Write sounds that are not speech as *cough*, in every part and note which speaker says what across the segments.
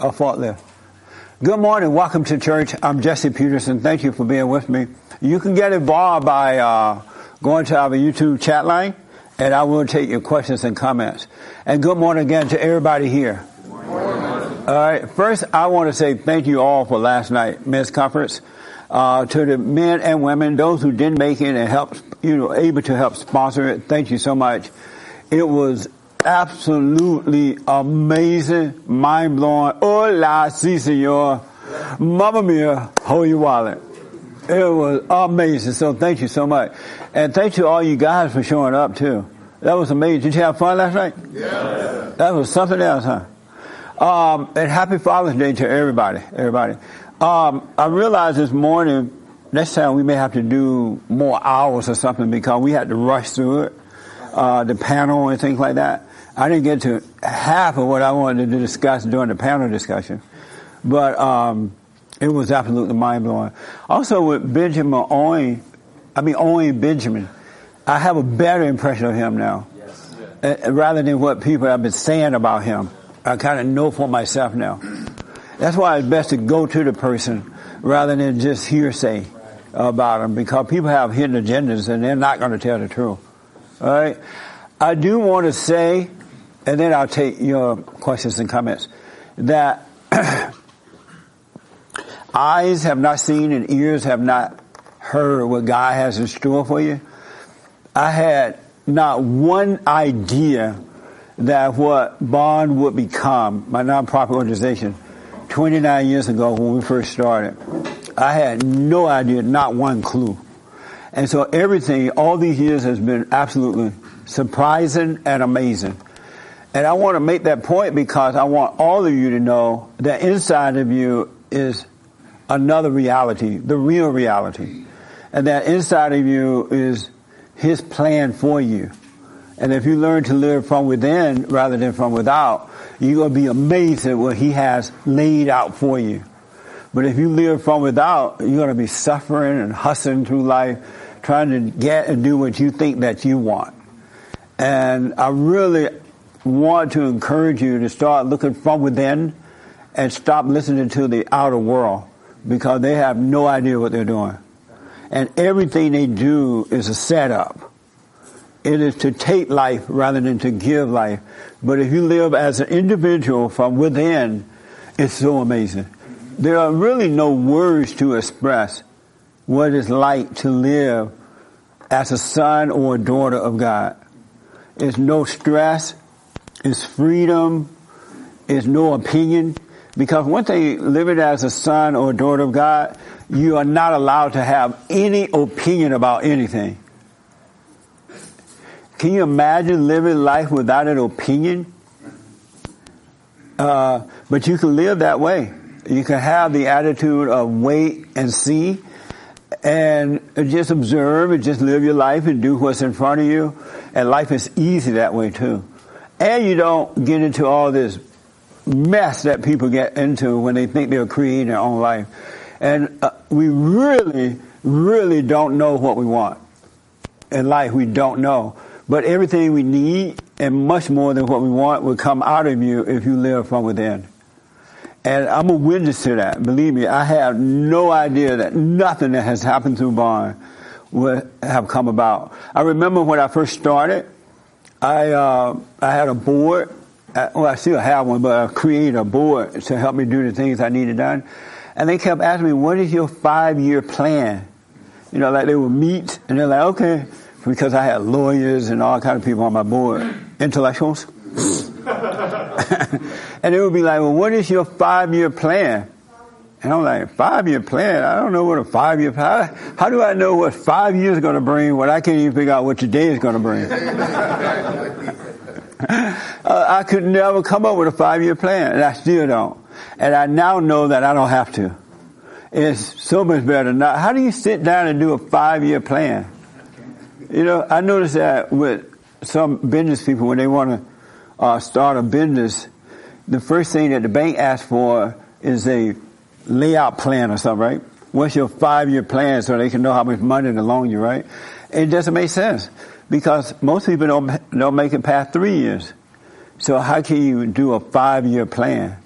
Speaker 1: a fault there. Good morning. Welcome to church. I'm Jesse Peterson. Thank you for being with me. You can get involved by uh, going to our YouTube chat line, and I will take your questions and comments. And good morning again to everybody here. All right. First, I want to say thank you all for last night men's conference. Uh, to the men and women, those who didn't make it and helped, you know, able to help sponsor it. Thank you so much. It was absolutely amazing, mind blowing. Hola, si senor. Mamma mia, hold your wallet. It was amazing. So thank you so much. And thank you all you guys for showing up too. That was amazing. Did you have fun last night? Yeah. That was something else, huh? Um, and happy Father's Day to everybody, everybody. Um, I realized this morning, next time we may have to do more hours or something because we had to rush through it, uh, the panel and things like that. I didn't get to half of what I wanted to discuss during the panel discussion, but um, it was absolutely mind blowing. Also, with Benjamin Owen, I mean Owen Benjamin, I have a better impression of him now, uh, rather than what people have been saying about him. I kind of know for myself now. That's why it's best to go to the person rather than just hearsay about them because people have hidden agendas and they're not going to tell the truth. All right. I do want to say, and then I'll take your questions and comments, that *clears throat* eyes have not seen and ears have not heard what God has in store for you. I had not one idea that what Bond would become, my nonprofit organization, 29 years ago when we first started. I had no idea, not one clue. And so everything, all these years has been absolutely surprising and amazing. And I want to make that point because I want all of you to know that inside of you is another reality, the real reality. And that inside of you is His plan for you. And if you learn to live from within rather than from without, you're going to be amazed at what he has laid out for you. But if you live from without, you're going to be suffering and hustling through life, trying to get and do what you think that you want. And I really want to encourage you to start looking from within and stop listening to the outer world because they have no idea what they're doing. And everything they do is a setup it is to take life rather than to give life. But if you live as an individual from within, it's so amazing. There are really no words to express what it's like to live as a son or a daughter of God. It's no stress, it's freedom, it's no opinion. Because one thing, living as a son or a daughter of God, you are not allowed to have any opinion about anything. Can you imagine living life without an opinion? Uh, but you can live that way. You can have the attitude of wait and see and just observe and just live your life and do what's in front of you. And life is easy that way too. And you don't get into all this mess that people get into when they think they're creating their own life. And uh, we really, really don't know what we want in life. We don't know. But everything we need and much more than what we want will come out of you if you live from within. And I'm a witness to that. Believe me, I have no idea that nothing that has happened through Barn would have come about. I remember when I first started, I, uh, I had a board. I, well, I still have one, but I created a board to help me do the things I needed done. And they kept asking me, what is your five year plan? You know, like they would meet and they're like, okay, because I had lawyers and all kind of people on my board, intellectuals. *laughs* and it would be like, well, what is your five year plan? And I'm like, five year plan? I don't know what a five year plan. How, how do I know what five years is going to bring when I can't even figure out what today is going to bring? uh, I could never come up with a five year plan, and I still don't. And I now know that I don't have to. It's so much better now. How do you sit down and do a five year plan? You know, I noticed that with some business people, when they want to uh, start a business, the first thing that the bank asks for is a layout plan or something, right? What's your five-year plan so they can know how much money to loan you, right? It doesn't make sense because most people don't, don't make it past three years. So how can you do a five-year plan?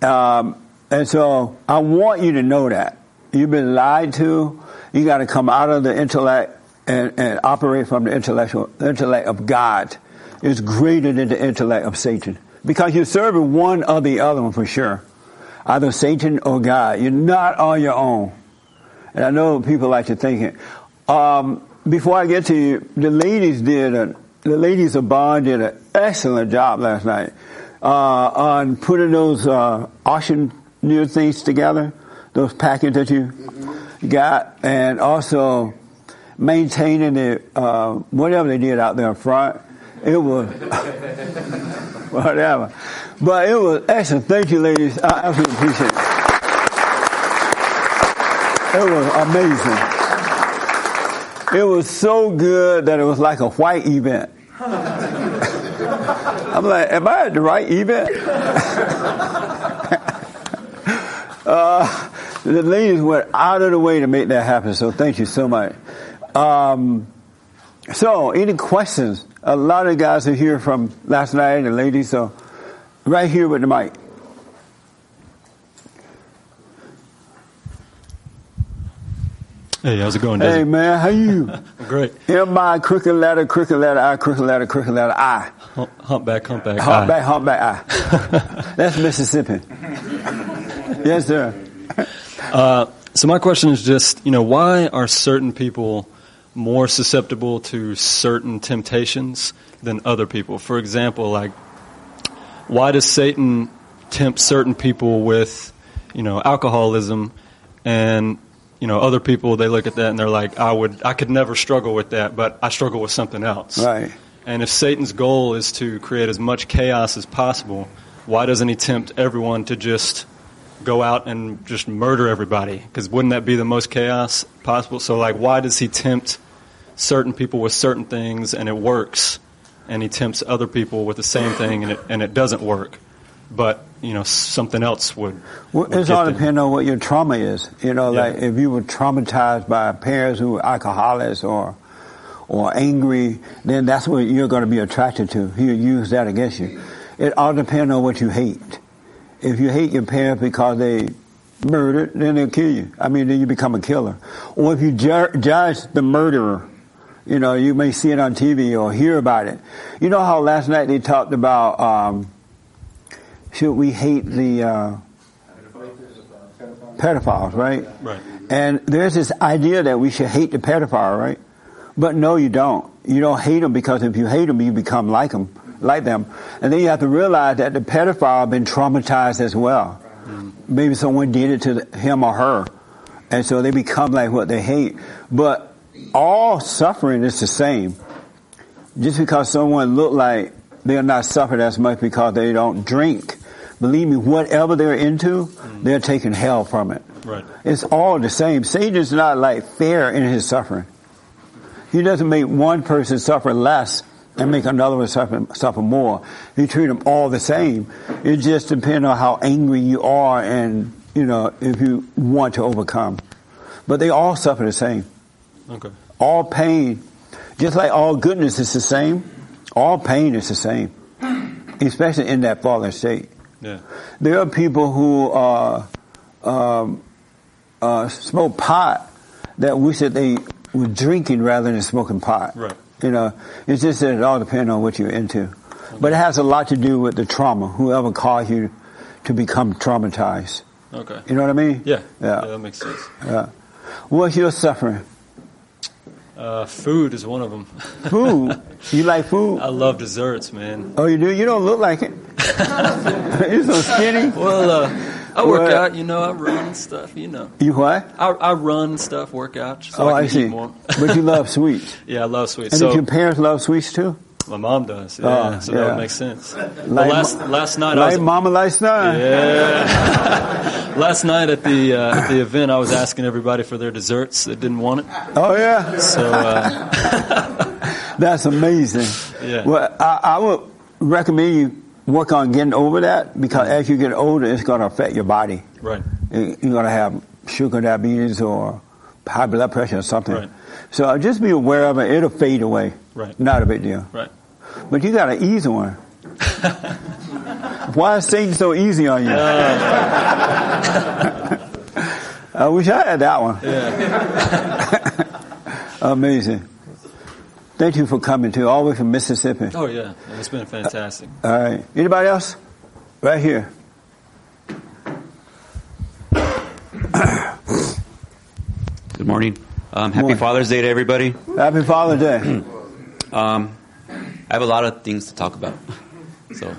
Speaker 1: Um, and so I want you to know that. You've been lied to. You got to come out of the intellect and, and operate from the intellectual intellect of God. It's greater than the intellect of Satan because you're serving one or the other one for sure, either Satan or God. You're not on your own. And I know people like to think it. Um, before I get to you, the ladies did a, the ladies of Bond did an excellent job last night uh, on putting those uh, auctioneer things together, those packets that you got, and also maintaining the uh, whatever they did out there in front. It was
Speaker 2: Uh,
Speaker 1: whatever, but it was excellent. Thank you, ladies. I absolutely appreciate it. It was amazing. It was so good that it was like a white event. I'm like, am I at the right event? *laughs* uh, the ladies went out of the way to make that happen, so thank you so much. Um, so, any questions? A lot of guys are here from last night, the ladies, so right here with the mic.
Speaker 3: Hey, how's it going,
Speaker 1: Hey,
Speaker 3: Desi?
Speaker 1: man, how you?
Speaker 3: *laughs* Great.
Speaker 1: M I crooked letter, crooked letter, I crooked letter, crooked letter, I.
Speaker 3: Hump, humpback, humpback.
Speaker 1: Humpback, humpback, I. That's Mississippi. yes, sir.
Speaker 3: Uh, so my question is just, you know, why are certain people more susceptible to certain temptations than other people? For example, like, why does Satan tempt certain people with, you know, alcoholism and you know, other people they look at that and they're like, I would, I could never struggle with that, but I struggle with something else.
Speaker 1: Right.
Speaker 3: And if Satan's goal is to create as much chaos as possible, why doesn't he tempt everyone to just go out and just murder everybody? Because wouldn't that be the most chaos possible? So, like, why does he tempt certain people with certain things and it works, and he tempts other people with the same thing and it, and it doesn't work? But you know, s- something else would.
Speaker 1: Well,
Speaker 3: would
Speaker 1: it's
Speaker 3: get
Speaker 1: all
Speaker 3: them.
Speaker 1: depending on what your trauma is. You know,
Speaker 3: Yeah.
Speaker 1: like if you were traumatized by parents who were alcoholics or or angry, then that's what you're going to be attracted to. He'll use that against you. It all depends on what you hate. If you hate your parents because they murdered, then they'll kill you. I mean, then you become a killer. Or if you ju- judge the murderer, you know, you may see it on TV or hear about it. You know how last night they talked about um, should we hate the uh, pedophiles, right?
Speaker 3: Right.
Speaker 1: And there's this idea that we should hate the pedophile, right? But no, you don't. You don't hate them because if you hate them, you become like them, like them. And then you have to realize that the pedophile been traumatized as well. Maybe someone did it to the- him or her, and so they become like what they hate. But all suffering is the same just because someone look like they're not suffering as much because they don't drink, believe me, whatever they're into, they're taking hell from it.
Speaker 3: Right.
Speaker 1: It's all the same. Satan's not like fair in his suffering. He doesn't make one person suffer less and make another one suffer, suffer more. He treat them all the same. It just depends on how angry you are and, you know, if you want to overcome. But they all suffer the same
Speaker 3: Okay.
Speaker 1: all pain, just like all goodness is the same, all pain is the same, especially in that fallen state.
Speaker 3: Yeah.
Speaker 1: There are people who uh, um, uh, smoke pot that wish that they were drinking rather than smoking pot.
Speaker 3: Right.
Speaker 1: You know, it's just that it all depends on what you're into. But it has a lot to do with the trauma, whoever caused you to become traumatized.
Speaker 3: Okay.
Speaker 1: You know what I mean?
Speaker 3: Yeah. yeah
Speaker 1: Yeah.
Speaker 3: that makes sense.
Speaker 1: yeah. What's your suffering?
Speaker 3: Uh, food is one of them.
Speaker 1: Food. you like food?
Speaker 3: I love desserts, man.
Speaker 1: Oh, you do? You don't look like
Speaker 3: *laughs*
Speaker 1: it. You're so skinny.
Speaker 3: Well, uh, *laughs* I work
Speaker 1: What?
Speaker 3: out, you know. I run and stuff, you know.
Speaker 1: You what?
Speaker 3: I, I run and stuff, work out, just so
Speaker 1: oh,
Speaker 3: I can
Speaker 1: I see.
Speaker 3: eat more.
Speaker 1: *laughs* but you love sweets.
Speaker 3: *laughs* yeah, I love sweets.
Speaker 1: And did
Speaker 3: So
Speaker 1: your parents love sweets too?
Speaker 3: my mom does. Yeah,
Speaker 1: Oh,
Speaker 3: so that
Speaker 1: yeah.
Speaker 3: would make sense. But
Speaker 1: Like
Speaker 3: last
Speaker 1: mo-
Speaker 3: last night, I
Speaker 1: like
Speaker 3: was,
Speaker 1: mama, like son.
Speaker 4: *laughs*
Speaker 3: last night at the uh, at the event, I was asking everybody for their desserts that didn't want it.
Speaker 1: Oh yeah.
Speaker 3: So uh,
Speaker 1: That's amazing.
Speaker 3: Yeah.
Speaker 1: Well, I, I would recommend you work on getting over that because as you get older, it's going to affect your body.
Speaker 3: Mm-hmm. right,
Speaker 1: You're going to have sugar diabetes or high blood pressure or something.
Speaker 3: Right.
Speaker 1: So just be aware of it. It'll fade away.
Speaker 3: Right.
Speaker 1: Not a big deal.
Speaker 3: right. *laughs*
Speaker 1: But you got an easy one. Why is Satan so easy on you?
Speaker 3: Uh.
Speaker 1: *laughs* I wish I had that one. *laughs* Amazing. Thank you for coming too, all the way from Mississippi.
Speaker 3: Oh yeah, it's been fantastic.
Speaker 1: All right. Anybody else? Right here.
Speaker 5: Good morning. Um, happy
Speaker 1: Morning.
Speaker 5: Father's Day to everybody.
Speaker 1: Happy Father's Day.
Speaker 5: *clears throat* Um, I have a lot of things to talk about. So,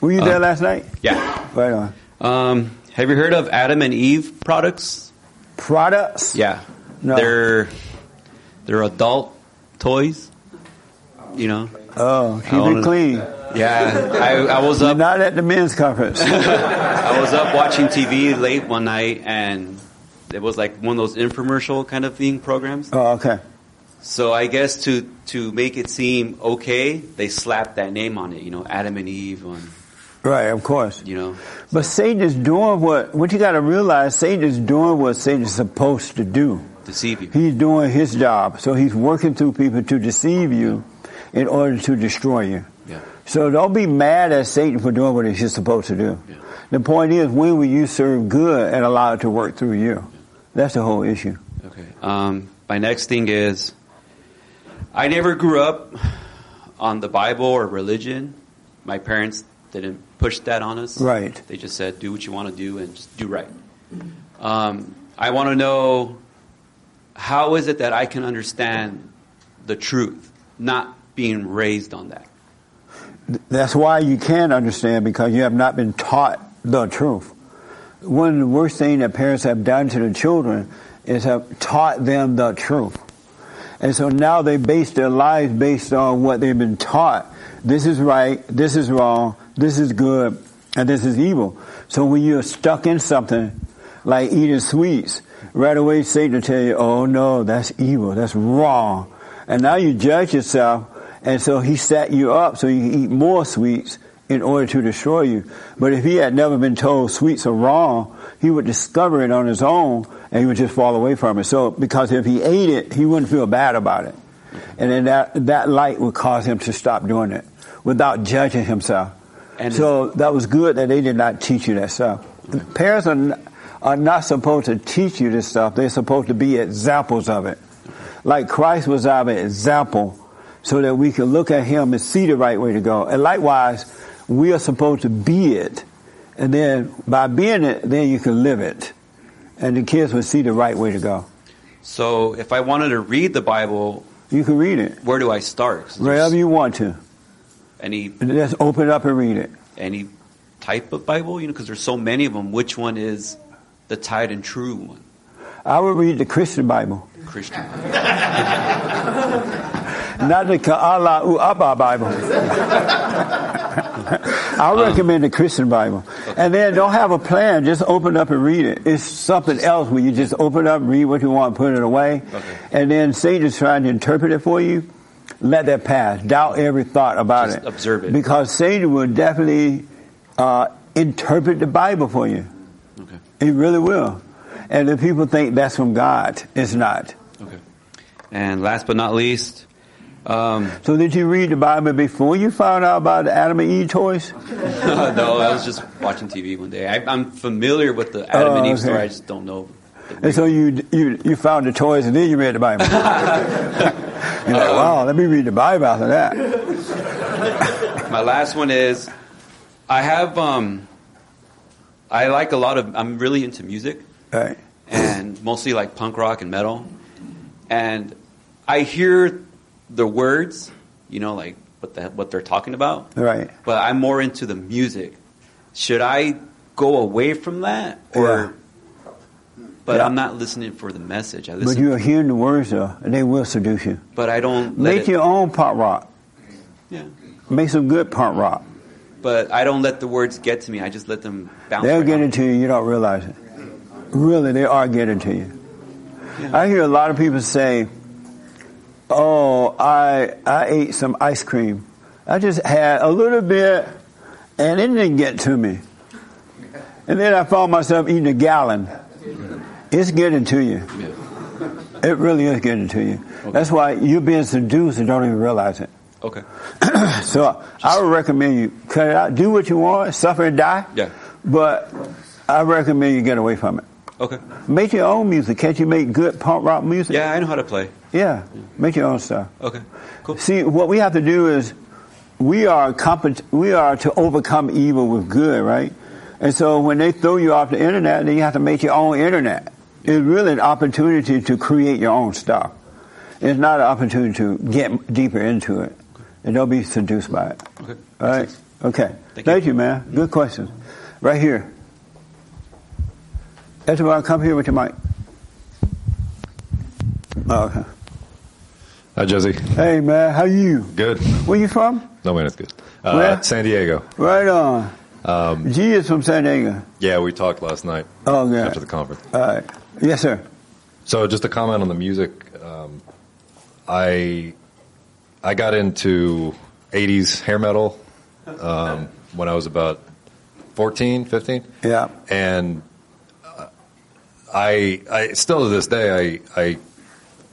Speaker 1: Were you there
Speaker 5: Uh,
Speaker 1: last night?
Speaker 5: yeah.
Speaker 1: Right on.
Speaker 5: Um, have you heard of Adam and Eve products?
Speaker 1: Products?
Speaker 5: Yeah.
Speaker 1: No.
Speaker 5: They're they're adult toys. You know.
Speaker 1: Oh, keep
Speaker 5: I
Speaker 1: it
Speaker 5: wanna-
Speaker 1: clean.
Speaker 5: Yeah. I, I was
Speaker 1: You're
Speaker 5: up.
Speaker 1: not at the men's
Speaker 5: *laughs*
Speaker 1: conference.
Speaker 5: I was up watching TV late one night, and it was like one of those infomercial kind of thing programs.
Speaker 1: oh, okay.
Speaker 5: So I guess to to make it seem okay, they slapped that name on it. You know, Adam and Eve on.
Speaker 1: Right, of course.
Speaker 5: You know.
Speaker 1: But Satan is doing what, what you got to realize, Satan is doing what Satan is supposed to do.
Speaker 5: deceive you.
Speaker 1: He's doing his job. So he's working through people to deceive you in order to destroy you.
Speaker 5: Yeah.
Speaker 1: So don't be mad at Satan for doing what he's supposed to do.
Speaker 5: Yeah.
Speaker 1: The point is, when will you serve good and allow it to work through you? That's the whole issue.
Speaker 5: Okay. Um, my next thing is, I never grew up on the Bible or religion. My parents didn't push that on us.
Speaker 1: Right.
Speaker 5: They just said, do what you want to do and just do right.
Speaker 2: Mm.
Speaker 5: Um, I want to know how is it that I can understand the truth, not being raised on that.
Speaker 1: That's why you can understand because you have not been taught the truth. One of the worst things that parents have done to the children is have taught them the truth. And so now they base their lives based on what they've been taught. This is right, this is wrong, this is good, and this is evil. So when you're stuck in something, like eating sweets, right away Satan will tell you, oh no, that's evil, that's wrong. And now you judge yourself, and so he set you up so you can eat more sweets in order to destroy you. But if he had never been told sweets are wrong, he would discover it on his own and he would just fall away from it. So, because if he ate it, he wouldn't feel bad about it. And then that, that light would cause him to stop doing it without judging himself.
Speaker 5: And-
Speaker 1: so that was good that they did not teach you that stuff. Parents are, n- are not supposed to teach you this stuff. They're supposed to be examples of it. Like Christ was our example so that we can look at him and see the right way to go. And likewise, we are supposed to be it. And then by being it, then you can live it. And the kids will see the right way to go.
Speaker 5: So if I wanted to read the Bible,
Speaker 1: You can read it
Speaker 5: where do I start? 'Cause
Speaker 1: wherever
Speaker 5: there's
Speaker 1: you want to.
Speaker 5: Any
Speaker 1: Just open it up and read it.
Speaker 5: any type of Bible, you know, because there's so many of them. Which one is the tried and true one?
Speaker 1: I would read the Christian Bible,
Speaker 5: Christian.
Speaker 1: not the Ka'ala U'aba Bible.
Speaker 5: Uh,
Speaker 1: I recommend the Christian Bible. And then don't have a plan, just open up and read it. It's something else where you just open up, read what you want, put it away.
Speaker 5: Okay.
Speaker 1: And then Satan's trying to interpret it for you. Let that pass. Doubt every thought about
Speaker 5: Just
Speaker 1: it.
Speaker 5: observe it.
Speaker 1: Because Satan will definitely uh, interpret the Bible for you.
Speaker 5: Okay.
Speaker 1: It really will. And if people think that's from God, it's not.
Speaker 5: Okay. And last but not least, *laughs* um,
Speaker 1: So did you read the Bible before you found out about the Adam and Eve toys?
Speaker 5: no, I was just watching TV one day. I, I'm familiar with the Adam
Speaker 1: Oh,
Speaker 5: and Eve
Speaker 1: okay.
Speaker 5: story. I just don't know. the
Speaker 1: And so you you you found the toys and then you read
Speaker 5: *laughs*
Speaker 1: the Bible. You're like, wow, let me read the Bible after that.
Speaker 5: My last one is I have um I like a lot of I'm really into music
Speaker 1: Right.
Speaker 5: and mostly like punk rock and metal. And I hear the words, you know, like what the, what they're talking about.
Speaker 1: Right.
Speaker 5: But I'm more into the music. Should I go away from that or But
Speaker 1: Yeah.
Speaker 5: I'm not listening for the message. I
Speaker 1: But
Speaker 5: listen,
Speaker 1: you are hearing the words though, and they will seduce you.
Speaker 5: but I don't let it,
Speaker 1: Make your own punk rock.
Speaker 5: yeah.
Speaker 1: Make some good punk rock.
Speaker 5: But I don't let the words get to me. I just let them bounce.
Speaker 1: They'll
Speaker 5: right
Speaker 1: get
Speaker 5: off.
Speaker 1: it to you, you don't realize it. Really, they are getting to you. I hear a lot of people say, Oh, I I ate some ice cream. I just had a little bit and it didn't get to me. And then I found myself eating a gallon. It's getting to you. It *clears throat* really is getting to you. That's why you're being seduced and don't even realize it.
Speaker 6: Okay.
Speaker 1: So I would recommend you cut it out. Do what you want, suffer and die.
Speaker 6: Yeah.
Speaker 1: But I recommend you get away from it.
Speaker 6: Okay.
Speaker 1: Make your own music. Can't you make good punk rock music?
Speaker 6: Yeah, I know how to play.
Speaker 1: Yeah. Make your own stuff.
Speaker 6: Okay. Cool.
Speaker 1: See, what we have to do is we are compet- we are to overcome evil with good, right? And so when they throw you off the internet, then you have to make your own internet. It's really an opportunity to create your own stuff. It's not an opportunity to get deeper into it. And don't be seduced by it.
Speaker 6: Okay.
Speaker 1: All right? Okay.
Speaker 6: Thank
Speaker 1: Thank,
Speaker 6: you. Mm-hmm.
Speaker 1: you. man. Good question. Right here. Esteban, come here with your mic. Oh, okay.
Speaker 7: Hi, Josie.
Speaker 1: Hey, man, how you?
Speaker 7: Good.
Speaker 1: Where you from?
Speaker 7: No, man, it's good. Uh,
Speaker 1: Where?
Speaker 7: San Diego. Um,
Speaker 1: Right on. G is from San Diego.
Speaker 7: Yeah, we talked last night
Speaker 1: Oh, yeah.
Speaker 7: after the conference.
Speaker 1: All right. Yes, sir.
Speaker 7: So, just a comment on the music. Um, I I got into 80s hair metal um, when I was about 14, 15.
Speaker 1: Yeah.
Speaker 7: and uh, I, I still to this day, I, I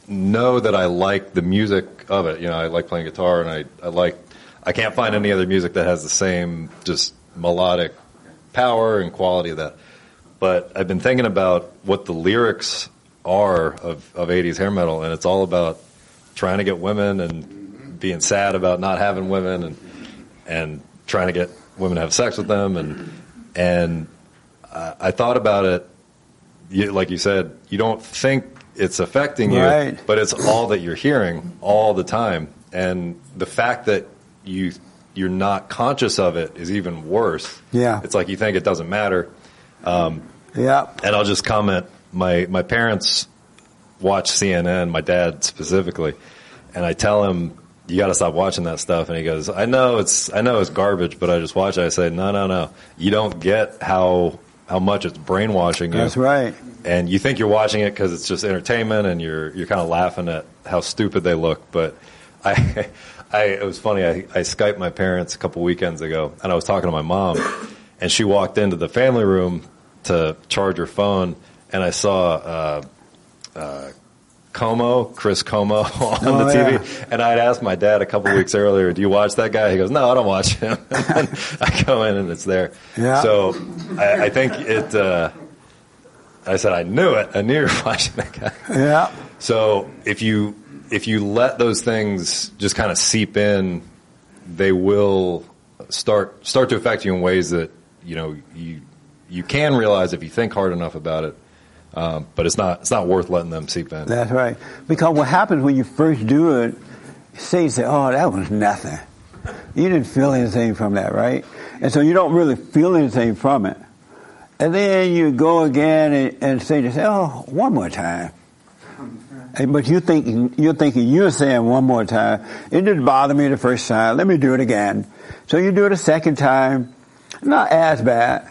Speaker 7: know that I like the music of it. You know, I like playing guitar, and I, I like. I can't find any other music that has the same just melodic power and quality of that. But I've been thinking about what the lyrics are of, of 80s hair metal, and it's all about trying to get women and being sad about not having women and and trying to get women to have sex with them and and I, I thought about it you, like you said you don't think it's affecting you
Speaker 1: Right.
Speaker 7: but it's all that you're hearing all the time and the fact that you you're not conscious of it is even worse
Speaker 1: Yeah.
Speaker 7: it's like you think it doesn't matter Um,
Speaker 1: Yeah.
Speaker 7: and I'll just comment my my parents watch CNN, my dad specifically, and I tell him you got to stop watching that stuff and he goes, "I know it's I know it's garbage, but I just watch it." I say, "No, no, no. You don't get how how much it's brainwashing you."
Speaker 1: That's right.
Speaker 7: and you think you're watching it because it's just entertainment, and you're you're kind of laughing at how stupid they look. But I, *laughs* I it was funny. I, I skyped my parents a couple weekends ago, and I was talking to my mom, and she walked into the family room to charge her phone, and I saw. Uh, uh, Como, Chris Como *laughs* on
Speaker 1: Oh,
Speaker 7: the
Speaker 1: yeah.
Speaker 7: TV. And I'd asked my dad a couple weeks earlier, "Do you watch that guy?" He goes, "No, I don't watch him." *laughs* I go in and it's there.
Speaker 1: Yeah.
Speaker 7: So I, I think it. Uh, I said, "I knew it. I knew you were *laughs* watching that guy."
Speaker 1: Yeah.
Speaker 7: So if you if you let those things just kind of seep in, they will start start to affect you in ways that you know you you can realize if you think hard enough about it. Um, but it's not it's not worth letting them seep in.
Speaker 1: That's right. Because what happens when you first do it, Satan say, "Oh, that was nothing. You didn't feel anything from that, right?" And so you don't really feel anything from it. And then you go again and, and Satan say, "Oh, one more time." And- But you thinking you're thinking you're saying one more time. It didn't bother me the first time. Let me do it again. So you do it a second time, not as bad.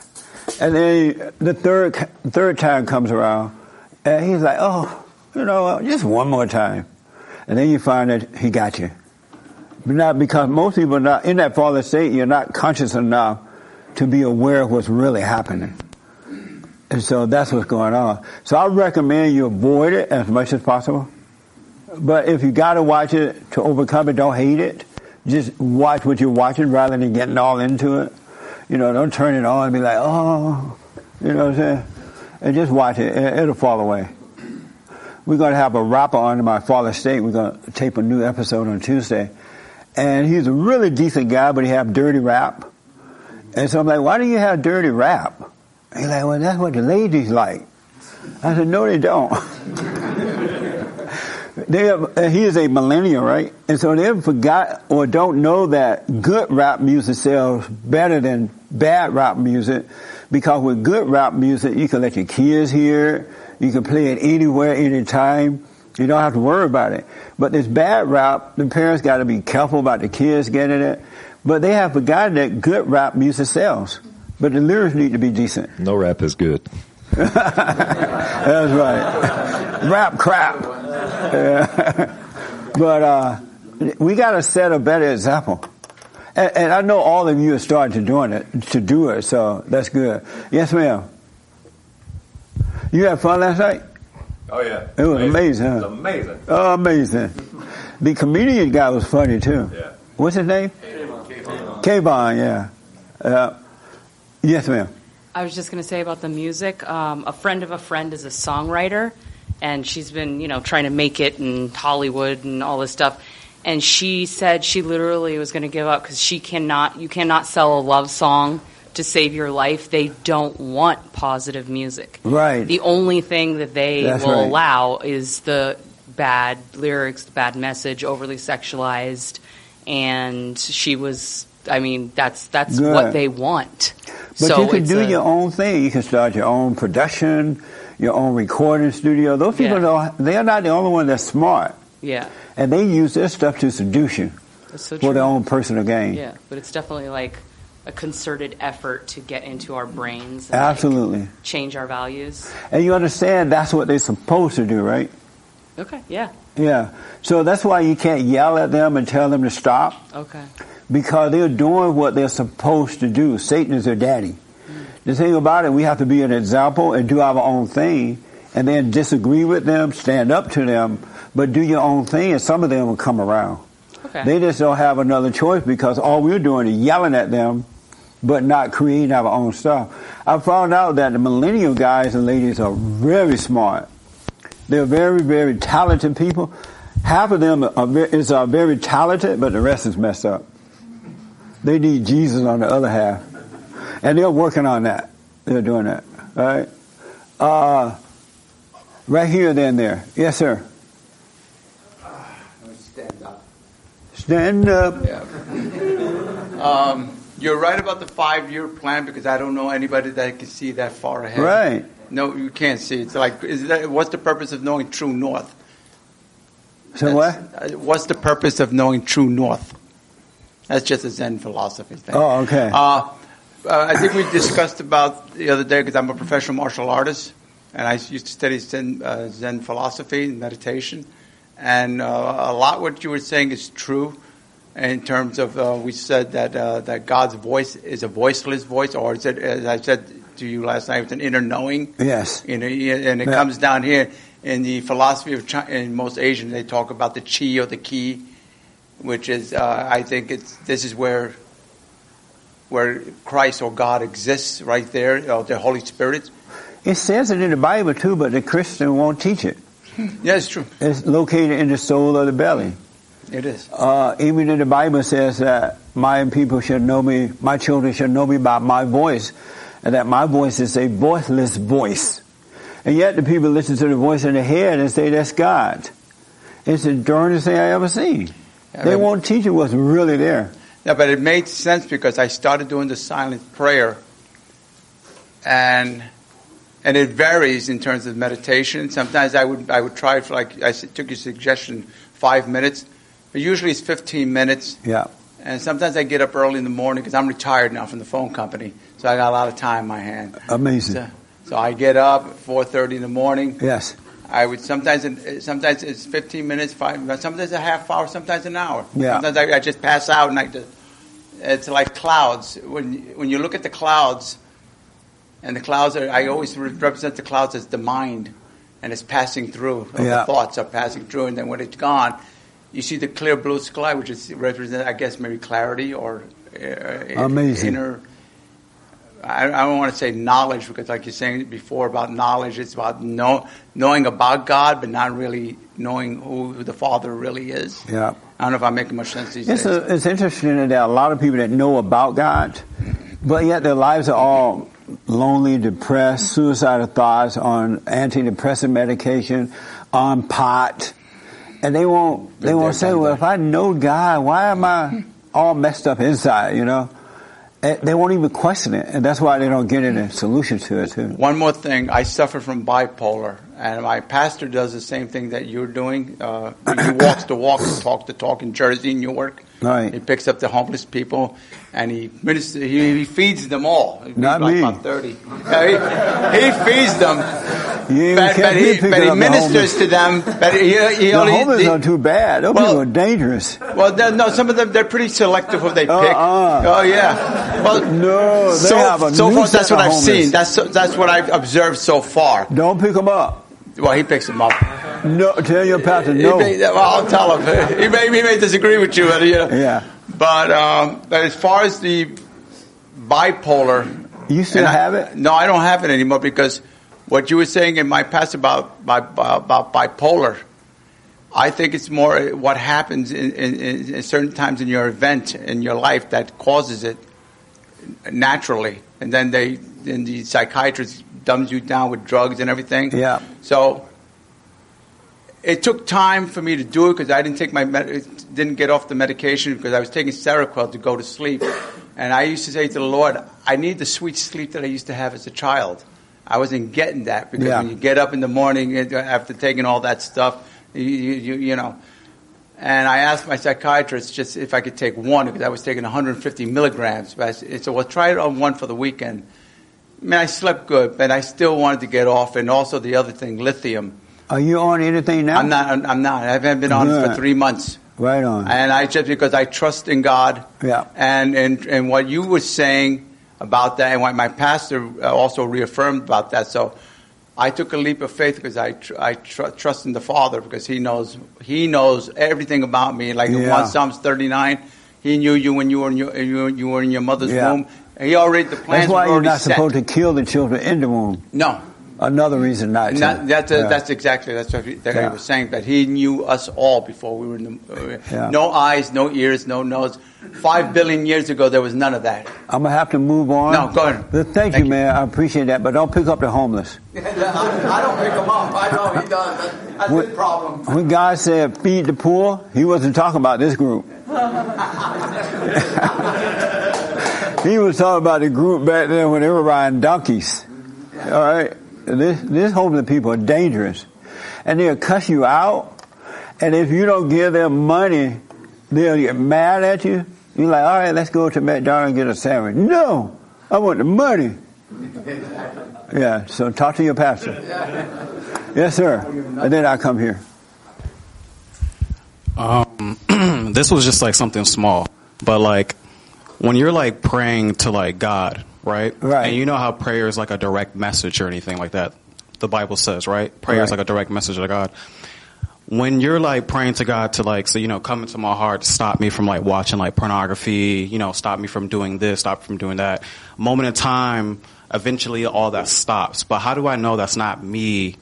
Speaker 1: And then the third third time comes around, and he's like, "Oh, you know, just one more time." And then you find that he got you. But not because most people are not in that fallen state. You're not conscious enough to be aware of what's really happening. And so that's what's going on. So I recommend you avoid it as much as possible. But if you got to watch it to overcome it, don't hate it. Just watch what you're watching rather than getting all into it. You know, don't turn it on and be like, oh, you know what I'm saying? And just watch it. It- It'll fall away. We're going to have a rapper on in my father's state. We're going to tape a new episode on Tuesday. And he's a really decent guy, but he have dirty rap. And so I'm like, why do you have dirty rap? And he's like, well, that's what the ladies like. I said, no, they don't. *laughs* they have, and he is a millennial, right? And so they forgot or don't know that good rap music sells better than bad rap music because with good rap music, you can let your kids hear it. You can play it anywhere, anytime. You don't have to worry about it. But this bad rap, the parents got to be careful about the kids getting it. But they have forgotten that good rap music sells. But the lyrics need to be decent.
Speaker 7: No rap is good.
Speaker 1: *laughs* That's right. Rap crap. Yeah. *laughs* but uh, we got to set a better example. And, and I know all of you are starting to doing it to do it, so that's good. Yes, ma'am. You had fun last night.
Speaker 7: Oh yeah,
Speaker 1: It was amazing, huh?
Speaker 7: amazing.
Speaker 1: amazing. The comedian guy was funny too.
Speaker 7: Yeah.
Speaker 1: What's his name? Kayvon, yeah. Uh, yes, ma'am.
Speaker 8: I was just going to say about the music. Um, a friend of a friend is a songwriter, and she's been, you know, trying to make it in Hollywood and all this stuff. And she said she literally was going to give up because she cannot. You cannot sell a love song to save your life. They don't want positive music.
Speaker 1: Right.
Speaker 8: The only thing that they
Speaker 1: That's
Speaker 8: will
Speaker 1: right.
Speaker 8: allow is the bad lyrics, the bad message, overly sexualized, and she was. I mean, that's that's
Speaker 1: Good.
Speaker 8: what they want.
Speaker 1: But
Speaker 8: so
Speaker 1: you can
Speaker 8: it's
Speaker 1: do
Speaker 8: a-
Speaker 1: your own thing. You can start your own production, your own recording studio. Those people,
Speaker 8: Yeah.
Speaker 1: don't, they are not the only one that's smart.
Speaker 8: Yeah,
Speaker 1: And they use their stuff to seduce you
Speaker 8: that's so true.
Speaker 1: for their own personal gain.
Speaker 8: Yeah, but it's definitely like a concerted effort to get into our brains. And like,
Speaker 1: Absolutely.
Speaker 8: change our values.
Speaker 1: And you understand that's what they're supposed to do, right?
Speaker 8: Okay. Yeah.
Speaker 1: Yeah. So that's why you can't yell at them and tell them to stop.
Speaker 8: Okay.
Speaker 1: because they're doing what they're supposed to do. Satan is their daddy. The thing about it, we have to be an example and do our own thing, and then disagree with them, stand up to them, but do your own thing, and some of them will come around.
Speaker 8: Okay.
Speaker 1: They just don't have another choice because all we're doing is yelling at them, but not creating our own stuff. I found out that the millennial guys and ladies are very smart. They're very, very talented people. Half of them are very, is are very talented, but the rest is messed up. They need Jesus on the other half, and they're working on that. They're doing that, all right? Uh, right here, then there. Yes, sir.
Speaker 9: Stand up.
Speaker 1: Stand up.
Speaker 9: *laughs* Um, you're right about the five-year plan because I don't know anybody that can see that far ahead.
Speaker 1: Right.
Speaker 9: No, you can't see. It's like, is that, what's the purpose of knowing true north?
Speaker 1: So what?
Speaker 9: That's- uh, What's the purpose of knowing true north? That's just a Zen philosophy thing.
Speaker 1: Oh, okay.
Speaker 9: Uh, uh, I think we discussed about the other day because I'm a professional martial artist, and I used to study Zen, uh, Zen philosophy and meditation. And uh, a lot what you were saying is true in terms of uh, we said that uh, that God's voice is a voiceless voice, or is it, as I said to you last night, it's an inner knowing.
Speaker 1: Yes.
Speaker 9: You know, yeah, and it
Speaker 1: Yeah.
Speaker 9: comes down here in the philosophy of China, in most Asian, they talk about the chi or the ki, which is uh, I think it's this is where where Christ or God exists right there, or the Holy Spirit.
Speaker 1: It says it in the Bible too, but the Christian won't teach it.
Speaker 9: Yeah, it's true.
Speaker 1: It's located in the soul of the belly.
Speaker 9: It is.
Speaker 1: Uh, even in the Bible says that my people shall know me, my children shall know me by my voice, and that my voice is a voiceless voice. And yet the people listen to the voice in their head and say that's God. It's the darndest thing I ever seen.
Speaker 9: I
Speaker 1: They
Speaker 9: mean-
Speaker 1: won't teach you what's really there.
Speaker 9: Yeah, but it made sense because I started doing the silent prayer, and and it varies in terms of meditation. Sometimes I would I would try for like I s- took your suggestion five minutes, but usually it's fifteen minutes.
Speaker 1: Yeah.
Speaker 9: And sometimes I get up early in the morning because I'm retired now from the phone company, so I got a lot of time in my hand.
Speaker 1: Amazing.
Speaker 9: So, so I get up at four thirty in the morning.
Speaker 1: Yes.
Speaker 9: I would sometimes it- sometimes it's fifteen minutes, five, sometimes a half hour, sometimes an hour.
Speaker 1: Yeah.
Speaker 9: Sometimes I, I just pass out and I just it's like clouds. When when you look at the clouds, and the clouds are I always re- represent the clouds as the mind, and it's passing through. or
Speaker 1: Yeah.
Speaker 9: The thoughts are passing through, and then when it's gone, you see the clear blue sky, which is represent I guess maybe clarity or uh,
Speaker 1: Amazing.
Speaker 9: inner. I, I don't want to say knowledge because, like you're saying before about knowledge, it's about know, knowing about God, but not really knowing who the Father really is.
Speaker 1: Yeah.
Speaker 9: I don't know if I'm making much sense these
Speaker 1: It's,
Speaker 9: days.
Speaker 1: a, it's interesting that there are a lot of people that know about God, but yet their lives are all lonely, depressed, suicidal thoughts, on antidepressant medication, on pot, and they won't. They
Speaker 9: Been there,
Speaker 1: won't say,
Speaker 9: done
Speaker 1: "Well,
Speaker 9: that.
Speaker 1: if I know God, why am I all messed up inside?" You know, and they won't even question it, and that's why they don't get any solution to it too.
Speaker 9: One more thing, I suffer from bipolar, and my pastor does the same thing that you're doing. Uh,
Speaker 1: *coughs*
Speaker 9: he walks the walk, and talks the talk in Jersey, New York.
Speaker 1: Right.
Speaker 9: He picks up the homeless people, and he minister, he, he feeds them all. He feeds
Speaker 1: Not
Speaker 9: like
Speaker 1: me.
Speaker 9: About Thirty. Yeah, he, he feeds them.
Speaker 1: You even
Speaker 9: but,
Speaker 1: can't
Speaker 9: but
Speaker 1: be
Speaker 9: he,
Speaker 1: picking
Speaker 9: but he
Speaker 1: up the
Speaker 9: ministers
Speaker 1: homeless.
Speaker 9: to them. But he, he
Speaker 1: The
Speaker 9: only,
Speaker 1: homeless
Speaker 9: he-
Speaker 1: are too bad. Those
Speaker 9: Well-
Speaker 1: people are dangerous.
Speaker 9: well, no, no, some of them they're pretty selective who they pick.
Speaker 1: Uh-uh.
Speaker 9: Oh yeah. Well,
Speaker 1: No, they
Speaker 9: so,
Speaker 1: have a
Speaker 9: so
Speaker 1: new
Speaker 9: far
Speaker 1: set
Speaker 9: that's what
Speaker 1: of
Speaker 9: I've
Speaker 1: homeless.
Speaker 9: seen. That's that's what I've observed so far.
Speaker 1: Don't pick them up.
Speaker 9: Well, he picks them up.
Speaker 1: No, tell your pastor
Speaker 9: He
Speaker 1: no. *laughs*
Speaker 9: may- well, I'll tell him. He may, he may disagree with you, but you know.
Speaker 1: Yeah.
Speaker 9: But um, but as far as the bipolar,
Speaker 1: You still
Speaker 9: and I-
Speaker 1: have it?
Speaker 9: No, I don't have it anymore because what you were saying in my past about about, about bipolar, I think it's more what happens in, in, in, in certain times in your event in your life that causes it naturally, and then they then the psychiatrist dumbs you down with drugs and everything.
Speaker 1: Yeah.
Speaker 9: So it took time for me to do it because I didn't take my med- didn't get off the medication because I was taking Seroquel to go to sleep, and I used to say to the Lord, I need the sweet sleep that I used to have as a child. I wasn't getting that because
Speaker 1: Yeah.
Speaker 9: when you get up in the morning it- after taking all that stuff, you, you, you, you know. And I asked my psychiatrist just if I could take one because I was taking 150 milligrams. But I said, so well, try it on one for the weekend. I mean, I slept good, but I still wanted to get off. And also the other thing, lithium.
Speaker 1: Are you on anything now?
Speaker 9: I'm not. I'm, I'm not. I haven't been on it for
Speaker 1: Good.
Speaker 9: three months.
Speaker 1: Right on.
Speaker 9: And I just because I trust in God.
Speaker 1: Yeah.
Speaker 9: And and and what you were saying about that, and what my pastor uh, also reaffirmed about that. So I took a leap of faith because I tr- I tr- trust in the Father because He knows He knows everything about me. Like in
Speaker 1: Yeah.
Speaker 9: one Psalms 39, He knew you when you were in your you, you were in your mother's
Speaker 1: Yeah.
Speaker 9: womb. He already the plans
Speaker 1: That's why
Speaker 9: were
Speaker 1: you're
Speaker 9: already
Speaker 1: not
Speaker 9: set.
Speaker 1: supposed to kill the children in the womb.
Speaker 9: No,
Speaker 1: Another reason not to.
Speaker 9: not, that's
Speaker 1: Yeah.
Speaker 9: that's exactly that's what he, that he
Speaker 1: Yeah.
Speaker 9: was saying. That he knew us all before we were in the uh,
Speaker 1: Yeah.
Speaker 9: no eyes, no ears, no nose. Five billion years ago, there was none of that.
Speaker 1: I'm gonna have to move on.
Speaker 9: No, go ahead.
Speaker 1: But thank,
Speaker 9: Thank
Speaker 1: you,
Speaker 9: you.
Speaker 1: man. I appreciate that, but don't pick up the homeless.
Speaker 9: I don't pick him up. I know he does. That's
Speaker 1: When-
Speaker 9: *laughs*
Speaker 1: When God said feed the poor, He wasn't talking about this group. he was talking about the group back there when they were riding donkeys. All right, this this homeless people are dangerous, and they'll cuss you out. And if you don't give them money, they'll get mad at you. You're like, all right, let's go to McDonald's and get a sandwich. No, I want the money. Yeah, so talk to your pastor. Yes, sir. And then I come here.
Speaker 10: Um, *clears throat* this was just like something small, but like when you're like praying to like God, right?
Speaker 1: Right.
Speaker 10: And you know how prayer is like a direct message or anything like that. The Bible says, right? Prayer is
Speaker 1: Right.
Speaker 10: like a direct message to God. When you're like praying to God to like, so you know, come into my heart, stop me from like watching like pornography, you know, stop me from doing this, stop from doing that. Moment in time, eventually all that stops. But how do I know that's not me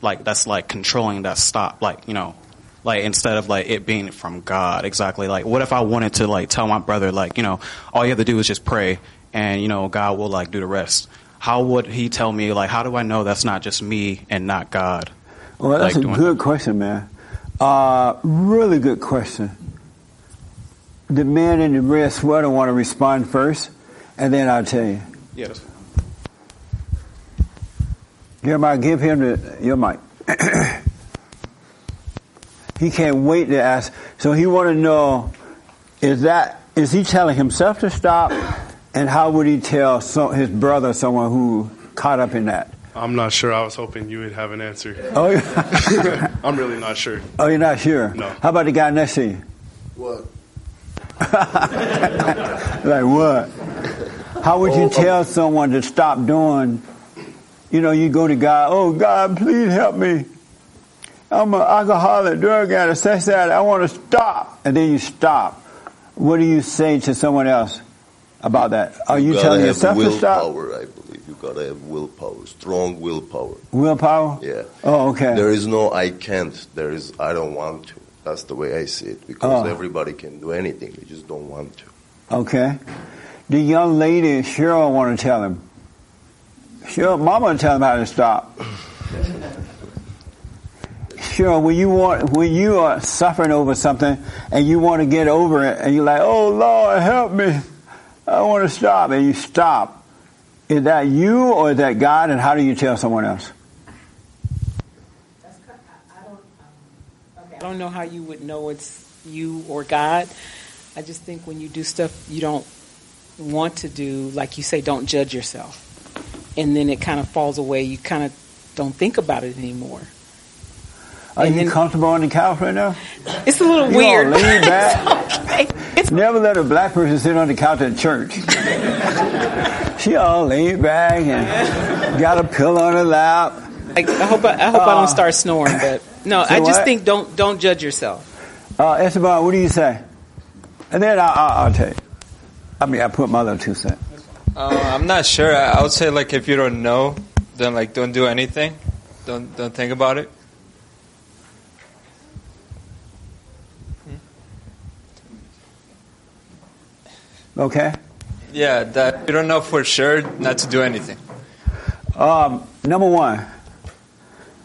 Speaker 10: like that's like controlling that stop like you know like instead of like it being from god exactly like what if i wanted to like tell my brother like you know all you have to do is just pray and you know god will like do the rest how would he tell me like how do i know that's not just me and not god
Speaker 1: Well, that's
Speaker 10: Like
Speaker 1: a
Speaker 10: doing
Speaker 1: good question, man. Uh, really good question. The man in the red sweater want to respond first, and then I'll tell you.
Speaker 10: yeah
Speaker 1: Jeremiah, give him the, your mic. *clears throat* he can't wait to ask. So he want to know, is that is he telling himself to stop, and how would he tell so, his brother, someone who caught up in that?
Speaker 11: I'm not sure. I was hoping you would have an answer.
Speaker 1: Oh, you-
Speaker 11: *laughs* I'm really not sure.
Speaker 1: oh you're not sure?
Speaker 11: No.
Speaker 1: How about the guy next to you?
Speaker 12: What?
Speaker 1: *laughs* Like what? How would you tell someone to stop doing? You know, you go to God. Oh God, please help me. I'm an alcoholic, drug addict, sex addict. I want to stop, and then you stop. What do you say to someone else about that? Are you,
Speaker 12: gotta
Speaker 1: telling
Speaker 12: have
Speaker 1: yourself to stop?
Speaker 12: willpower, I believe. You gotta have willpower, strong willpower.
Speaker 1: Willpower.
Speaker 12: Yeah.
Speaker 1: Oh, okay.
Speaker 12: There is no I can't. There is I don't want to. That's the way I see it because
Speaker 1: Oh.
Speaker 12: everybody can do anything. They just don't want to.
Speaker 1: Okay. The young lady, Cheryl, want to tell him. Cheryl, Mama, tell him how to stop. Cheryl, when you want, when you are suffering over something and you want to get over it, and you're like, "Oh Lord, help me! I want to stop," and you stop. Is that you or is that God? And how do you tell someone else?
Speaker 13: That's cor- I I don't, um, okay, I don't know how you would know it's you or God. I just think when you do stuff you don't want to do, like you say, don't judge yourself. And then it kind of falls away. You kind of don't think about it anymore.
Speaker 1: Are
Speaker 13: And
Speaker 1: you
Speaker 13: then-
Speaker 1: comfortable on the couch right now?
Speaker 13: It's a little
Speaker 1: You
Speaker 13: weird.
Speaker 1: all
Speaker 13: *laughs*
Speaker 1: lean back.
Speaker 13: it's okay. It's
Speaker 1: Never let a black person sit on the couch at church. she all laid back and got a pillow on her lap.
Speaker 13: like I hope I, I hope I don't start snoring, but no,
Speaker 1: So
Speaker 13: I just
Speaker 1: what?
Speaker 13: think don't don't judge yourself.
Speaker 1: Uh, Esteban, what do you say? And then I, I, I'll tell you. I mean, I put my little two cents.
Speaker 2: Uh, I'm not sure. I, I would say like if you don't know, then like don't do anything. Don't don't think about it.
Speaker 1: Okay.
Speaker 2: Yeah, that you don't know for sure not to do anything.
Speaker 1: Um, number one,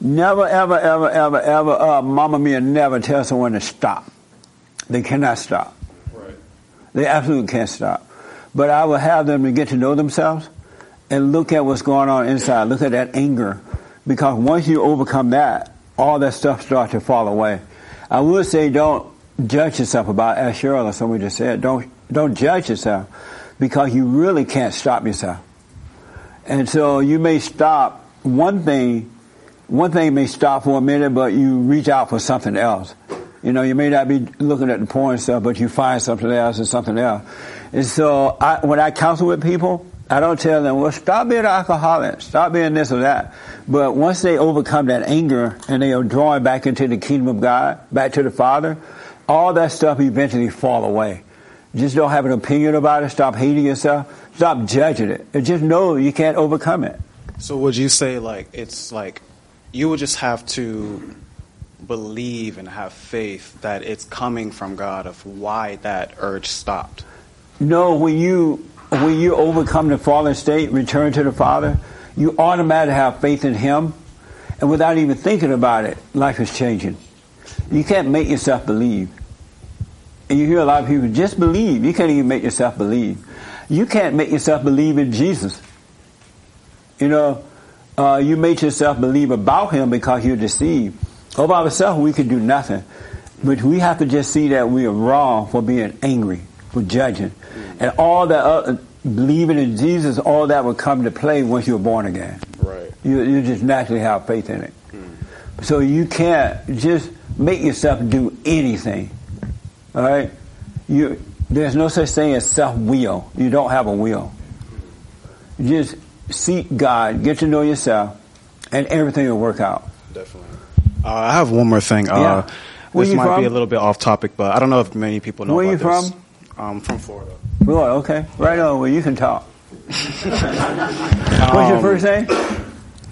Speaker 1: never, ever, ever, ever, ever, uh, Mama Mia never tell someone to stop. They cannot stop. They absolutely can't stop. But I will have them to get to know themselves and look at what's going on inside. Look at that anger. Because once you overcome that, all that stuff starts to fall away. I would say don't judge yourself about it, as Cheryl or somebody just said, don't don't judge yourself because you really can't stop yourself. And so you may stop one thing one thing may stop for a minute but you reach out for something else. You know, you may not be looking at the porn stuff, but you find something else and something else. And so I, when I counsel with people, I don't tell them, well, stop being an alcoholic, stop being this or that. But once they overcome that anger and they are drawn back into the kingdom of God, back to the Father, all that stuff eventually fall away. Just don't have an opinion about it. Stop hating yourself. Stop judging it. And just know you can't overcome it.
Speaker 10: So would you say like it's like you would just have to believe and have faith that it's coming from God of why that urge stopped?
Speaker 1: No, when you when you overcome the fallen state, return to the Father, you automatically have faith in Him, and without even thinking about it, life is changing. You can't make yourself believe. And you hear a lot of people just believe. You can't even make yourself believe. You can't make yourself believe in Jesus. You know, uh, you make yourself believe about Him because you're deceived. All by ourselves, we can do nothing. But we have to just see that we are wrong for being angry, for judging. And all that, uh, believing in Jesus, all that will come to play once you're born again.
Speaker 14: Right.
Speaker 1: You, you just naturally have faith in it.
Speaker 15: Hmm.
Speaker 1: So you can't just make yourself do anything. All right? You, there's no such thing as self will. You don't have a will. You just seek God, get to know yourself, and everything will work out.
Speaker 10: Definitely. Uh, I have one more thing.
Speaker 1: Yeah.
Speaker 10: Uh,
Speaker 1: Where
Speaker 10: this
Speaker 1: you
Speaker 10: might
Speaker 1: from?
Speaker 10: be a little bit off topic, but I don't know if many people know
Speaker 1: Where you
Speaker 10: about this. Um, from? I'm from Florida.
Speaker 1: Boy, okay. Right on. Well, you can
Speaker 10: *laughs*
Speaker 1: talk. What's your
Speaker 10: Um,
Speaker 1: first name?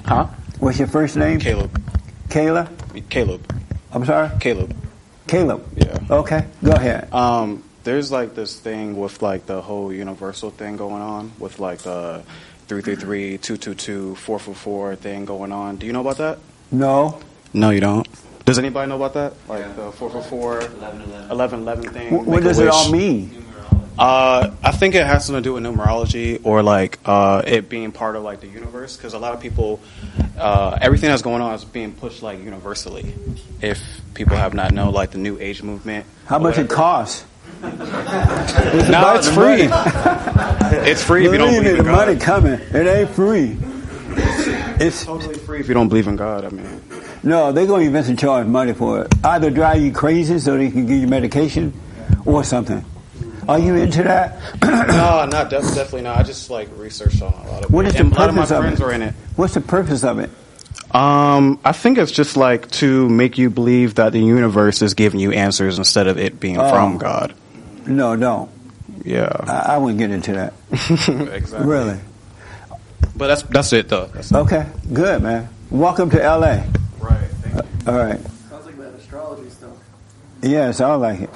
Speaker 10: Huh?
Speaker 1: What's your first name?
Speaker 10: Caleb.
Speaker 1: Kayla?
Speaker 10: Caleb.
Speaker 1: I'm sorry?
Speaker 10: Caleb.
Speaker 1: Caleb.
Speaker 10: Yeah.
Speaker 1: Okay. Go ahead.
Speaker 10: Um, there's like this thing with like the whole universal thing going on with like the 333, 222, 444 thing going on. Do you know about that?
Speaker 1: No.
Speaker 10: No, you don't. Does anybody know about that? Like the 444, 1111, thing?
Speaker 1: Wh- what
Speaker 10: Make a
Speaker 1: does it all
Speaker 10: wish?
Speaker 1: mean?
Speaker 10: Uh, I think it has something to do with numerology or like uh, it being part of like the universe because a lot of people, uh, everything that's going on is being pushed like universally. If people have not known like the New Age movement,
Speaker 1: How
Speaker 10: or
Speaker 1: much it
Speaker 10: whatever. *laughs*
Speaker 1: costs?
Speaker 10: No, it's free.
Speaker 1: *laughs*
Speaker 10: it's free if you don't
Speaker 1: Believe me,
Speaker 10: believe
Speaker 1: the
Speaker 10: in God.
Speaker 1: money coming. It ain't free. It's
Speaker 10: totally free if you don't believe in God. I mean,
Speaker 1: No, they're going to eventually charge money for it. Either drive you crazy so they can give you medication or something. Are you into that?
Speaker 10: no, not def- definitely not. I just like researched on a lot of.
Speaker 1: What is
Speaker 10: it.
Speaker 1: the
Speaker 10: And a lot of my
Speaker 1: purpose of
Speaker 10: friends
Speaker 1: it?
Speaker 10: are in it.
Speaker 1: What's the purpose of it?
Speaker 10: Um, I think it's just like to make you believe that the universe is giving you answers instead of it being
Speaker 1: Oh.
Speaker 10: from God.
Speaker 1: No, don't.
Speaker 10: Yeah,
Speaker 1: I, I wouldn't get into that.
Speaker 10: exactly.
Speaker 1: Really?
Speaker 10: But that's that's it though. That's it.
Speaker 1: Okay, good, man. Welcome to LA.
Speaker 16: Right.
Speaker 1: All right.
Speaker 16: Sounds like that astrology stuff.
Speaker 1: Yeah, it sounds like it.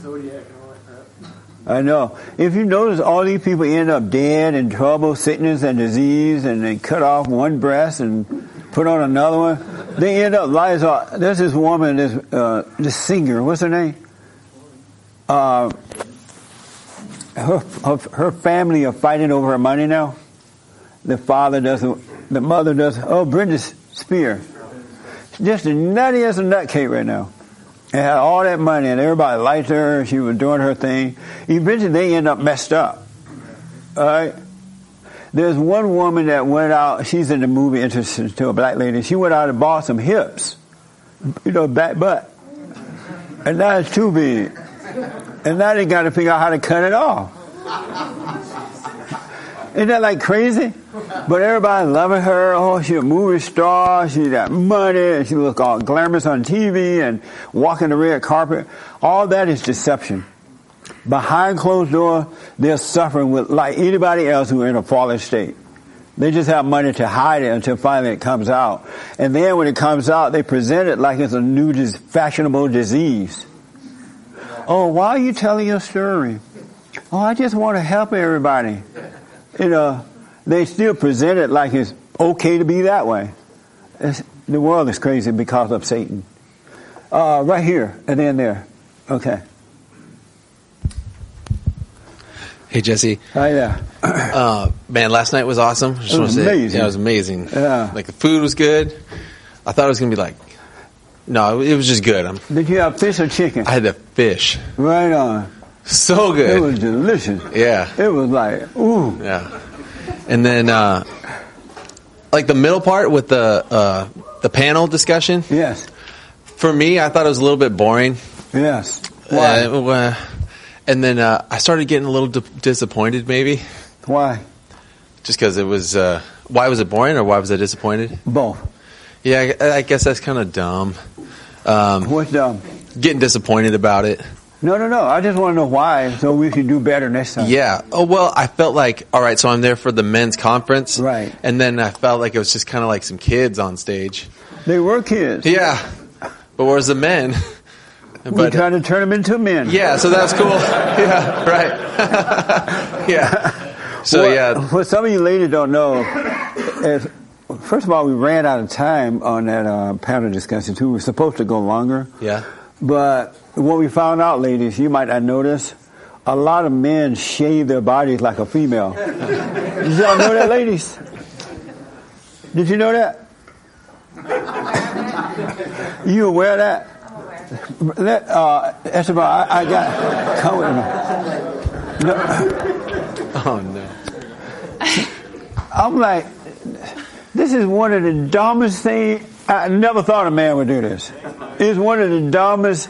Speaker 16: Zodiac and all that crap.
Speaker 1: I know. If you notice, all these people end up dead in trouble, sickness, and disease, and they cut off one breast and put on another one. They end up lives. Are, there's this woman, this uh, this singer. What's her name? Uh, her, her her family are fighting over her money now. The father doesn't. The mother does. Oh, Brenda Spear, just the nuttiest nut cake right now and had all that money, and everybody liked her. She was doing her thing. Eventually, they end up messed up. All right. There's one woman that went out. She's in the movie industry to a black lady. She went out and bought some hips, you know, back butt, and now it's too big. And now they got to figure out how to cut it off.
Speaker 15: *laughs*
Speaker 1: Isn't that like crazy? But everybody loving her. Oh, she a movie star. She got money. And she look all glamorous on TV and walking the red carpet. All that is deception. Behind closed doors, they're suffering with like anybody else who in a fallen state. They just have money to hide it until finally it comes out. And then when it comes out, they present it like it's a new dis- fashionable disease. Oh, why are you telling your story? Oh, I just want to help everybody. You know, they still present it like it's okay to be that way. It's, the world is crazy because of Satan. Uh, right here and then there. Okay.
Speaker 4: Hey
Speaker 1: *clears throat*
Speaker 4: Jesse.
Speaker 1: Hi there.
Speaker 4: Uh, man, last night was awesome. I just
Speaker 1: It
Speaker 4: wanna
Speaker 1: was
Speaker 4: say,
Speaker 1: amazing.
Speaker 4: yeah, it was amazing.
Speaker 1: Yeah.
Speaker 4: Like the food was good. I thought it was gonna be like, no, it was just good. I'm,
Speaker 1: Did you have fish or chicken?
Speaker 4: I had the fish.
Speaker 1: Right on.
Speaker 4: So good.
Speaker 1: It was delicious.
Speaker 4: Yeah.
Speaker 1: It was like, ooh.
Speaker 4: Yeah. And then, uh, like the middle part with the uh, the panel discussion.
Speaker 1: Yes.
Speaker 4: For me, I thought it was a little bit boring.
Speaker 1: Yes.
Speaker 4: Why? and then uh, I started getting a little di- disappointed, maybe.
Speaker 1: Why?
Speaker 4: Just because it was. Uh, why was it boring, or why was I disappointed?
Speaker 1: Both.
Speaker 4: Yeah, I, I guess that's kind of dumb. Um,
Speaker 1: What's dumb?
Speaker 4: Getting disappointed about it.
Speaker 1: No, no, no. I just want to know why so we can do better next time.
Speaker 4: Yeah. Oh well, I felt like all right. So I'm there for the men's conference, right? And then I felt like it was just kind of like some kids on stage.
Speaker 1: They were kids.
Speaker 4: Yeah. But where's
Speaker 1: *laughs*
Speaker 4: the men?
Speaker 1: We're
Speaker 4: But
Speaker 1: trying to turn them into men.
Speaker 4: yeah, so
Speaker 1: *laughs*
Speaker 4: that's cool. yeah,
Speaker 1: *laughs*
Speaker 4: right. *laughs* yeah. So
Speaker 1: What-
Speaker 4: yeah,
Speaker 1: What some of you ladies don't know is, first of all, we ran out of time on that uh, panel discussion too. We were supposed to go longer.
Speaker 4: yeah.
Speaker 1: But what we found out, ladies, you might not notice, a lot of men shave their bodies like a
Speaker 4: *laughs*
Speaker 1: female. Did y'all know that, ladies? Did you know that? You aware of that? Let, uh, Esteban, I, I got. Come with me.
Speaker 4: Oh no.
Speaker 1: I'm like, this is one of the dumbest things. I never thought a man would do this. It's one of the dumbest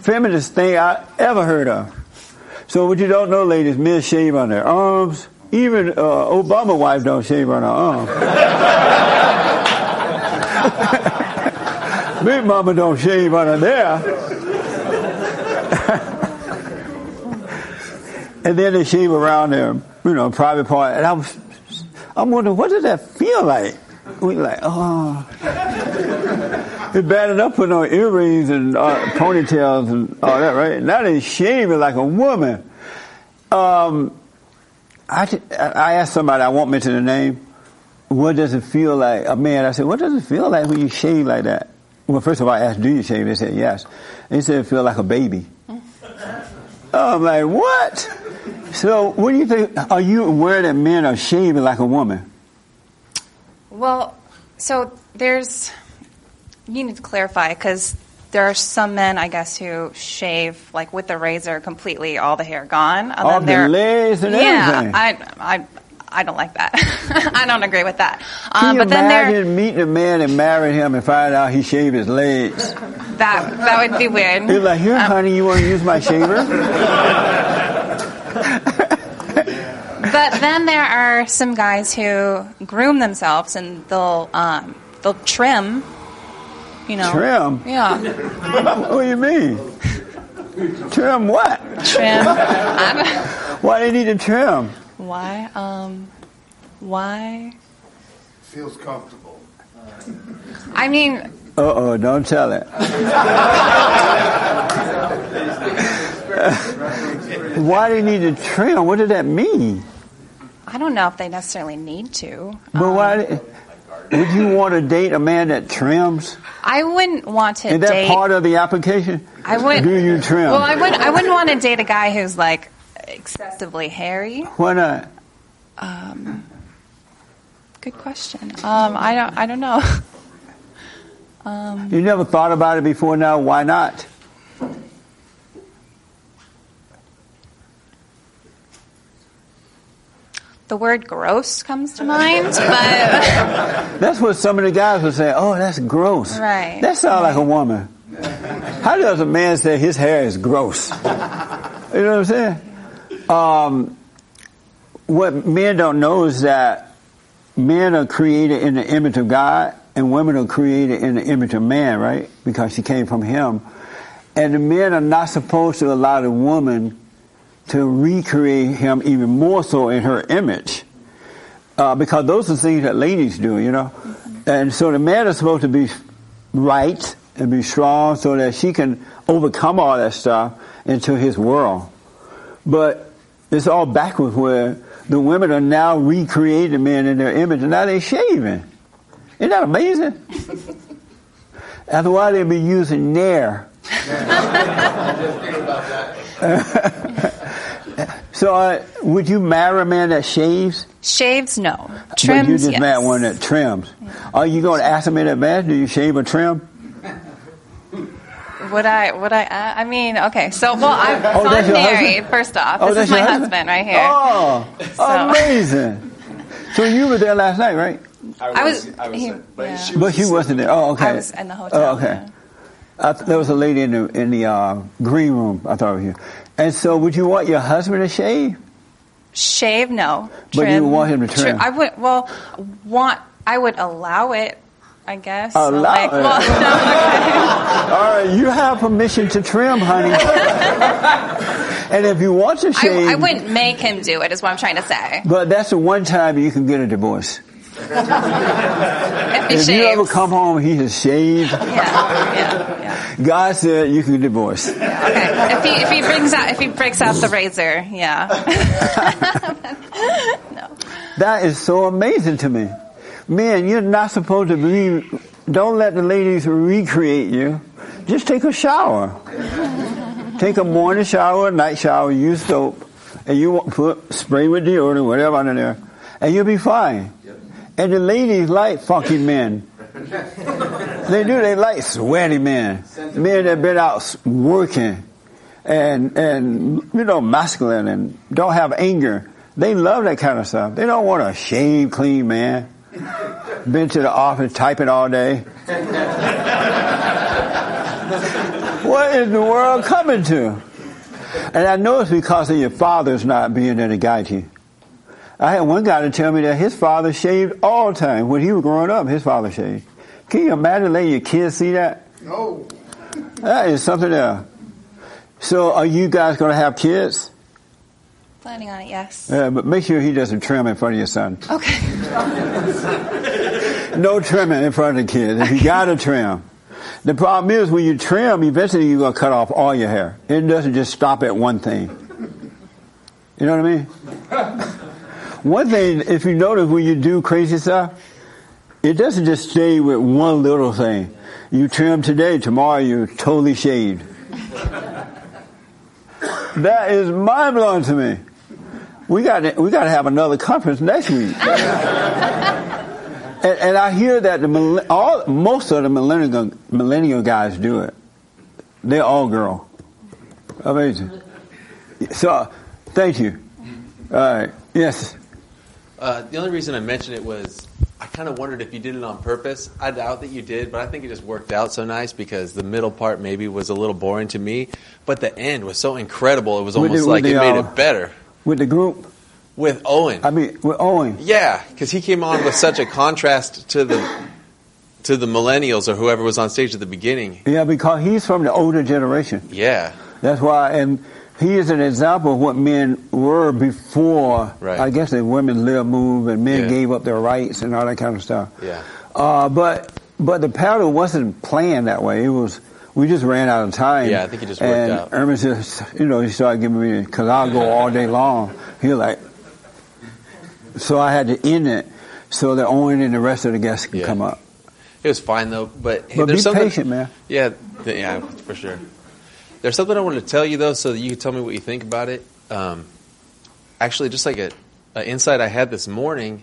Speaker 1: feminist thing I ever heard of. So what you don't know, ladies, men shave on their arms. Even uh, Obama wife don't shave on her arm. *laughs* Big mama don't shave on her there. and then they shave around their, you know, private part. And I was I'm wondering, what does that feel like? We like, oh. It's bad enough putting on earrings and uh, ponytails and all that, right? Now they shaving like a woman. Um, I, ju- I asked somebody, I won't mention the name, what does it feel like? A man, I said, what does it feel like when you shave like that? Well, first of all, I asked, do you shave? They said, yes. They said, it feel like a baby. I'm like, what? So, what do you think? Are you aware that men are shaving like a woman?
Speaker 17: Well, so there's. You need to clarify because there are some men, I guess, who shave like with the razor completely, all the hair gone. and
Speaker 1: All
Speaker 17: then
Speaker 1: the
Speaker 17: there-
Speaker 1: legs and
Speaker 17: yeah,
Speaker 1: everything.
Speaker 17: I, I, I don't like that. *laughs* I don't agree with that.
Speaker 1: Can
Speaker 17: Um,
Speaker 1: you
Speaker 17: but then there,
Speaker 1: imagine meeting a man and marrying him and find out he shaved his legs?
Speaker 17: Uh, that that would
Speaker 1: *laughs*
Speaker 17: be weird.
Speaker 1: You're like, here, honey, you want to use my shaver?
Speaker 17: But then there are some guys who groom themselves and they'll um, they'll trim. You know,
Speaker 1: Trim?
Speaker 17: Yeah,
Speaker 1: *laughs* what do you mean? Trim what?
Speaker 17: trim. I'm-
Speaker 1: Why do you need to trim?
Speaker 17: Why? Um, why?
Speaker 16: Feels comfortable.
Speaker 17: I mean,
Speaker 1: Uh oh, don't tell it. *laughs* Why do you need to trim? What did that mean?
Speaker 17: I don't know if they necessarily need to.
Speaker 1: But
Speaker 17: Um,
Speaker 1: why would you want to date a man that trims?
Speaker 17: I wouldn't want to
Speaker 1: Is that
Speaker 17: date.
Speaker 1: part of the application?
Speaker 17: I would.
Speaker 1: Do you trim?
Speaker 17: Well, I wouldn't. I wouldn't want to date a guy who's like excessively hairy.
Speaker 1: Why not?
Speaker 17: Um, good question. Um, I don't. I don't know. *laughs* Um,
Speaker 1: You never thought about it before now. Why not?
Speaker 17: the word gross comes to mind, but *laughs*
Speaker 1: That's what some of the guys would say. Oh, that's gross.
Speaker 17: Right.
Speaker 1: That sounds like a woman. How does a man say his hair is gross? You know what I'm saying? Um, what men don't know is that men are created in the image of God and women are created in the image of man, right? Because she came from him. And the men are not supposed to allow the woman to recreate him even more so in her image. Uh, because those are things that ladies do, you know. And so the man is supposed to be right and be strong so that she can overcome all that stuff into his world. But it's all backwards where the women are now recreating men in their image and now they're shaving. Isn't that amazing? Otherwise they'd be using Nair. *laughs* so uh, would you marry a man that shaves?
Speaker 17: Shaves, no.
Speaker 1: but you
Speaker 17: Trims,
Speaker 1: just
Speaker 17: yes.
Speaker 1: marry one that trims. Are you going to ask him in advance, do you shave or trim?
Speaker 17: Would I? Would I? Uh, I mean, okay. So, well, I'm
Speaker 1: Oh,
Speaker 17: so I'm
Speaker 1: that's your
Speaker 17: married.
Speaker 1: husband?
Speaker 17: First off,
Speaker 1: Oh, that's
Speaker 17: this is my
Speaker 1: your
Speaker 17: husband?
Speaker 1: husband?
Speaker 17: right here.
Speaker 1: Oh, amazing. So you were there last night, right?
Speaker 17: I was. I was
Speaker 1: But he wasn't there. Oh, okay.
Speaker 17: I was in the hotel,
Speaker 1: Oh, okay. I th- there was a lady in the in the uh, green room. I thought it was you. And so, would you want your husband to shave?
Speaker 17: shave, no.
Speaker 1: But you
Speaker 17: Trim,
Speaker 1: want him to
Speaker 17: tri-
Speaker 1: trim.
Speaker 17: I would. Well, want. I would allow it. I guess. So,
Speaker 1: Allow it.
Speaker 17: like, Well,
Speaker 1: *laughs*
Speaker 17: *laughs*
Speaker 1: All right, you have permission to trim,
Speaker 17: *laughs*
Speaker 1: honey. and if you want to shave,
Speaker 17: I, I wouldn't make him do it. Is what I'm trying to say.
Speaker 1: but that's the one time you can get a divorce.
Speaker 17: If he
Speaker 1: if you
Speaker 17: shaves,
Speaker 1: ever come home, he has shaved. God said you can divorce.
Speaker 17: okay. If he if he brings out if he breaks out the razor, yeah.
Speaker 1: That is so amazing to me. Men, you're not supposed to be, don't let the ladies recreate you. Just take a shower. take a morning shower, night shower, use soap, and you wa- put spray with deodorant, whatever under there, and you'll be fine. And the ladies like funky men. They do, they like sweaty men. Men that been out s- working and, and, you know, masculine and don't have anger. They love that kind of stuff. They don't want a shaved, clean man. Been to the office typing all day. What is the world coming to? And I know it's because of your father's not being there to guide you. I had one guy to tell me that his father shaved all the time. When he was growing up, his father shaved. Can you imagine letting your kids see that?
Speaker 16: No.
Speaker 1: That is something else. So are you guys going to have kids?
Speaker 17: Planning on it, yes.
Speaker 1: Yeah, but make sure he doesn't trim in front of your son.
Speaker 17: Okay. *laughs*
Speaker 1: No trimming in front of the kids. If you got to trim. The problem is when you trim, eventually you're going to cut off all your hair. It doesn't just stop at one thing. You know what I mean? One thing, if you notice when you do crazy stuff, it doesn't just stay with one little thing. You trim today, tomorrow you're totally shaved. that is mind blowing to me. We got to, we got to have another conference next week. and, and I hear that the mille- all most of the millennial millennial guys do it. They're all girl. Amazing. So, thank you. All right. Yes.
Speaker 4: Uh, the only reason I mentioned it was I kind of wondered if you did it on purpose. I doubt that you did, but I think it just worked out so nice because the middle part maybe was a little boring to me, but the end was so incredible. It was
Speaker 1: With
Speaker 4: almost
Speaker 1: the-
Speaker 4: like
Speaker 1: with
Speaker 4: it
Speaker 1: the,
Speaker 4: made
Speaker 1: uh,
Speaker 4: it better
Speaker 1: With the group,
Speaker 4: with Owen.
Speaker 1: I mean, with Owen.
Speaker 4: Yeah, because he came on with such a contrast to the to the millennials or whoever was on stage at the beginning.
Speaker 1: Yeah, because he's from the older generation.
Speaker 4: Yeah,
Speaker 1: That's why, and he is an example of what men were before.
Speaker 4: Right.
Speaker 1: I guess the women live move and men
Speaker 4: Yeah.
Speaker 1: gave up their rights and all that kind of stuff.
Speaker 4: yeah.
Speaker 1: Uh, but but the paddle wasn't planned that way. It was we just ran out of time.
Speaker 4: Yeah, I think it just worked
Speaker 1: and
Speaker 4: out.
Speaker 1: Irma just you know he started giving me because I'll go all day long. He was like, so I had to end it so that Owen and the rest of the guests could come up.
Speaker 4: It was fine though, but, hey,
Speaker 1: but be
Speaker 4: there's something.
Speaker 1: patient, man.
Speaker 4: Yeah, th- yeah, for sure. There's something I wanted to tell you though, so that you can tell me what you think about it. Um, actually, just like a, a insight I had this morning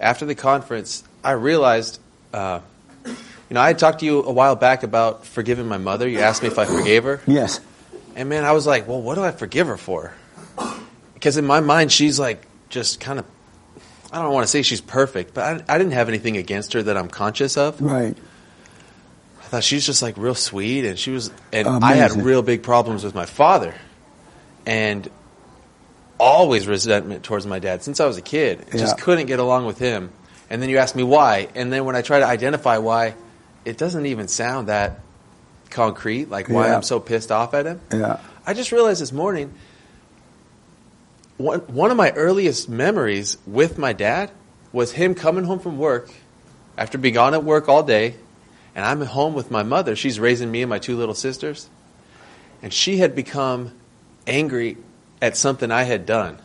Speaker 4: after the conference, I realized, uh, you know, I had talked to you a while back about forgiving my mother. You asked me if I forgave her,
Speaker 1: Yes.
Speaker 4: and man, I was like, well, what do I forgive her for? Because in my mind, she's like just kind of. I don't want to say she's perfect, but I, I didn't have anything against her that I'm conscious of.
Speaker 1: Right.
Speaker 4: I thought she was just like real sweet, and she was, and
Speaker 1: Amazing.
Speaker 4: I had real big problems with my father, and always resentment towards my dad since I was a kid. I Just
Speaker 1: Yeah.
Speaker 4: couldn't get along with him. And then you ask me why, and then when I try to identify why, it doesn't even sound that concrete, like why
Speaker 1: Yeah.
Speaker 4: I'm so pissed off at him.
Speaker 1: Yeah.
Speaker 4: I just realized this morning one, one of my earliest memories with my dad was him coming home from work after being gone at work all day, and I'm at home with my mother. She's raising me and my two little sisters, and she had become angry at something I had done.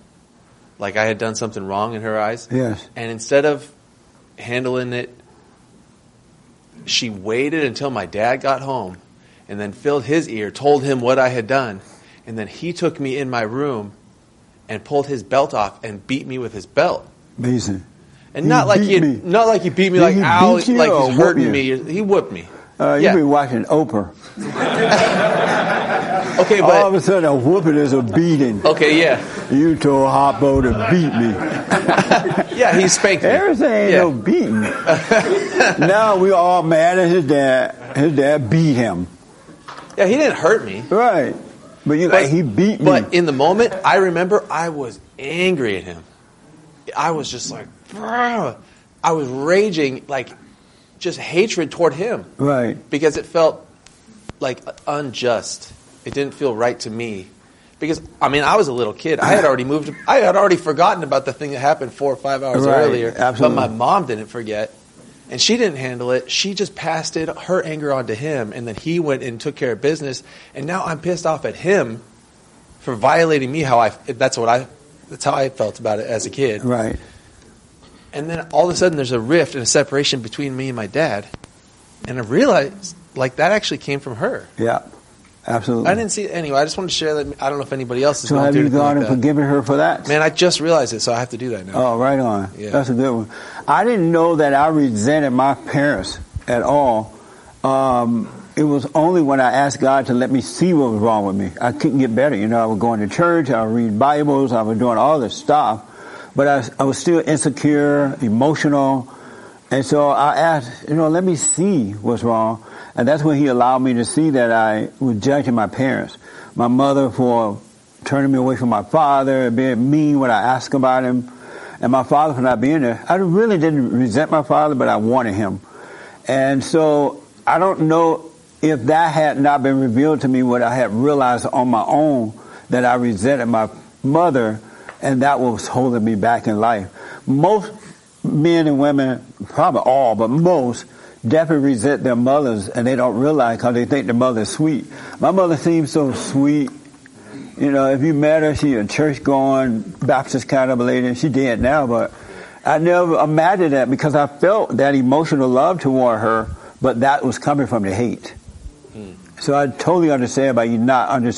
Speaker 4: Like I had done something wrong in her eyes.
Speaker 1: Yes.
Speaker 4: And instead of handling it, she waited until my dad got home and then filled his ear, told him what I had done, and then he took me in my room and pulled his belt off and beat me with his belt.
Speaker 1: Amazing.
Speaker 4: And
Speaker 1: He
Speaker 4: not like
Speaker 1: beat
Speaker 4: he
Speaker 1: me.
Speaker 4: not like he beat me
Speaker 1: Did
Speaker 4: like
Speaker 1: he
Speaker 4: ow
Speaker 1: beat you
Speaker 4: like
Speaker 1: or
Speaker 4: he's
Speaker 1: whoop
Speaker 4: hurting
Speaker 1: you?
Speaker 4: me. He whooped me.
Speaker 1: Uh, you've
Speaker 4: Yeah.
Speaker 1: been watching Oprah.
Speaker 4: Okay,
Speaker 1: but all of a sudden a whooping is a beating.
Speaker 4: Okay, yeah.
Speaker 1: You told Hoppo to beat me.
Speaker 4: *laughs* yeah, he spanked
Speaker 1: me. Everything ain't no
Speaker 4: *laughs*
Speaker 1: beating. now we all mad at his dad. His dad beat him.
Speaker 4: Yeah, he didn't hurt me.
Speaker 1: Right. But you like he beat me.
Speaker 4: But in the moment, I remember I was angry at him. I was just like, "Bruh." I was raging, like just hatred toward him
Speaker 1: Right.
Speaker 4: because it felt like unjust. It didn't feel right to me because I mean I was a little kid. I had already moved. I had already forgotten about the thing that happened four or five hours
Speaker 1: Right,
Speaker 4: earlier.
Speaker 1: absolutely.
Speaker 4: But my mom didn't forget, and she didn't handle it. She just passed it her anger onto him, and then he went and took care of business. And now I'm pissed off at him for violating me. How I that's what I that's how I felt about it as a kid.
Speaker 1: Right.
Speaker 4: And then all of a sudden, there's a rift and a separation between me and my dad. And I realized, like, that actually came from her.
Speaker 1: Yeah. Absolutely.
Speaker 4: I didn't see anyway. I just wanted to share that. I don't know if anybody else is
Speaker 1: so
Speaker 4: going
Speaker 1: have
Speaker 4: through
Speaker 1: you
Speaker 4: anything
Speaker 1: gone
Speaker 4: like
Speaker 1: and forgiven her for that?
Speaker 4: that. Man, I just realized it, so I have to do that now.
Speaker 1: Oh, right on.
Speaker 4: Yeah.
Speaker 1: That's a good one. I didn't know that I resented my parents at all. Um, it was only when I asked God to let me see what was wrong with me. I couldn't get better. You know, I was going to church, I was reading Bibles, I was doing all this stuff, but I, I was still insecure, emotional. And so I asked, you know, let me see what's wrong. And that's when he allowed me to see that I was judging my parents. My mother for turning me away from my father, being mean when I asked about him, and my father for not being there. I really didn't resent my father, but I wanted him. And so I don't know if that had not been revealed to me, what I had realized on my own that I resented my mother, and that was holding me back in life. Most men and women, probably all, but most, definitely resent their mothers, and they don't realize because they think the mother is sweet. My mother seemed so sweet. You know, if you met her, she a church going, Baptist kind of lady. She dead now, but I never imagined that because I felt that emotional love toward her, but that was coming from the hate. So I totally understand about you not under,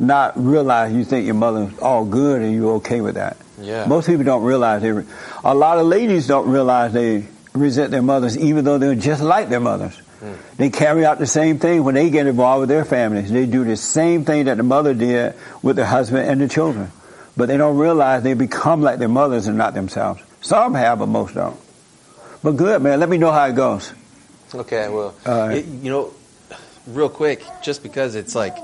Speaker 1: not realize you think your mother's all good and you're okay with that.
Speaker 4: Yeah.
Speaker 1: Most people don't realize they. Re- a lot of ladies don't realize they resent their mothers, even though they're just like their mothers.
Speaker 4: Mm.
Speaker 1: They carry out the same thing when they get involved with their families. They do the same thing that the mother did with their husband and the children, but they don't realize they become like their mothers and not themselves. Some have, but most don't. But good, man. Let me know how it goes.
Speaker 4: Okay, well,
Speaker 1: All right.
Speaker 4: it- you know, real quick, just because it's like.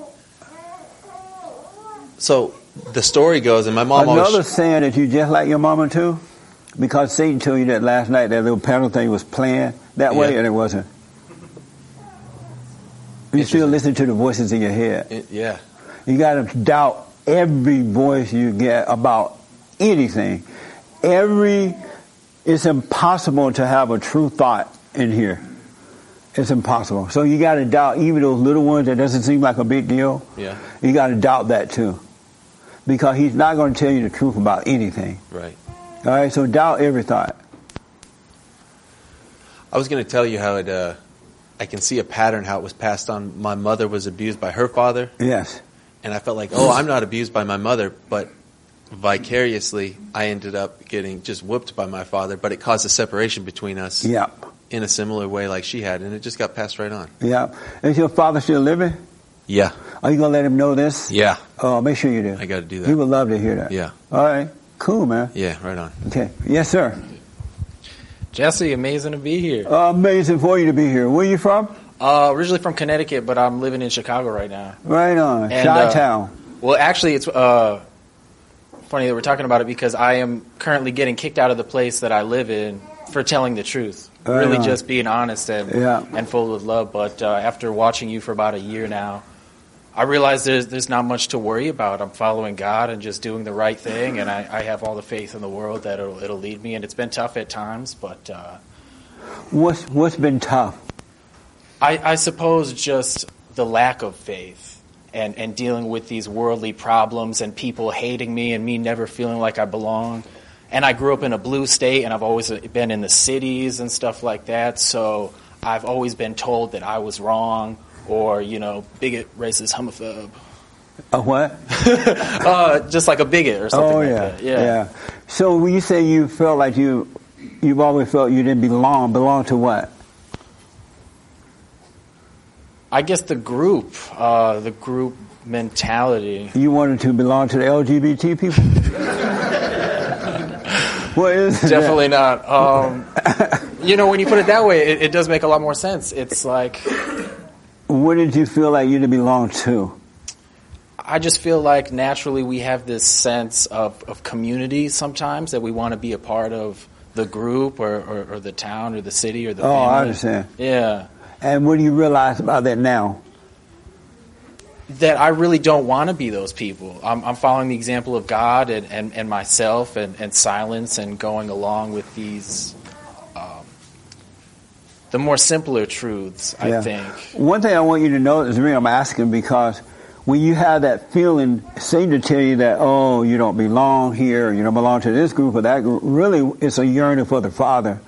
Speaker 4: So the story goes, and my mom always.
Speaker 1: Another saying that you just like your mama too, because Satan told you that last night that little panel thing was playing that way,
Speaker 4: Yeah.
Speaker 1: and it wasn't. You still listen to the voices in your head.
Speaker 4: yeah.
Speaker 1: You got to doubt every voice you get about anything. Every it's impossible to have a true thought in here. It's impossible. So you got to doubt even those little ones that doesn't seem like a big deal.
Speaker 4: Yeah.
Speaker 1: You got to doubt that too, because he's not going to tell you the truth about anything.
Speaker 4: Right.
Speaker 1: All right. So doubt every thought.
Speaker 4: I was going to tell you how it. Uh, I can see a pattern how it was passed on. My mother was abused by her father.
Speaker 1: Yes.
Speaker 4: and I felt like, oh, I'm not abused by my mother, but vicariously, I ended up getting just whooped by my father. But it caused a separation between us
Speaker 1: Yeah.
Speaker 4: in a similar way, like she had, and it just got passed right on.
Speaker 1: Yeah. Is your father still living?
Speaker 4: Yeah,
Speaker 1: Are you going to let him know this?
Speaker 4: yeah,
Speaker 1: Oh, make sure you do.
Speaker 4: I got to do
Speaker 1: He
Speaker 4: that.
Speaker 1: would love to hear that.
Speaker 4: Yeah,
Speaker 1: All right. Cool, man.
Speaker 4: yeah, right on.
Speaker 1: Okay. Yes, sir.
Speaker 18: Jesse, amazing to be here.
Speaker 1: Uh, Amazing for you to be here. Where you from?
Speaker 18: Uh, originally from Connecticut, but I'm living in Chicago right now.
Speaker 1: Right on.
Speaker 18: And,
Speaker 1: Chi
Speaker 18: uh,
Speaker 1: Town.
Speaker 18: Well, actually, it's uh, funny that we're talking about it because I am currently getting kicked out of the place that I live in for telling the truth.
Speaker 1: Right
Speaker 18: really,
Speaker 1: on.
Speaker 18: just being honest and
Speaker 1: Oh, Yeah.
Speaker 18: and full of love. But uh, after watching you for about a year now, I realize there's there's not much to worry about. I'm following God and just doing the right thing, and I, I have all the faith in the world that it'll it'll lead me. And it's been tough at times, but uh,
Speaker 1: What's what's been tough?
Speaker 18: I, I suppose just the lack of faith and, and dealing with these worldly problems and people hating me and me never feeling like I belong. And I grew up in a blue state and I've always been in the cities and stuff like that. So I've always been told that I was wrong or, you know, bigot, racist, homophobe. *laughs*
Speaker 1: A what?
Speaker 18: Uh, just like a bigot or something
Speaker 1: Oh
Speaker 18: like
Speaker 1: yeah,
Speaker 18: that. Yeah.
Speaker 1: So when you say you felt like you, you've always felt you didn't belong. Belong to what?
Speaker 18: I guess the group, uh, the group mentality.
Speaker 1: You wanted to belong to the LGBT people. what is that?
Speaker 18: *laughs* Definitely not. Um, you know, when you put it that way, it, it does make a lot more sense. It's like
Speaker 1: What did you feel like you didn't belong to?
Speaker 18: I just feel like naturally we have this sense of, of community sometimes that we want to be a part of the group or, or, or the town or the city or the
Speaker 1: Oh, I
Speaker 18: family.
Speaker 1: understand.
Speaker 18: Yeah.
Speaker 1: And what do you realize about that now?
Speaker 18: That I really don't want to be those people. I'm, I'm following the example of God and, and, and myself and, and silence and going along with these, um, the more simpler truths, I
Speaker 1: Yeah.
Speaker 18: think.
Speaker 1: One thing I want you to know is the reason I'm asking because when you have that feeling, seem to tell you that oh you don't belong here, you don't belong to this group or that group. Really, it's a yearning for the Father,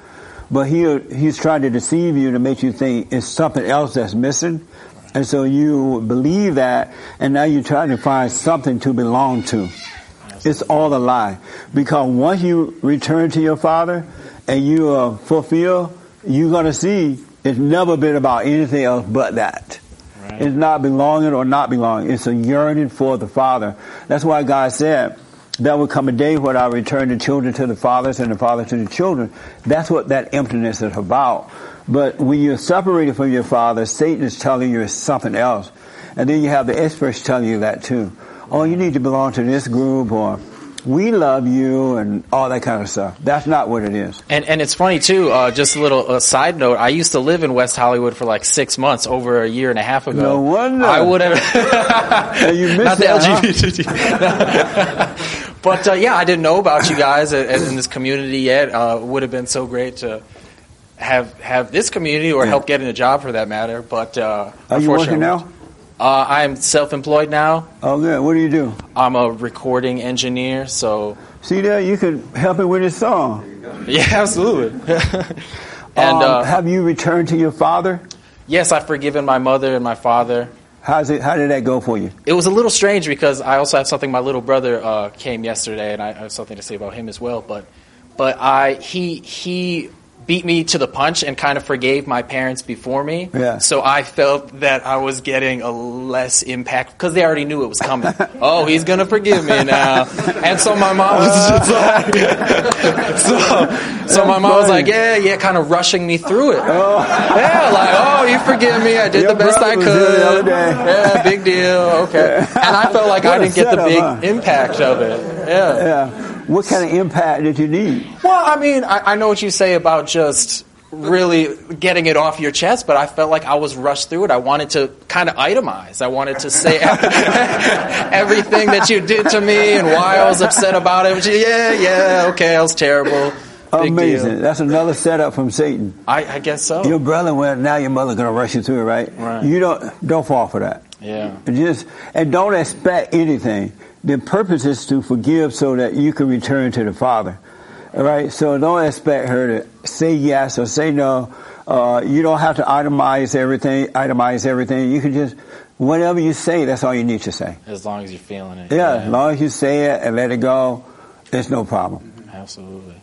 Speaker 1: but he he's trying to deceive you to make you think it's something else that's missing, and so you believe that, and now you're trying to find something to belong to. It's all a lie because once you return to your Father and you are fulfilled, you're gonna see it's never been about anything else but that. It's not belonging or not belonging. It's a yearning for the Father. That's why God said, there will come a day when I return the children to the fathers and the fathers to the children. That's what that emptiness is about. But when you're separated from your father, Satan is telling you it's something else. And then you have the experts telling you that too. Oh, you need to belong to this group or we love you and all that kind of stuff. That's not what it is.
Speaker 18: And and it's funny too. Uh, just a little uh, side note. I used to live in West Hollywood for like six months over a year and a half ago.
Speaker 1: No wonder.
Speaker 18: I
Speaker 1: *laughs*
Speaker 18: would have
Speaker 1: you missed
Speaker 18: not the
Speaker 1: that, huh?
Speaker 18: LGBT. but uh, yeah, I didn't know about you guys and, and this community yet. Uh, it would have been so great to have have this community or help getting a job for that matter. But uh,
Speaker 1: Are you working
Speaker 18: unfortunately-
Speaker 1: now?
Speaker 18: Uh, I'm self-employed now.
Speaker 1: Oh, good. What do you do?
Speaker 18: I'm a recording engineer, so *laughs*
Speaker 1: See there, you could help me with this song.
Speaker 18: yeah,
Speaker 1: *laughs*
Speaker 18: absolutely. and
Speaker 1: Um,
Speaker 18: uh,
Speaker 1: have you returned to your father?
Speaker 18: Yes, I've forgiven my mother and my father.
Speaker 1: How's it? How did that go for you?
Speaker 18: It was a little strange because I also have something. My little brother uh, came yesterday, and I I have something to say about him as well. But, but I he he beat me to the punch and kind of forgave my parents before me.
Speaker 1: Yeah.
Speaker 18: So I felt that I was getting a less impact because they already knew it was coming. oh, he's gonna forgive me now. And so my mom was just like, *laughs* so, so my mom was like, yeah, yeah, kind of rushing me through it.
Speaker 1: Oh.
Speaker 18: Yeah, like, oh, you forgive me. I did the best I could. Yeah, big deal. Okay. And I felt like
Speaker 1: What
Speaker 18: I
Speaker 1: a
Speaker 18: didn't get the
Speaker 1: setup,
Speaker 18: big
Speaker 1: huh?
Speaker 18: impact of it. Yeah.
Speaker 1: What kind of impact did you need?
Speaker 18: Well, I mean, I, I know what you say about just really getting it off your chest, but I felt like I was rushed through it. I wanted to kind of itemize. I wanted to say *laughs* everything that you did to me and why I was upset about it. Which, yeah, yeah, okay, I was terrible. Big
Speaker 1: Amazing.
Speaker 18: deal.
Speaker 1: That's another setup from Satan.
Speaker 18: I, I guess so.
Speaker 1: Your brother went. Now your mother gonna rush you through it, right?
Speaker 18: Right.
Speaker 1: You don't don't fall for that.
Speaker 18: Yeah.
Speaker 1: Just and don't expect anything. The purpose is to forgive so that you can return to the Father. All right. So don't expect her to say yes or say no. Uh, you don't have to itemize everything. Itemize everything. You can just whatever you say. That's all you need to say.
Speaker 18: As long as you're feeling it.
Speaker 1: Yeah. As long as you say it and let it go, it's no problem.
Speaker 18: Absolutely.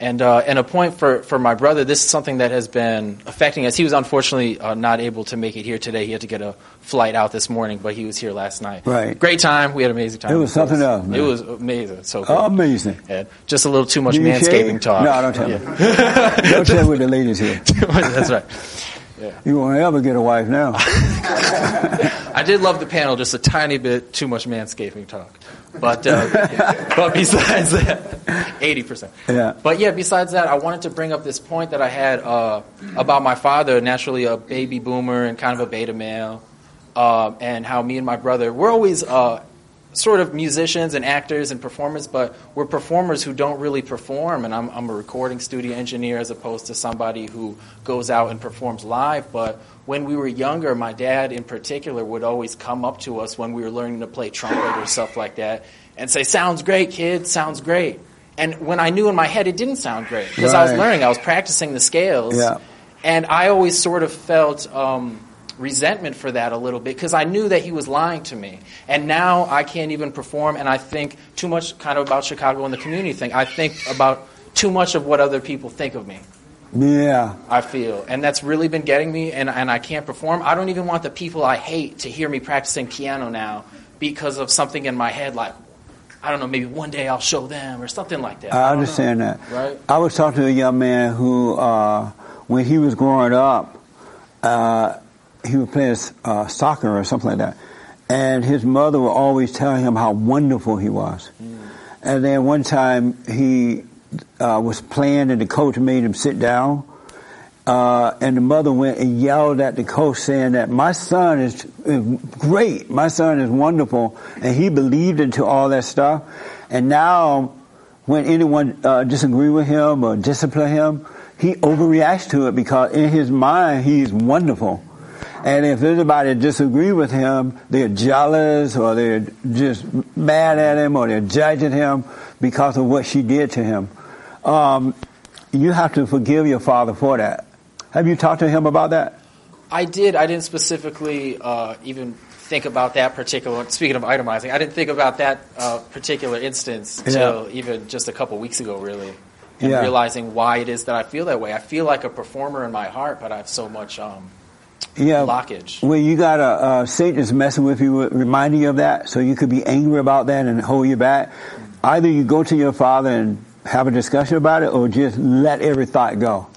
Speaker 18: And, uh, and a point for, for my brother, this is something that has been affecting us. He was unfortunately uh, not able to make it here today. He had to get a flight out this morning, but he was here last night.
Speaker 1: Right.
Speaker 18: Great time. We had an amazing time.
Speaker 1: It was
Speaker 18: of course.
Speaker 1: something else, man. Um,
Speaker 18: It was amazing. So good.
Speaker 1: Amazing.
Speaker 18: And just a little too much
Speaker 1: Do you shave?
Speaker 18: manscaping talk.
Speaker 1: No, don't tell
Speaker 18: Yeah.
Speaker 1: me. don't tell me the ladies
Speaker 18: *laughs*
Speaker 1: here.
Speaker 18: That's right.
Speaker 1: You won't ever get a wife now.
Speaker 18: *laughs* I did love the panel, just a tiny bit too much manscaping talk.
Speaker 1: *laughs*
Speaker 18: But, uh, but besides that, 80%.
Speaker 1: Yeah.
Speaker 18: But yeah, besides that, I wanted to bring up this point that I had uh, about my father, naturally a baby boomer and kind of a beta male. um, and how me and my brother we're always uh, sort of musicians and actors and performers, but we're performers who don't really perform. And I'm, I'm a recording studio engineer as opposed to somebody who goes out and performs live. But when we were younger, my dad in particular would always come up to us when we were learning to play trumpet or stuff like that and say, Sounds great, kid, sounds great. And when I knew in my head it didn't sound great because I was
Speaker 1: Right.
Speaker 18: learning, I was practicing the scales.
Speaker 1: Yeah.
Speaker 18: And I always sort of felt um, resentment for that a little bit because I knew that he was lying to me. And now I can't even perform, and I think too much kind of about Chicago and the community thing. I think about too much of what other people think of me,
Speaker 1: Yeah.
Speaker 18: I feel. And that's really been getting me, and, and I can't perform. I don't even want the people I hate to hear me practicing piano now because of something in my head, like, I don't know, maybe one day I'll show them or something like that.
Speaker 1: I understand that.
Speaker 18: Right.
Speaker 1: I was talking to a young man who, uh, when he was growing up, uh, he was playing uh, soccer or something like that, and his mother would always tell him how wonderful he was.
Speaker 18: Hmm.
Speaker 1: And then one time he uh, was playing, and the coach made him sit down. Uh, and the mother went and yelled at the coach saying that my son is, is great, my son is wonderful, and he believed into all that stuff. And now, when anyone uh, disagree with him or discipline him, he overreacts to it because in his mind he's wonderful. And if anybody disagree with him, they're jealous or they're just mad at him or they're judging him because of what she did to him. Um, you have to forgive your father for that. Have you talked to him about that?
Speaker 18: I did. I didn't specifically uh, even think about that particular. Speaking of itemizing, I didn't think about that uh, particular instance
Speaker 1: Yeah.
Speaker 18: till even just a couple weeks ago, really, and
Speaker 1: Yeah.
Speaker 18: realizing why it is that I feel that way. I feel like a performer in my heart, but I have so much. Um,
Speaker 1: Yeah.
Speaker 18: Blockage.
Speaker 1: Well, you got a uh, Satan's messing with you, reminding you of that, so you could be angry about that and hold you back. Either you go to your father and have a discussion about it, or just let every thought go.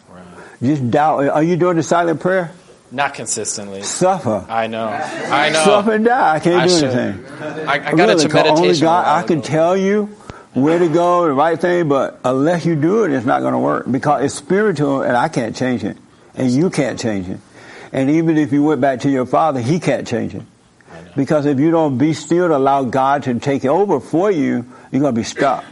Speaker 1: Just doubt. Are you doing the silent prayer?
Speaker 18: not consistently.
Speaker 1: Suffer.
Speaker 18: I know. I know.
Speaker 1: Suffer and die. I can't
Speaker 18: I
Speaker 1: do
Speaker 18: should.
Speaker 1: anything.
Speaker 18: I, I got
Speaker 1: Really,
Speaker 18: into
Speaker 1: 'cause Only
Speaker 18: meditation.
Speaker 1: God, I can tell you where to go, the right thing, but unless you do it, it's not going to work because it's spiritual and I can't change it. And you can't change it. And even if you went back to your father, he can't change it. Because if you don't be still to allow God to take over for you, you're going to be stuck.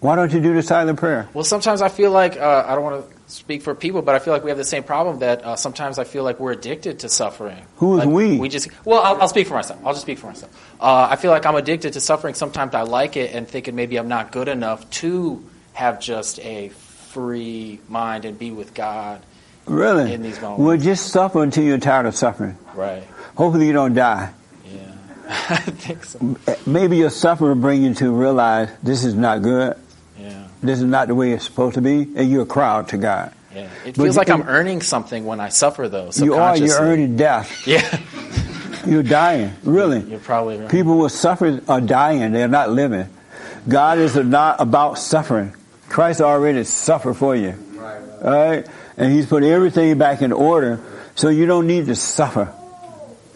Speaker 1: Why don't you do the silent prayer?
Speaker 18: Well, sometimes I feel like uh, I don't want to speak for people, but I feel like we have the same problem that uh, sometimes I feel like we're addicted to suffering.
Speaker 1: Who is we?
Speaker 18: We just well, I'll, I'll speak for myself. I'll just speak for myself. Uh, I feel like I'm addicted to suffering. Sometimes I like it and thinking maybe I'm not good enough to have just a free mind and be with God. *laughs*
Speaker 1: Really?
Speaker 18: In these moments,
Speaker 1: Well, just suffer until you're tired of suffering.
Speaker 18: right?
Speaker 1: Hopefully you don't die.
Speaker 18: I think so.
Speaker 1: Maybe your suffering will bring you to realize this is not good.
Speaker 18: Yeah.
Speaker 1: This is not the way it's supposed to be, and you're a crowd to God.
Speaker 18: Yeah. It
Speaker 1: But
Speaker 18: feels
Speaker 1: you
Speaker 18: like
Speaker 1: can-
Speaker 18: I'm earning something when I suffer, though.
Speaker 1: You are,
Speaker 18: Subconsciously.
Speaker 1: you're earning death.
Speaker 18: *laughs* Yeah.
Speaker 1: You're dying, really.
Speaker 18: You're probably right.
Speaker 1: People who suffer are dying, they're not living. God is not about suffering. Christ already suffered for you. Right. All right? And He's put everything back in order, so you don't need to suffer.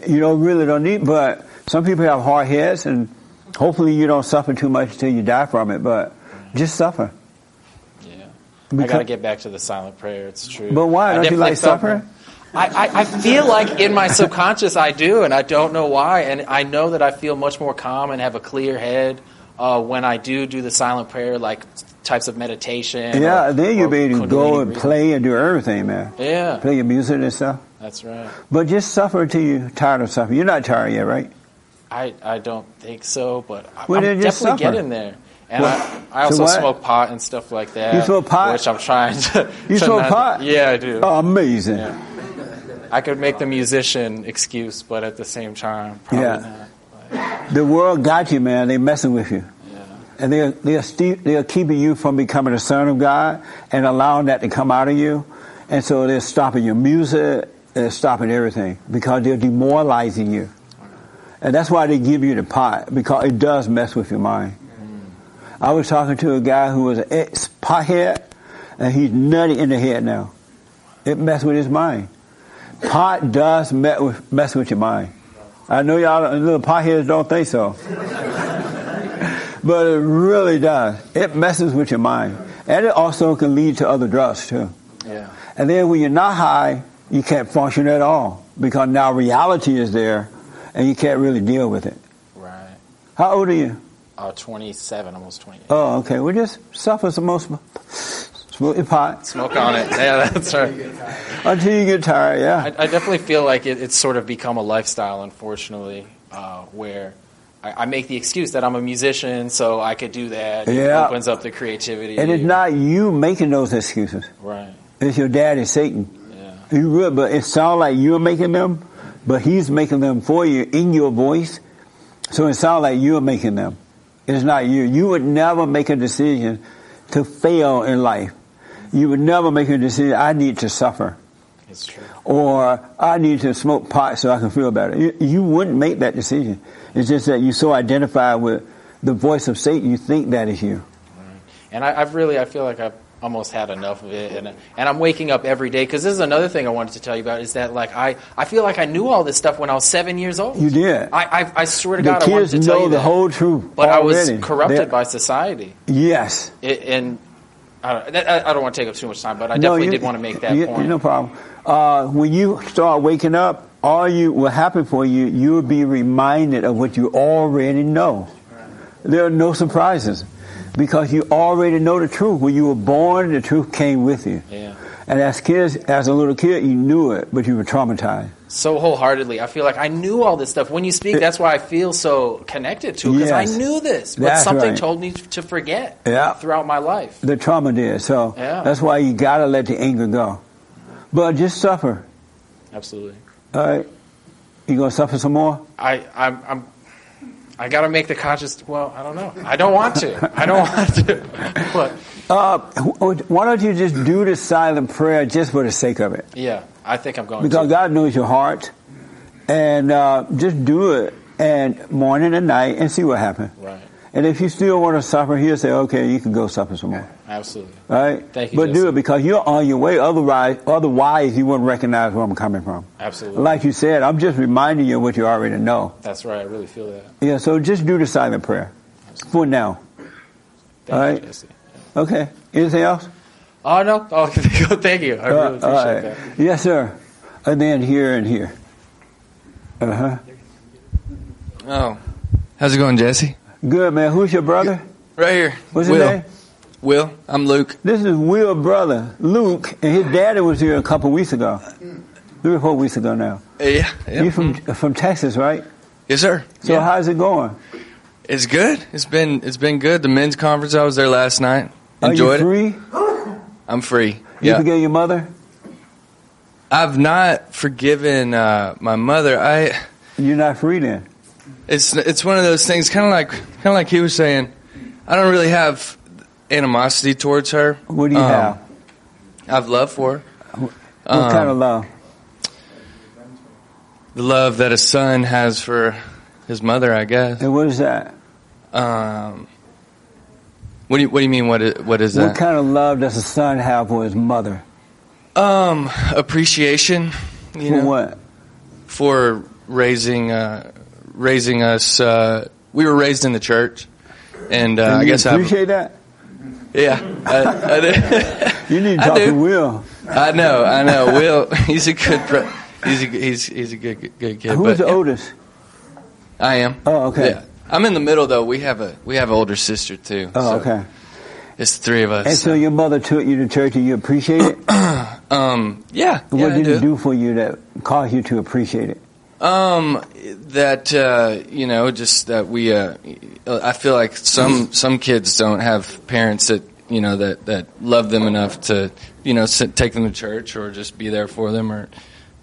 Speaker 1: You don't really don't need, but some people have hard heads, and hopefully you don't suffer too much until you die from it, but just suffer.
Speaker 18: I got to
Speaker 1: Because-
Speaker 18: get back to the silent prayer. It's true.
Speaker 1: But why?
Speaker 18: I
Speaker 1: Don't you
Speaker 18: definitely
Speaker 1: like
Speaker 18: felt-
Speaker 1: suffering?
Speaker 18: I, I, I feel like in my subconscious I do, and I don't know why. And I know that I feel much more calm and have a clear head uh, when I do do the silent prayer, like types of meditation. or-
Speaker 1: yeah, then you'll
Speaker 18: or
Speaker 1: be able to
Speaker 18: Kundalini
Speaker 1: go and
Speaker 18: breathing.
Speaker 1: play and do everything, man.
Speaker 18: Yeah.
Speaker 1: Play your music and stuff.
Speaker 18: That's right.
Speaker 1: But just suffer until you're tired of suffering. You're not tired yet, right?
Speaker 18: I, I don't think so, but I-
Speaker 1: Well,
Speaker 18: I'm
Speaker 1: then just
Speaker 18: definitely
Speaker 1: suffer.
Speaker 18: getting there. And
Speaker 1: Well,
Speaker 18: I, I
Speaker 1: so
Speaker 18: also
Speaker 1: what?
Speaker 18: smoke pot and stuff like that.
Speaker 1: You smoke pot?
Speaker 18: Which I'm trying to.
Speaker 1: *laughs* You
Speaker 18: trying
Speaker 1: smoke
Speaker 18: not to-
Speaker 1: pot?
Speaker 18: Yeah, I do.
Speaker 1: Oh, amazing.
Speaker 18: I could make the musician excuse, but at the same time, probably
Speaker 1: Yeah.
Speaker 18: not.
Speaker 1: The world got you, man. They're messing with you. And they're, they're, sti- they're keeping you from becoming a son of God and allowing that to come out of you. And so they're stopping your music, they're stopping everything because they're demoralizing you. And that's why they give you the pot because it does mess with your mind. I was talking to a guy who was an ex pothead and he's nutty in the head now. It messed with his mind. Pot does mess with, mess with your mind. I know y'all little potheads don't think so. *laughs* but it really does. It messes with your mind. And it also can lead to other drugs too.
Speaker 18: Yeah.
Speaker 1: And then when you're not high, you can't function at all because now reality is there and you can't really deal with it.
Speaker 18: Right.
Speaker 1: How old are you?
Speaker 18: Uh, 27, almost 28.
Speaker 1: Oh, okay. Well, just suffer some more sm- smoke your pot
Speaker 18: Smoke on it. Yeah, *laughs* that's right.
Speaker 1: until you get tired. Yeah.
Speaker 18: I, I definitely feel like it, it's sort of become a lifestyle, unfortunately, uh, where I, I make the excuse that I'm a musician, so I could do that.
Speaker 1: Yeah.
Speaker 18: It opens up the creativity.
Speaker 1: And it's not you making those excuses.
Speaker 18: Right.
Speaker 1: It's your daddy, Satan. You will, but it sounds like you're making them, but he's making them for you in your voice. So it sounds like you're making them. It's not you. You would never make a decision to fail in life. You would never make a decision, I need to suffer.
Speaker 18: It's true.
Speaker 1: Or I need to smoke pot so I can feel better. You, you wouldn't make that decision. It's just that you so identify with the voice of Satan, you think that is you.
Speaker 18: and I, I've really I feel like I've almost had enough of it, and and I'm waking up every day because this is another thing I wanted to tell you about is that like I I feel like I knew all this stuff when I was seven years old.
Speaker 1: You did.
Speaker 18: I I, I swear to
Speaker 1: the
Speaker 18: God, I
Speaker 1: kids
Speaker 18: wanted to
Speaker 1: know
Speaker 18: tell you
Speaker 1: the
Speaker 18: that.
Speaker 1: whole truth.
Speaker 18: but I
Speaker 1: already.
Speaker 18: was corrupted
Speaker 1: They're-
Speaker 18: by society,
Speaker 1: Yes.
Speaker 18: it, and. I don't, that- I I don't want to take up too much time, but I
Speaker 1: No,
Speaker 18: definitely
Speaker 1: you-
Speaker 18: did want to make that
Speaker 1: you-
Speaker 18: point.
Speaker 1: No problem. Uh, when you start waking up, all you will happen for you, you'll be reminded of what you already know. There are no surprises because you already know the truth. When you were born, the truth came with you.
Speaker 18: Yeah.
Speaker 1: And as kids, as a little kid, you knew it, but you were traumatized.
Speaker 18: so wholeheartedly. I feel like I knew all this stuff. When you speak, that's why I feel so connected to it because
Speaker 1: Yes.
Speaker 18: I knew this, but
Speaker 1: That's
Speaker 18: something
Speaker 1: right.
Speaker 18: told me to forget
Speaker 1: Yeah.
Speaker 18: throughout my life.
Speaker 1: The trauma did. So
Speaker 18: Yeah.
Speaker 1: that's why you gotta let the anger go. But just suffer.
Speaker 18: Absolutely.
Speaker 1: All right. You gonna suffer some more?
Speaker 18: I, I'm, I'm, I got to make the conscious. Well, I don't know. I don't want to. I don't *laughs* want to. But
Speaker 1: Uh, wh- why don't you just do the silent prayer just for the sake of it?
Speaker 18: yeah, I think I'm going.
Speaker 1: Because
Speaker 18: to.
Speaker 1: God knows your heart, and uh, just do it and morning and night and see what happens.
Speaker 18: Right.
Speaker 1: And if you still want to suffer, He'll say, "Okay, you can go suffer some more."
Speaker 18: Absolutely.
Speaker 1: All right.
Speaker 18: Thank you,
Speaker 1: But do
Speaker 18: Jesse.
Speaker 1: it because you're on your way. Otherwise, otherwise you wouldn't recognize where I'm coming from.
Speaker 18: Absolutely.
Speaker 1: Like you said, I'm just reminding you of what you already know.
Speaker 18: That's right. I really feel that.
Speaker 1: Yeah. So just do the silent prayer for now.
Speaker 18: Thank
Speaker 1: All
Speaker 18: you,
Speaker 1: right.
Speaker 18: Jesse.
Speaker 1: Okay. Anything else?
Speaker 18: Oh no. Oh, *laughs* thank you. I really appreciate
Speaker 1: Uh, all right.
Speaker 18: that.
Speaker 1: Yes, sir. And then here and here. Uh huh.
Speaker 2: Oh, how's it going, Jesse?
Speaker 1: Good man. Who's your brother?
Speaker 2: Right here.
Speaker 1: What's
Speaker 2: Will.
Speaker 1: his name?
Speaker 2: Will. I'm Luke.
Speaker 1: This is Will's brother, Luke, and his daddy was here a couple weeks ago, three or four weeks ago now.
Speaker 2: Yeah. yeah. Mm-hmm.
Speaker 1: You from from Texas, right?
Speaker 2: Yes, sir.
Speaker 1: So
Speaker 2: Yeah.
Speaker 1: how's it going?
Speaker 2: It's good. It's been it's been good. The men's conference. I was there last night.
Speaker 1: Are you
Speaker 2: Enjoyed
Speaker 1: free?
Speaker 2: I'm free.
Speaker 1: You
Speaker 2: Yeah.
Speaker 1: forget your mother?
Speaker 2: I've not forgiven uh, my mother. I.
Speaker 1: You're not free then.
Speaker 2: It's it's one of those things, kind of like kind of like he was saying. I don't really have animosity towards her.
Speaker 1: What do you have?
Speaker 2: I've love for her.
Speaker 1: What
Speaker 2: Um,
Speaker 1: kind of love?
Speaker 2: The love that a son has for his mother, I guess.
Speaker 1: And what is that?
Speaker 2: Um, what do you, what do you mean? What is, what is
Speaker 1: What
Speaker 2: that?
Speaker 1: kind of love does a son have for his mother?
Speaker 2: um, appreciation. You
Speaker 1: For
Speaker 2: know,
Speaker 1: what?
Speaker 2: For raising uh, raising us. Uh, we were raised in the church, and, uh,
Speaker 1: And
Speaker 2: I
Speaker 1: you
Speaker 2: guess I
Speaker 1: appreciate that.
Speaker 2: yeah. I, I do.
Speaker 1: *laughs* You need to
Speaker 2: *laughs* I
Speaker 1: talk
Speaker 2: do.
Speaker 1: to Will.
Speaker 2: I know, I know. Will, *laughs* he's a good, pro- he's a he's he's a good good, good kid.
Speaker 1: Who's
Speaker 2: but
Speaker 1: the oldest?
Speaker 2: I am.
Speaker 1: Oh, okay.
Speaker 2: Yeah. I'm in the middle though. We have a we have an older sister too.
Speaker 1: Oh,
Speaker 2: so
Speaker 1: okay.
Speaker 2: It's the three of
Speaker 1: And
Speaker 2: us.
Speaker 1: so your mother took you to church and you appreciate it?
Speaker 2: Um, *coughs* yeah.
Speaker 1: What
Speaker 2: yeah, I
Speaker 1: did
Speaker 2: do.
Speaker 1: it do for you that caused you to appreciate it?
Speaker 2: Um, that uh, you know, just that we. Uh, I feel like some some kids don't have parents that you know that that love them enough to you know sit, take them to church or just be there for them or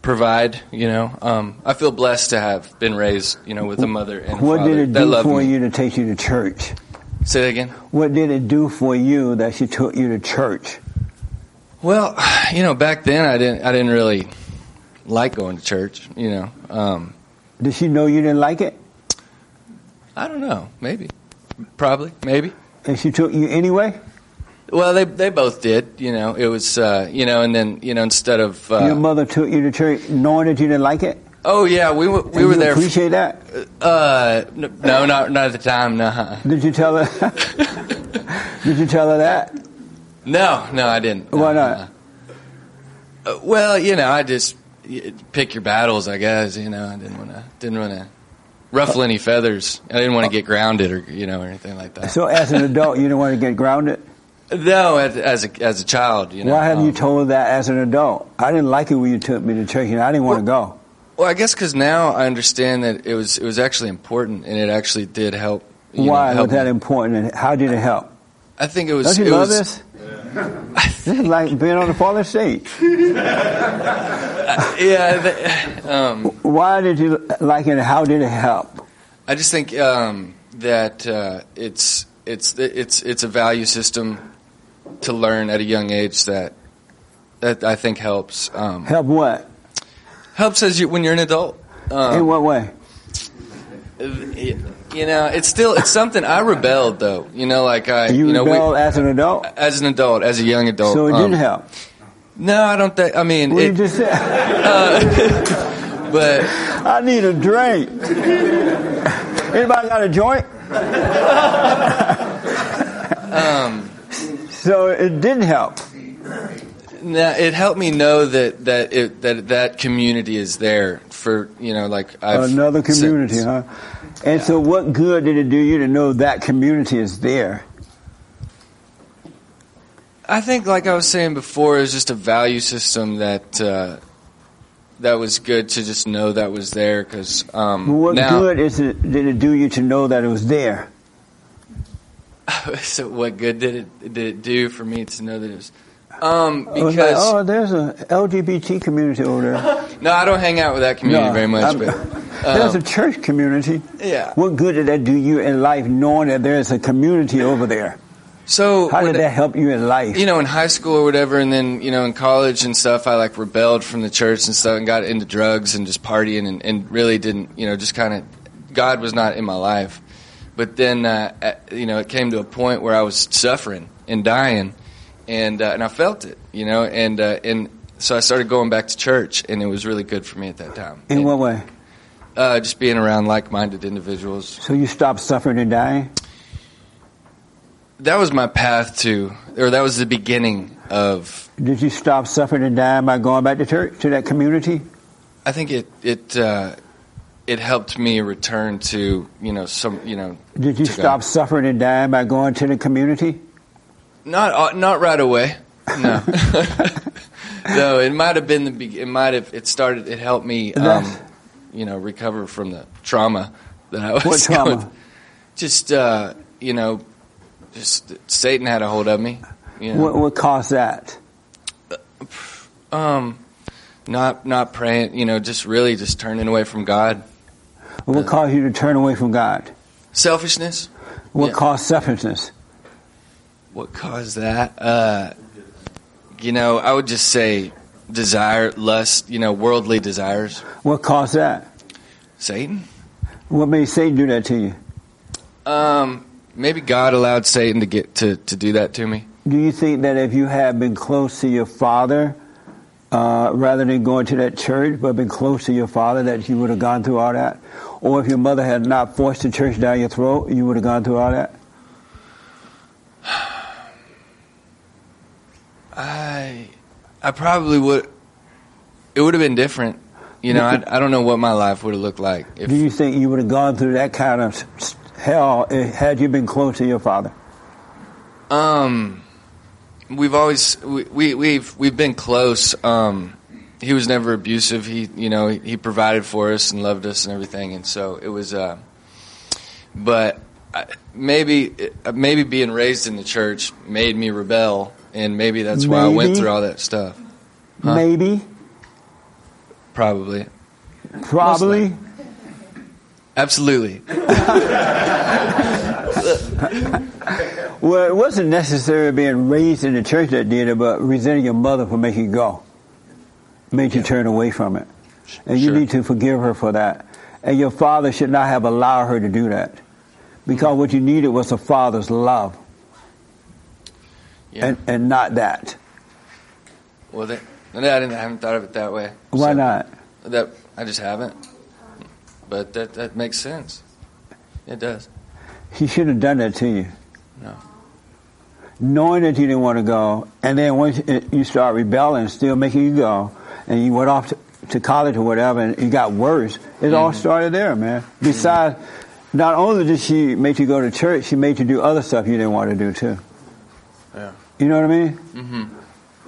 Speaker 2: provide. You know, um, I feel blessed to have been raised you know with a mother and a
Speaker 1: What
Speaker 2: father
Speaker 1: did it
Speaker 2: that
Speaker 1: do
Speaker 2: loved
Speaker 1: for
Speaker 2: me.
Speaker 1: you to take you to church?
Speaker 2: Say that again.
Speaker 1: What did it do for you that she took you to church?
Speaker 2: Well, *sighs* you know, back then I didn't I didn't really like going to church. You know, um,
Speaker 1: Did she know you didn't like it?
Speaker 2: I don't know, maybe, probably, maybe.
Speaker 1: And she took you anyway?
Speaker 2: Well, they they both did. You know, it was uh, you know, and then you know, instead of
Speaker 1: Your
Speaker 2: uh,
Speaker 1: mother took you to church knowing that you didn't like it?
Speaker 2: oh yeah, we were
Speaker 1: And
Speaker 2: we were
Speaker 1: you
Speaker 2: there.
Speaker 1: appreciate that?
Speaker 2: Uh, n- no, not not at the time. No, uh-uh.
Speaker 1: Did you tell
Speaker 2: *laughs*
Speaker 1: her? did you tell her that?
Speaker 2: no, no, I didn't.
Speaker 1: Why not?
Speaker 2: Uh, well, you know, I just y- pick your battles, I guess. You know, I didn't want to didn't want to ruffle any feathers. I didn't want to get grounded or you know or anything like that.
Speaker 1: So as an adult, you don't want to get grounded.
Speaker 2: *laughs* no, as, as a as a child, you know. um,
Speaker 1: Why haven't you told that as an adult? I didn't like it when you took me to church, and I didn't want to go.
Speaker 2: Well, I guess because now I understand that it was it was actually important and it actually did help. you know,
Speaker 1: Why
Speaker 2: help
Speaker 1: was that important? And how did it
Speaker 2: *laughs*
Speaker 1: help?
Speaker 2: I think it was.
Speaker 1: Don't you
Speaker 2: it
Speaker 1: love
Speaker 2: was, *laughs*
Speaker 1: this? This is like being on the falling stage.
Speaker 2: yeah. The, um,
Speaker 1: Why did you like it? and How did it help?
Speaker 2: I just think um, that uh, it's it's it's it's a value system to learn at a young age that that I think helps um,
Speaker 1: Help what?
Speaker 2: helps as you when you're an adult. Um,
Speaker 1: In what way?
Speaker 2: you know, it's still it's something I rebelled though. You know, like I
Speaker 1: You,
Speaker 2: you, know we-
Speaker 1: rebelled as an adult,
Speaker 2: as an adult, as a young adult.
Speaker 1: so it
Speaker 2: um,
Speaker 1: didn't help.
Speaker 2: No, I don't think. I mean,
Speaker 1: What
Speaker 2: it, uh,
Speaker 1: you just said?
Speaker 2: *laughs* but
Speaker 1: I need a drink. Anybody got a joint?
Speaker 2: um,
Speaker 1: so it didn't help.
Speaker 2: No, it helped me know that that it, that that community is there for you know like I've
Speaker 1: Another community, huh? And so, what good did it do you to know that community is there?
Speaker 2: I think, like I was saying before, it was just a value system that uh, that was good to just know that was there because um,
Speaker 1: What
Speaker 2: now,
Speaker 1: good is it, did it do you to know that it was there?
Speaker 2: *laughs* so what good did it did it do for me to know that it was? Um,
Speaker 1: It was
Speaker 2: because
Speaker 1: like, oh, there's a LGBT community over there.
Speaker 2: no, I don't hang out with that community
Speaker 1: No,
Speaker 2: very much,
Speaker 1: I'm- *laughs*
Speaker 2: but
Speaker 1: There's a
Speaker 2: um,
Speaker 1: church community.
Speaker 2: Yeah.
Speaker 1: What good did that do you in life knowing that there's a community over there?
Speaker 2: So
Speaker 1: how
Speaker 2: when
Speaker 1: did
Speaker 2: it-
Speaker 1: that help you in life?
Speaker 2: you know, in high school or whatever, and then you know, in college and stuff, I like rebelled from the church and stuff, and got into drugs and just partying, and, and really didn't, you know, just kind of God was not in my life. But then, uh, at- you know, it came to a point where I was suffering and dying, and uh, and I felt it, you know, and uh, and so I started going back to church, and it was really good for me at that time,
Speaker 1: in what way?
Speaker 2: uh, just being around like-minded individuals.
Speaker 1: So you stopped suffering and dying?
Speaker 2: That was my path to, or that was the beginning of
Speaker 1: Did you stop suffering and dying by going back to church, to that community?
Speaker 2: I think it it uh, it helped me return to you know some you know
Speaker 1: Did you
Speaker 2: to
Speaker 1: stop
Speaker 2: God.
Speaker 1: suffering and dying by going to the community?
Speaker 2: Not uh, not right away. No, *laughs* no. It might have been the be- it might have it started. It helped me um,
Speaker 1: That's-
Speaker 2: you know recover from the trauma that I was
Speaker 1: What trauma?
Speaker 2: *laughs* going- Just uh, you know, just Satan had a hold of me. You know,
Speaker 1: What, what caused that?
Speaker 2: um, not not praying. You know, just really just turning away from God.
Speaker 1: What caused you to turn away from God?
Speaker 2: Selfishness.
Speaker 1: What
Speaker 2: Yeah.
Speaker 1: caused selfishness?
Speaker 2: What caused that? Uh, you know, I would just say desire, lust, you know, worldly desires.
Speaker 1: What caused that?
Speaker 2: Satan?
Speaker 1: What made Satan do that to you?
Speaker 2: Um, maybe God allowed Satan to get to, to do that to me.
Speaker 1: Do you think that if you had been close to your father, uh, rather than going to that church, but been close to your father, that you would have gone through all that? Or if your mother had not forced the church down your throat, you would have gone through all that?
Speaker 2: I I probably would it would have been different. You know, I, I don't know what my life would have looked like if
Speaker 1: do you think you would have gone through that kind of s- s- hell eh, had you been close to your father?
Speaker 2: Um, we've always we, we we've we've been close. Um, he was never abusive. He you know he, he provided for us and loved us and everything. And so it was. Uh, but I, maybe uh, maybe being raised in the church made me rebel, and maybe that's why I went
Speaker 1: Maybe.
Speaker 2: through all that stuff. Huh?
Speaker 1: Maybe,
Speaker 2: Probably,
Speaker 1: probably.
Speaker 2: absolutely.
Speaker 1: Well, it wasn't necessarily being raised in the church that did it, but resenting your mother for making you go, made you turn away from it, and you need to forgive her for that. And your father should not have allowed her to do that, because what you needed was a father's love, and and not that.
Speaker 2: Well, that, no, I didn't. I haven't thought of it that way.
Speaker 1: Why not?
Speaker 2: That I just haven't. But that that makes sense. It does.
Speaker 1: He shouldn't have done that to you.
Speaker 2: No.
Speaker 1: Knowing that you didn't want to go, and then once it- you start rebelling, still making you go, and you went off to, to college or whatever, and it got worse. It
Speaker 2: Mm-hmm.
Speaker 1: all started there, man. Besides, not only did she make you go to church, she made you do other stuff you didn't want to do too.
Speaker 2: Yeah.
Speaker 1: You know what I mean?
Speaker 2: hmm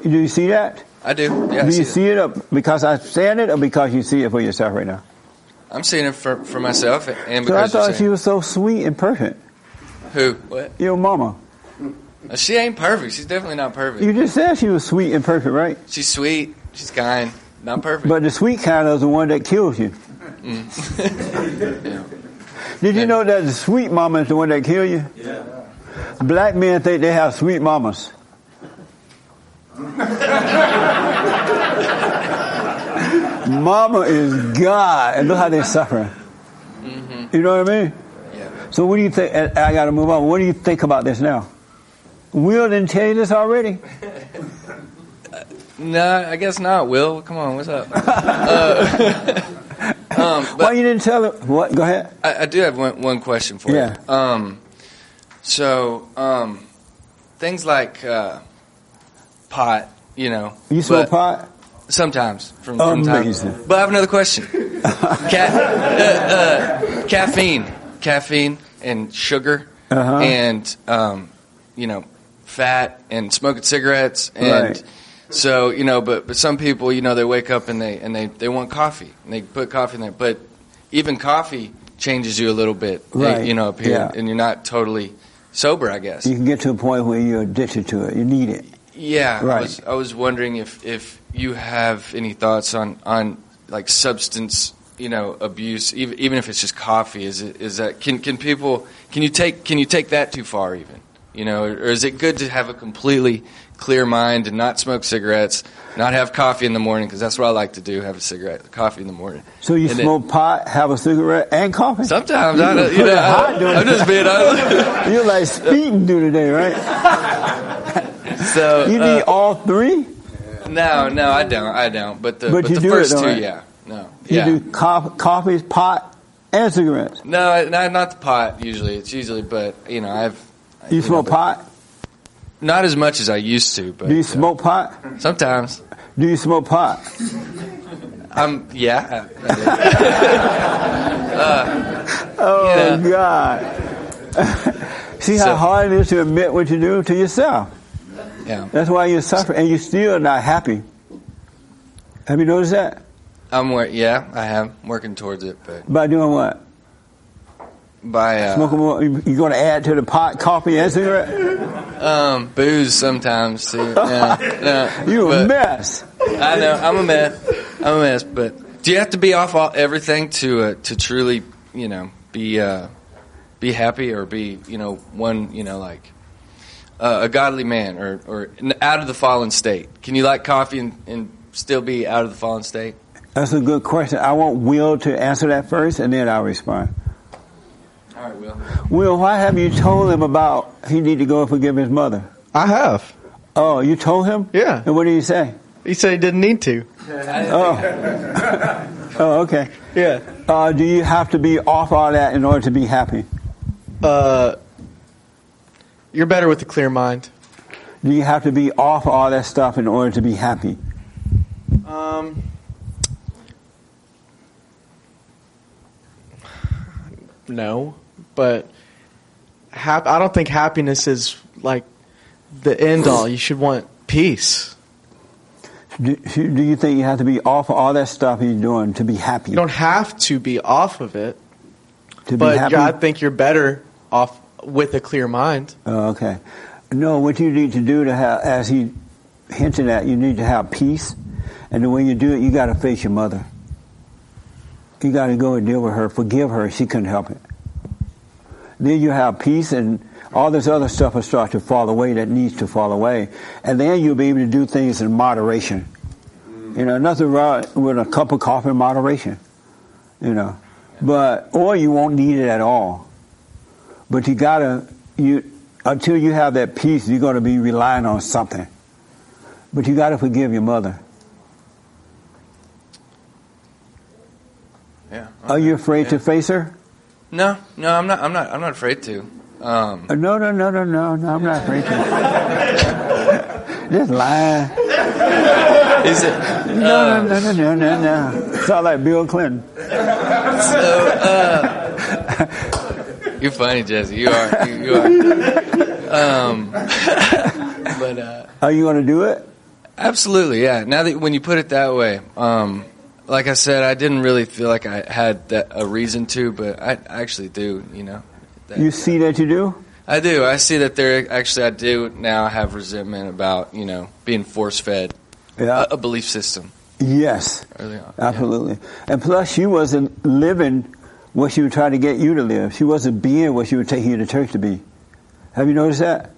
Speaker 1: Do you see that?
Speaker 2: I do. Yeah, I
Speaker 1: do
Speaker 2: see
Speaker 1: you
Speaker 2: it.
Speaker 1: see it up because I'm saying it, or because you see it for yourself right now?
Speaker 2: I'm seeing it for, for myself and
Speaker 1: so I
Speaker 2: because you're
Speaker 1: thought she
Speaker 2: saying-
Speaker 1: was so sweet and perfect.
Speaker 2: who what Uh,
Speaker 1: Your mama.
Speaker 2: she ain't perfect. She's definitely not perfect.
Speaker 1: You just said she was sweet and perfect, right?
Speaker 2: She's sweet. She's kind. Not perfect.
Speaker 1: But the sweet kind is the one that kills you.
Speaker 2: Mm. *laughs* yeah.
Speaker 1: Did you know that the sweet mama is the one that kill you?
Speaker 2: *laughs* Yeah.
Speaker 1: Black men think they have sweet mamas. Mama is God, and look how they suffer.
Speaker 8: Mm-hmm.
Speaker 1: You know what I mean? Yeah. So what do you think? and I got to move on. What do you think about this now? Will didn't tell you this already.
Speaker 2: Nah, I guess not. Will, come on, what's up? uh, *laughs* um,
Speaker 1: Why you didn't tell him? What? Go ahead.
Speaker 2: I, I do have one, one question for
Speaker 1: Yeah.
Speaker 2: you. Um, so um, things like uh, pot, you know.
Speaker 1: You smoke
Speaker 2: but-
Speaker 1: pot? Oh,
Speaker 2: Sometimes, from, from time.
Speaker 1: Amazing.
Speaker 2: But I have another question.
Speaker 1: *laughs*
Speaker 2: Ca- uh, uh, caffeine, caffeine, and sugar,
Speaker 1: Uh-huh.
Speaker 2: and um, you know, fat, and smoking cigarettes, and
Speaker 1: Right.
Speaker 2: so you know. But but some people, you know, they wake up and they and they they want coffee, and they put coffee in there. But even coffee changes you a little bit, eh,
Speaker 1: Right.
Speaker 2: You know, up here,
Speaker 1: Yeah.
Speaker 2: and you're not totally sober, I guess.
Speaker 1: You can get to a point where you're addicted to it. You need it.
Speaker 2: Yeah, I
Speaker 1: Right.
Speaker 2: was, I was wondering if, if you have any thoughts on, on like substance, you know, abuse, even, even if it's just coffee. Is it is that can can people can you take can you take that too far even? You know, or is it good to have a completely clear mind and not smoke cigarettes, not have coffee in the morning because that's what I like to do: have a cigarette, coffee in the morning.
Speaker 1: So you
Speaker 2: And then-
Speaker 1: smoke pot, have a cigarette, and coffee.
Speaker 2: Sometimes I don't- you know, I- I'm just being honest.
Speaker 1: You're like speeding through today, right?
Speaker 2: so
Speaker 1: You
Speaker 2: uh,
Speaker 1: need all three.
Speaker 2: no, no, I don't, I don't. But the
Speaker 1: But
Speaker 2: but
Speaker 1: you
Speaker 2: the
Speaker 1: do it,
Speaker 2: first
Speaker 1: though,
Speaker 2: two,
Speaker 1: right?
Speaker 2: yeah, no,
Speaker 1: You
Speaker 2: yeah.
Speaker 1: do cof- coffee, pot, and cigarettes.
Speaker 2: No, not, not the pot usually. It's usually, but you know, I've
Speaker 1: You,
Speaker 2: know,
Speaker 1: smoke
Speaker 2: but-
Speaker 1: pot.
Speaker 2: not as much as I used to, but uh,
Speaker 1: do you smoke pot?
Speaker 2: Sometimes.
Speaker 1: Do you smoke pot?
Speaker 2: I'm yeah. Uh.
Speaker 1: Oh God! *laughs* See how
Speaker 2: So-
Speaker 1: hard it is to admit what you do to yourself.
Speaker 2: *laughs* Yeah.
Speaker 1: That's why you suffer, and you're still not happy. Have you noticed that?
Speaker 2: I'm wor- yeah, I am working towards it, but
Speaker 1: By doing what?
Speaker 2: by uh,
Speaker 1: Smoking more? You you going to add to the pot, coffee, and cigarette?
Speaker 2: um, booze sometimes too.
Speaker 1: *laughs*
Speaker 2: Yeah, yeah,
Speaker 1: You a
Speaker 2: but-
Speaker 1: mess.
Speaker 2: I know I'm a mess. I'm a mess, but do you have to be off all, everything to uh, to truly, you know, be uh, be happy or be, you know, one, you know, like uh, a godly man or or n- out of the fallen state? Can you like coffee and, and still be out of the fallen state?
Speaker 1: That's a good question. I want Will to answer that first, and then I'll respond.
Speaker 2: All right, Will.
Speaker 1: Will, why have you told him about he need to go and forgive his mother?
Speaker 15: I have.
Speaker 1: Oh, you told him?
Speaker 15: Yeah.
Speaker 1: And what did he say?
Speaker 15: He said he didn't need to.
Speaker 1: Oh. *laughs* oh, okay.
Speaker 15: Yeah.
Speaker 1: Uh, do you have to be off all that in order to be happy?
Speaker 15: Uh, you're better with a clear mind.
Speaker 1: Do you have to be off all that stuff in order to be happy?
Speaker 15: Um, no, but hap- I don't think happiness is like the end all. You should want peace.
Speaker 1: Do, do you think you have to be off all that stuff you're doing to be happy?
Speaker 15: You don't have to be off of it,
Speaker 1: to be
Speaker 15: but
Speaker 1: happy?
Speaker 15: yeah, I think you're better off with a clear mind. *laughs*
Speaker 1: Oh, okay. No, what you need to do to have, as he hinted at, you need to have peace. And the way you do it, you got to face your mother. You got to go and deal with her, forgive her. She couldn't help it. Then you have peace, and all this other stuff will start to fall away that needs to fall away. And then you'll be able to do things in moderation. You know, nothing wrong with a cup of coffee in moderation. You know, but or you won't need it at all. But you gotta you until you have that peace, you're gonna be relying on something. But you gotta forgive your mother.
Speaker 2: Yeah.
Speaker 1: Are you afraid to face her?
Speaker 2: No, no, I'm not. I'm not. I'm not afraid to.
Speaker 1: *laughs*
Speaker 2: Um,
Speaker 1: Uh, No, no, no, no, *laughs* no, no. I'm not afraid to. Just lying. Is it? uh, No, no, no, no, no, no, no. Sound like Bill Clinton. Uh,
Speaker 2: uh, *laughs* You're funny, Jesse. You are. You, you are. Um, but uh,
Speaker 1: are you going to do it?
Speaker 2: Absolutely, yeah. Now that when you put it that way, um, like I said, I didn't really feel like I had that, a reason to, but I, I actually do. You know, that,
Speaker 1: You see that you do?
Speaker 2: I do. I see that there. Actually, I do now have resentment about you know being force fed
Speaker 1: Yeah.
Speaker 2: a, a belief system
Speaker 1: Yes,
Speaker 2: early on.
Speaker 1: absolutely. And plus, she wasn't living what she was trying to get you to live. She wasn't being what she was taking you to church to be. Have you noticed that?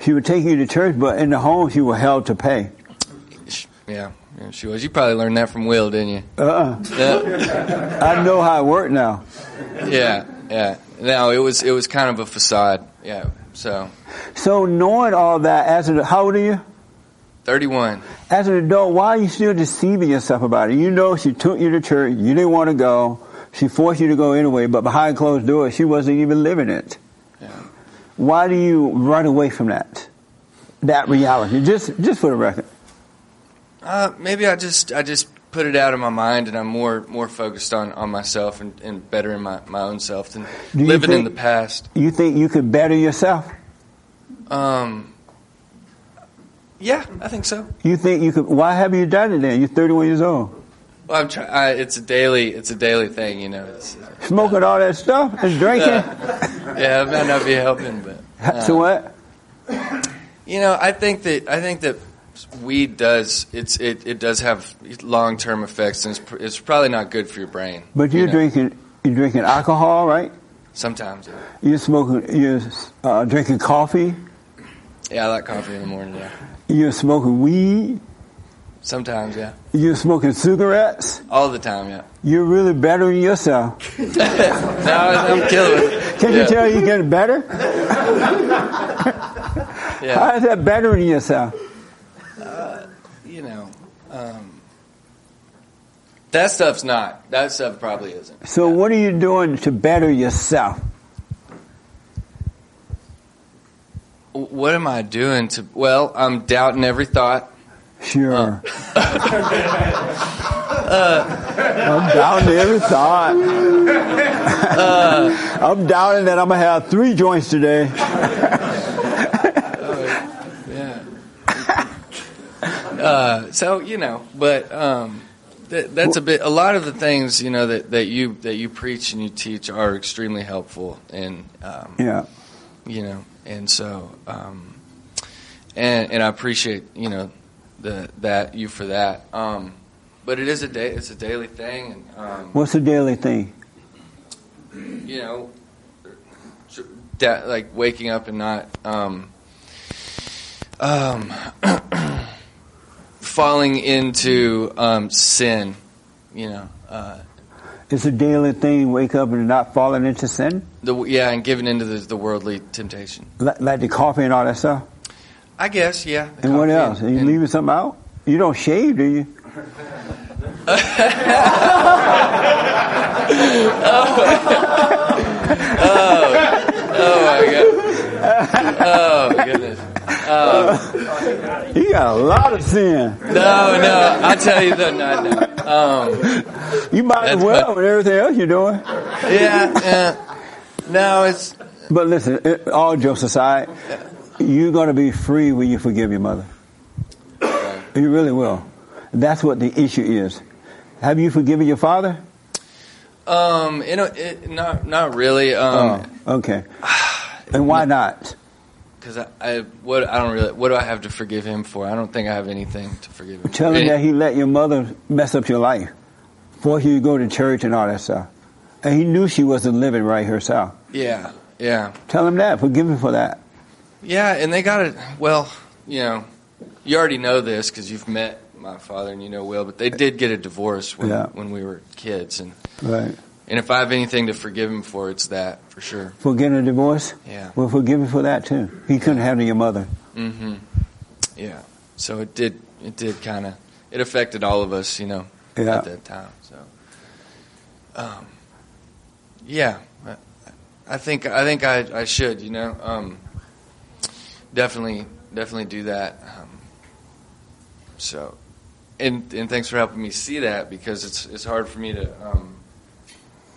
Speaker 1: She would take you to church, but in the home, she was held to pay.
Speaker 2: Yeah, yeah, she was. You probably learned that from Will,
Speaker 1: *laughs*
Speaker 2: didn't you?
Speaker 1: Uh-uh.
Speaker 2: Yeah.
Speaker 1: *laughs* I know how it worked now.
Speaker 2: Yeah, yeah. No, it was it was kind of a facade. Yeah. So
Speaker 1: So knowing all that, as an how old are you?
Speaker 2: thirty-one.
Speaker 1: As an adult, why are you still deceiving yourself about it? You know she took you to church, you didn't want to go, she forced you to go anyway, but behind closed doors, she wasn't even living it. Why do you run away from that? That reality, just just for the record.
Speaker 2: Uh, maybe I just I just put it out of my mind, and I'm more more focused on, on myself and, and bettering my, my own self than
Speaker 1: Do you
Speaker 2: living in
Speaker 1: think-
Speaker 2: the past.
Speaker 1: You think you could better yourself?
Speaker 2: Um, yeah, I think so.
Speaker 1: You think you could? Why have you done it then? You're 31 years old,
Speaker 2: Well, I'm try- I, It's a daily it's a daily thing, you know. It's, uh,
Speaker 1: smoking all that stuff and drinking.
Speaker 2: *laughs* yeah, it might not be helping, but uh,
Speaker 1: so what?
Speaker 2: You know, I think that I think that weed does it's it, it does have long term effects, and it's, pr- it's probably not good for your brain.
Speaker 1: But you're
Speaker 2: know,
Speaker 1: drinking you're drinking alcohol, right?
Speaker 2: sometimes.
Speaker 1: You're smoking. You're uh, drinking coffee.
Speaker 2: Yeah, I like coffee in the morning. Yeah,
Speaker 1: You're smoking weed.
Speaker 2: sometimes. Yeah,
Speaker 1: You're smoking cigarettes.
Speaker 2: all the time. Yeah. *laughs*
Speaker 1: You're really bettering yourself.
Speaker 2: No, *laughs* I'm killing it.
Speaker 1: Can
Speaker 2: Yeah.
Speaker 1: you tell you're getting
Speaker 2: *laughs*
Speaker 1: better?
Speaker 2: Yeah.
Speaker 1: How is that bettering yourself?
Speaker 2: Uh, you know, um, that stuff's not. That stuff probably isn't.
Speaker 1: So what are you doing to better yourself?
Speaker 2: W- What am I doing to? Well, I'm doubting every thought. Uh,
Speaker 1: Sure. I'm
Speaker 2: I'm
Speaker 1: down to every
Speaker 2: *laughs*
Speaker 1: thought.
Speaker 2: Uh.
Speaker 1: I'm doubting that I'm gonna have three joints
Speaker 2: *laughs*
Speaker 1: today.
Speaker 2: yeah. uh, so you know, but um, that, that's a bit. A lot of the things you know that, that you that you preach and you teach are extremely helpful, and um,
Speaker 1: Yeah.
Speaker 2: you know, and so um, and and I appreciate you know the that you for that. Um, but it is a day. It's a daily thing, and um,
Speaker 1: What's the daily thing?
Speaker 3: um,
Speaker 2: you know, da- like waking up and not um, um, *clears throat* falling into um, sin, you know. Uh,
Speaker 1: It's a daily thing. Wake up and not falling into sin,
Speaker 2: the, yeah, and giving into the, the worldly temptation.
Speaker 1: like, like the coffee and all that stuff.
Speaker 2: I guess, yeah. *laughs* the
Speaker 1: And what
Speaker 2: coffee
Speaker 1: else? Are you leaving something out? You don't shave, do you?
Speaker 2: oh, oh my god! Oh goodness! Um,
Speaker 1: *laughs* You got a lot of sin.
Speaker 2: no, no, I'll tell you though, no, no. Um,
Speaker 1: You might as well with everything else you're doing.
Speaker 2: Yeah, yeah. No, it's.
Speaker 1: But listen, it, all jokes aside, you're going to be free when you forgive your mother. You really will. That's what the issue is. Have you forgiven your father?
Speaker 2: Um, you know, it, not not really. Um,
Speaker 1: oh,
Speaker 2: *sighs*
Speaker 1: okay. And why not?
Speaker 2: because I, I what I don't really what do I have to forgive him for? I don't think I have anything to forgive him.
Speaker 1: Tell
Speaker 2: for.
Speaker 1: him that he let your mother mess up your life, force you to go to church and all that stuff. And he knew she wasn't living right herself.
Speaker 2: Yeah, yeah,
Speaker 1: Tell him that. Forgive him for that.
Speaker 2: yeah. And they got it. Well, you know, you already know this because you've met my father and you know Will, but they did get a divorce when
Speaker 1: Yeah.
Speaker 2: when we were kids, and
Speaker 1: Right.
Speaker 2: and if I have anything to forgive him for, it's that for sure.
Speaker 1: For getting a divorce?
Speaker 2: Yeah.
Speaker 1: Well, forgive him for that too. He couldn't handle your mother.
Speaker 2: hmm Yeah. So it did. It did kind of. It affected all of us, you know,
Speaker 1: Yeah.
Speaker 2: at that time. So, um, yeah. I, I think. I think I, I should. You know, um, definitely, definitely do that. Um, so, and and thanks for helping me see that because it's it's hard for me to. Um,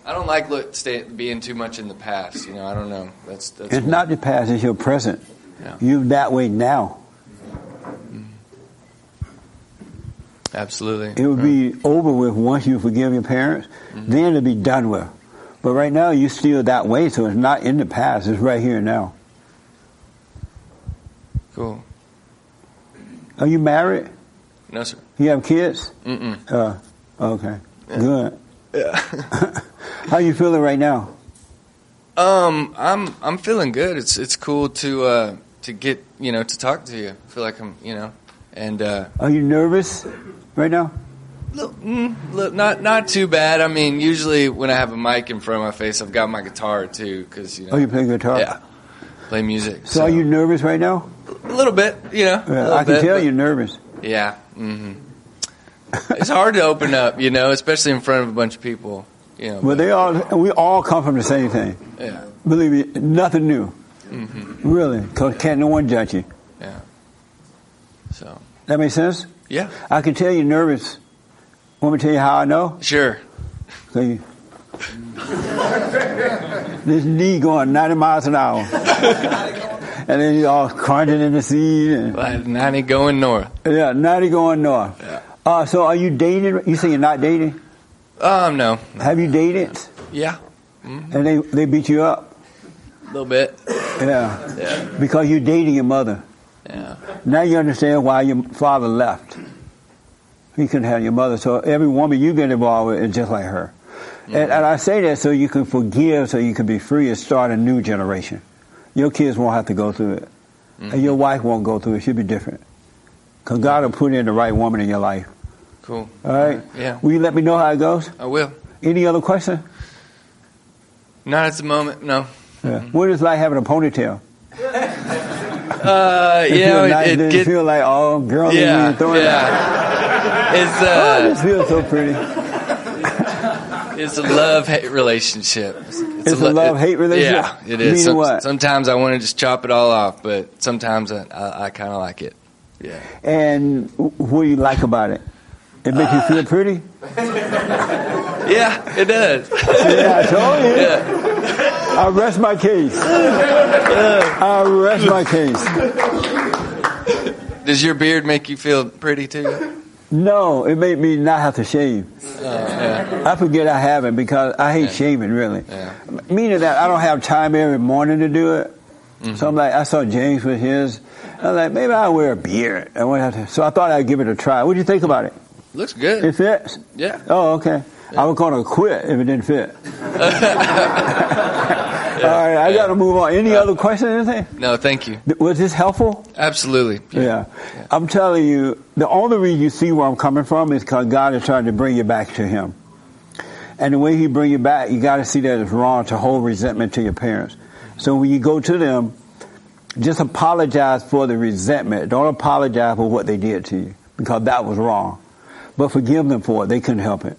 Speaker 2: I don't like look, stay, being too much in the past. You know, I don't know. That's that's
Speaker 1: It's not the past, it's your present. You're that way now.
Speaker 2: Mm-hmm. absolutely. Mm-hmm.
Speaker 1: It would be over with once you forgive your parents, then it'll be done with. But right now, you're still that way, so it's not in the past, it's right here and now.
Speaker 2: Cool.
Speaker 1: Are you married?
Speaker 2: No sir.
Speaker 1: You have kids?
Speaker 2: Mm-mm.
Speaker 1: Uh, okay. Good. *laughs* How you feeling right now?
Speaker 2: Um, I'm I'm feeling good. It's it's cool to uh, to get you know to talk to you. I feel like I'm you know and uh,
Speaker 1: Are you nervous right now?
Speaker 2: look, mm, look, not not too bad. I mean, usually when I have a mic in front of my face, I've got my guitar too because you know
Speaker 1: Oh, you play guitar?
Speaker 2: Yeah, play music.
Speaker 1: So, are you nervous right now?
Speaker 2: A little bit, you know. a
Speaker 1: Uh,
Speaker 2: little
Speaker 1: I can
Speaker 2: bit,
Speaker 1: tell
Speaker 2: but-
Speaker 1: you're nervous.
Speaker 2: Yeah. hmm it's hard to open up, you know, especially in front of a bunch of people. You know.
Speaker 1: Well, they all we all come from the same thing.
Speaker 2: Yeah.
Speaker 1: Believe me, nothing new,
Speaker 2: hmm
Speaker 1: really. Cause can't no one judge you.
Speaker 2: Yeah. So.
Speaker 1: That makes sense.
Speaker 2: Yeah.
Speaker 1: I can tell you're nervous. Want me to tell you how I know?
Speaker 2: Sure.
Speaker 1: So you, this knee going 90 miles an hour,
Speaker 2: *laughs*
Speaker 1: and then you're all crunching in the seat. And,
Speaker 2: Like 90 going north.
Speaker 1: Yeah, 90 going north.
Speaker 2: Yeah.
Speaker 1: Uh, so are you dating? You say you're not dating?
Speaker 2: Um, no.
Speaker 1: Have you dated?
Speaker 2: Yeah.
Speaker 1: And they, they beat you up?
Speaker 2: A little bit.
Speaker 1: Yeah.
Speaker 2: Yeah.
Speaker 1: Because you're dating your mother.
Speaker 2: Yeah.
Speaker 1: Now you understand why your father left. He couldn't have your mother. So every woman you get involved with is just like her. And, and I say that so you can forgive, so you can be free and start a new generation. Your kids won't have to go through it. And
Speaker 2: Mm-hmm.
Speaker 1: your wife won't go through it. She'll be different. Because God will put in the right woman in your life.
Speaker 2: Cool.
Speaker 1: All right?
Speaker 2: Yeah.
Speaker 1: Will you let me know how it goes?
Speaker 2: I will. Mm-hmm.
Speaker 1: Any other question?
Speaker 2: Not at the moment. No.
Speaker 1: Yeah. What is it like having a ponytail? *laughs*
Speaker 2: Uh,
Speaker 1: It
Speaker 2: you
Speaker 1: feel
Speaker 2: know,
Speaker 1: nice,
Speaker 2: it,
Speaker 1: does
Speaker 2: it
Speaker 1: it
Speaker 2: gets.
Speaker 1: feel like oh girl
Speaker 2: Yeah,
Speaker 1: throw it
Speaker 2: yeah.
Speaker 1: out.
Speaker 2: It's,
Speaker 1: oh,
Speaker 2: uh,
Speaker 1: this feels so pretty.
Speaker 2: It's a love hate relationship. It's,
Speaker 1: It's a love-hate relationship?
Speaker 2: Yeah, it is.
Speaker 1: Meaning
Speaker 2: Some-
Speaker 1: what?
Speaker 2: Sometimes I want to just chop it all off, but sometimes I, I, I kind of like it. Yeah.
Speaker 1: And wh- what do you like about it? It makes you
Speaker 2: Uh,
Speaker 1: feel pretty.
Speaker 2: Yeah, it does.
Speaker 1: *laughs* Yeah, I told you. I rest my case. I rest my case.
Speaker 2: Does your beard make you feel pretty too?
Speaker 1: No, it made me not have to shave. I forget I haven't because I hate shaving really. M- Meaning that I don't have time every morning to do it.
Speaker 2: Mm-hmm.
Speaker 1: So I'm like, I saw James with his. I'm like, maybe I'll wear a beard. I won't have to. So I thought I'd give it a try. What do you think about it?
Speaker 2: Looks good.
Speaker 1: It fits?
Speaker 2: Yeah.
Speaker 1: Oh, okay. I was going to quit if it didn't fit. All right, I got to move on. Any other questions? Anything?
Speaker 2: Uh, No, thank you.
Speaker 1: Th- Was this helpful?
Speaker 2: Absolutely.
Speaker 1: Yeah. I'm telling you, the only reason you see where I'm coming from is because God is trying to bring you back to Him. And the way He bring you back, you got to see that it's wrong to hold resentment to your parents. So when you go to them, just apologize for the resentment. Don't apologize for what they did to you because that was wrong. But forgive them for it. They couldn't help it.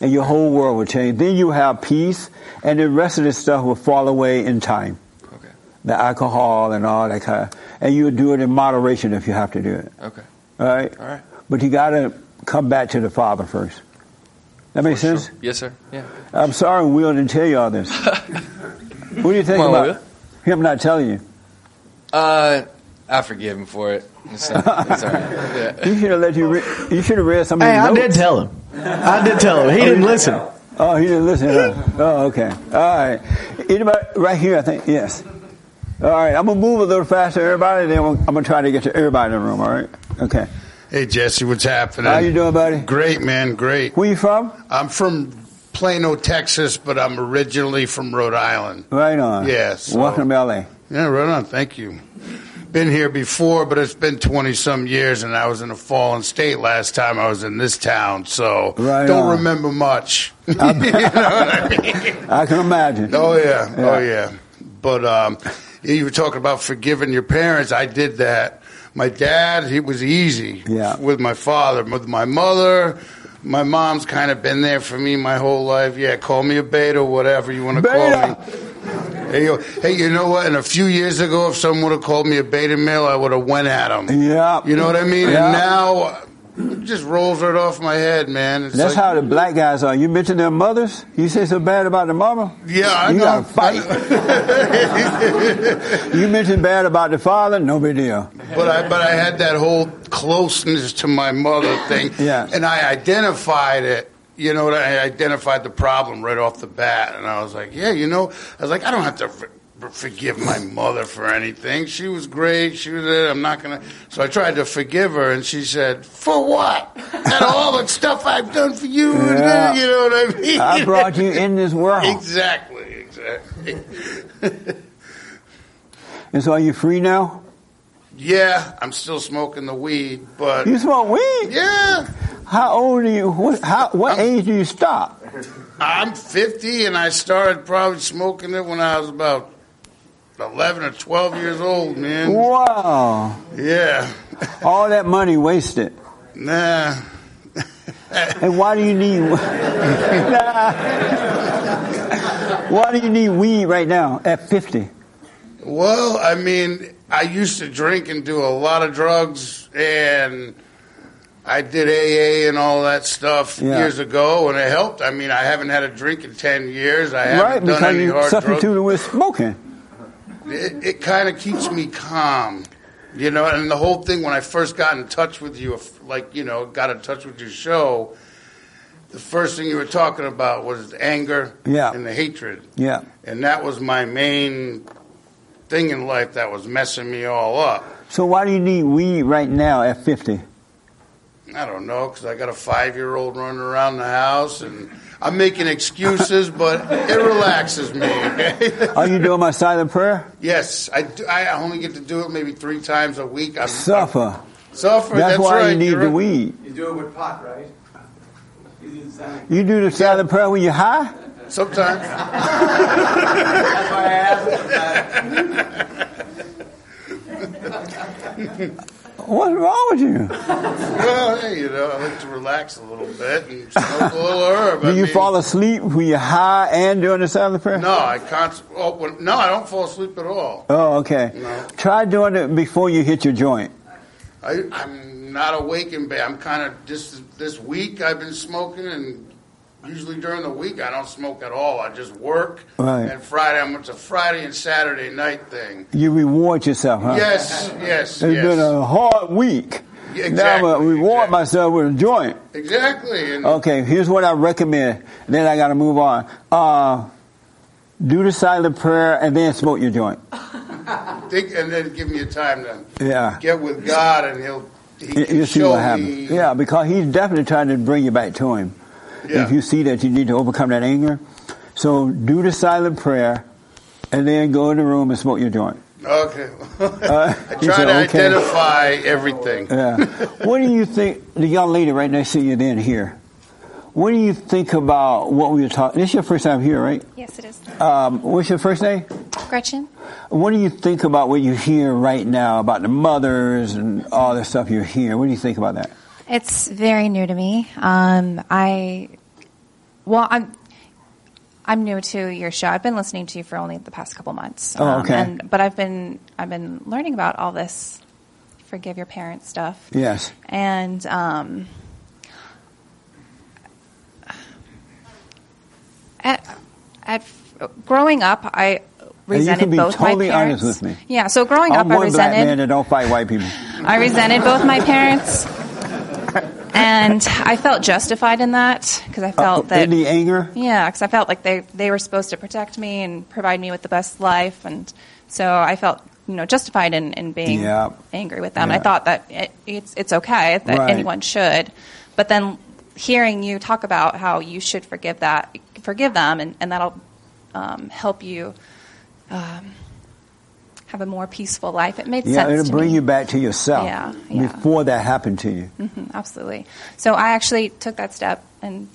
Speaker 1: And your whole world will change. Then you have peace and the rest of this stuff will fall away in time the alcohol and all that kind of, and you do it in moderation if you have to do it.
Speaker 2: Okay.
Speaker 1: All right.
Speaker 2: All right.
Speaker 1: But you got to come back to the Father first. That makes sense.
Speaker 2: Yes, sir. Yeah.
Speaker 1: I'm sorry, Will didn't tell you all this. what do you think
Speaker 2: Come on,
Speaker 1: about
Speaker 2: Will.
Speaker 1: him not telling you?
Speaker 2: Uh, I forgive him for it. It's, not, it's all
Speaker 1: *laughs*
Speaker 2: right. Yeah.
Speaker 1: You should have let you. Re- you should have read some.
Speaker 15: Hey, I did tell him. I did tell him. He didn't listen.
Speaker 1: Oh, he didn't listen. huh? Oh, okay. All right. Anybody right here? I think yes. All right. I'm gonna move a little faster, everybody. Then I'm gonna try to get to everybody in the room. All right. Okay.
Speaker 16: Hey Jesse, what's happening?
Speaker 1: How you doing, buddy?
Speaker 16: Great, man, great.
Speaker 1: Where you from?
Speaker 16: I'm from Plano, Texas, but I'm originally from Rhode Island.
Speaker 1: Right on.
Speaker 16: Yes.
Speaker 1: Welcome to LA.
Speaker 16: Yeah, right on. Thank you. Been here before, but it's been 20 some years, and I was in a fallen state last time I was in this town, so
Speaker 1: Right
Speaker 16: don't
Speaker 1: on.
Speaker 16: remember much. you know what I mean?
Speaker 1: I can imagine.
Speaker 16: Oh yeah, oh yeah. But um, you were talking about forgiving your parents. I did that. My dad, it was easy.
Speaker 1: Yeah.
Speaker 16: With my father, with my mother, my mom's kind of been there for me my whole life. Yeah, call me a beta, whatever you want to call me. Hey, yo, hey, you know what? And a few years ago, if someone would have called me a beta male, I would have went at him.
Speaker 1: Yeah.
Speaker 16: You know what I mean?
Speaker 1: Yeah.
Speaker 16: And now, just rolls right off my head, man. It's
Speaker 1: That's
Speaker 16: like,
Speaker 1: how the black guys are. You mention their mothers. You say so bad about the mama.
Speaker 16: Yeah, I
Speaker 1: you
Speaker 16: know.
Speaker 1: gotta fight. *laughs* you mention bad about the father. No big deal.
Speaker 16: but I but I had that whole closeness to my mother thing.
Speaker 1: Yeah.
Speaker 16: And I identified it. You know, I identified the problem right off the bat, and I was like, yeah, you know, I was like, I don't have to. For- Forgive my mother for anything. She was great. She was it. I'm not gonna. So I tried to forgive her, and she said, "For what? And all the stuff I've done for you, and
Speaker 1: Yeah.
Speaker 16: that, you know what I mean?
Speaker 1: I brought you in this world.
Speaker 16: *laughs* Exactly, exactly. *laughs*
Speaker 1: And so, are you free now?
Speaker 16: yeah, I'm still smoking the weed, but
Speaker 1: You smoke weed?
Speaker 16: Yeah.
Speaker 1: How old are you? What, how, what age do you stop?
Speaker 16: I'm 50, and I started probably smoking it when I was about 11 or 12 years old, man.
Speaker 1: Wow.
Speaker 16: Yeah.
Speaker 1: All that money wasted.
Speaker 16: Nah.
Speaker 1: and why do you need? Nah. Why do you need weed right now at fifty?
Speaker 16: Well, I mean, I used to drink and do a lot of drugs, and I did AA and all that stuff
Speaker 1: Yeah.
Speaker 16: years ago, and it helped. I mean, I haven't had a drink in 10 years. I haven't
Speaker 1: right,
Speaker 16: done
Speaker 1: because
Speaker 16: any
Speaker 1: you
Speaker 16: hard drugs.
Speaker 1: substituted with smoking.
Speaker 16: it, it kind of keeps me calm you know and the whole thing when i first got in touch with you if- like you know got in touch with your show the first thing you were talking about was anger
Speaker 1: Yeah.
Speaker 16: and the hatred
Speaker 1: Yeah.
Speaker 16: and that was my main thing in life that was messing me all up
Speaker 1: So why do you need weed right now at fifty?
Speaker 16: i don't know because i got a five year old running around the house and i'm making excuses but it relaxes me okay
Speaker 1: Are you doing my silent prayer?
Speaker 16: *laughs* yes I, do, I only get to do it maybe three times a week i'm
Speaker 1: Suffer.
Speaker 16: Suffer.
Speaker 1: That's
Speaker 16: That's,
Speaker 1: why you
Speaker 16: right.
Speaker 1: need
Speaker 16: You're
Speaker 1: the
Speaker 16: right.
Speaker 1: weed.
Speaker 16: You do it with pot, right?
Speaker 1: You do the silent prayer when you're high?
Speaker 16: *laughs* Sometimes.
Speaker 1: What's wrong with you?
Speaker 16: *laughs* well, hey, you know, I like to relax a little bit and smoke a little
Speaker 1: *laughs*
Speaker 16: herb.
Speaker 1: Do
Speaker 16: I
Speaker 1: you
Speaker 16: mean,
Speaker 1: fall asleep when you're high and during the silent prayer?
Speaker 16: No, I can't. Oh, well, no, I don't fall asleep at all.
Speaker 1: Oh, okay. Try doing it before you hit your joint.
Speaker 16: I, I'm not awake in bed. I'm kind of this this week. I've been smoking, and usually during the week I don't smoke at all. I just work.
Speaker 1: Right.
Speaker 16: And Friday, I'm it's a Friday and Saturday night thing.
Speaker 1: You reward yourself, huh?
Speaker 16: Yes, yes,
Speaker 1: It's
Speaker 16: yes.
Speaker 1: been a hard week.
Speaker 16: Yeah,
Speaker 1: Now I'm gonna reward myself with a joint.
Speaker 16: Exactly. And
Speaker 1: Okay, here's what I recommend. Then I gotta move on. Uh, do the silent prayer and then smoke your joint.
Speaker 16: think, and then give me a time to
Speaker 1: Yeah.
Speaker 16: get with God, and He'll He
Speaker 1: You-
Speaker 16: can
Speaker 1: you see
Speaker 16: show
Speaker 1: what
Speaker 16: me.
Speaker 1: happens. Yeah, because he's definitely trying to bring you back to him.
Speaker 16: Yeah.
Speaker 1: If you see that you need to overcome that anger, so do the silent prayer, and then go in the room and smoke your joint.
Speaker 16: Okay. *laughs*
Speaker 1: Uh,
Speaker 16: I
Speaker 1: he
Speaker 16: try
Speaker 1: said,
Speaker 16: to
Speaker 1: okay.
Speaker 16: identify everything. *laughs*
Speaker 1: Yeah. what do you think? The young lady right next to you, then here. What do you think about what we were talking? This is your first time here, right?
Speaker 17: Yes, it is.
Speaker 1: Um, what's your first name?
Speaker 17: Gretchen?
Speaker 1: What do you think about what you hear right now about the mothers and all the stuff you hear? What do you think about that?
Speaker 17: It's very new to me. Um, I, well, I'm, I'm new to your show. I've been listening to you for only the past couple months. Um,
Speaker 1: Oh, okay.
Speaker 17: and, but I've been, I've been learning about all this forgive your parents stuff.
Speaker 1: Yes.
Speaker 17: And, um, at, at growing up, I
Speaker 1: And
Speaker 17: resented
Speaker 1: you can be
Speaker 17: both
Speaker 1: totally
Speaker 17: my parents.
Speaker 1: honest with me.
Speaker 17: Yeah. So growing
Speaker 1: I'm
Speaker 17: up,
Speaker 1: one
Speaker 17: I
Speaker 1: black
Speaker 17: resented.
Speaker 1: man that don't fight white people.
Speaker 17: I resented both my parents, and I felt justified in that because I felt
Speaker 1: Uh,
Speaker 17: that
Speaker 1: in the anger.
Speaker 17: yeah, because I felt like they they were supposed to protect me and provide me with the best life, and so I felt you know justified in, in being
Speaker 1: Yeah.
Speaker 17: angry with them. I
Speaker 1: Yeah.
Speaker 17: thought that it, it's it's okay that
Speaker 1: Right.
Speaker 17: anyone should, but then hearing you talk about how you should forgive that forgive them, and and that'll um, help you. Um, have a more peaceful life. It made
Speaker 1: *laughs* Yeah,
Speaker 17: sense.
Speaker 1: it'll
Speaker 17: to
Speaker 1: bring
Speaker 17: me.
Speaker 1: you back to yourself
Speaker 17: Yeah, yeah.
Speaker 1: before that happened to you.
Speaker 17: hmm absolutely. So I actually took that step and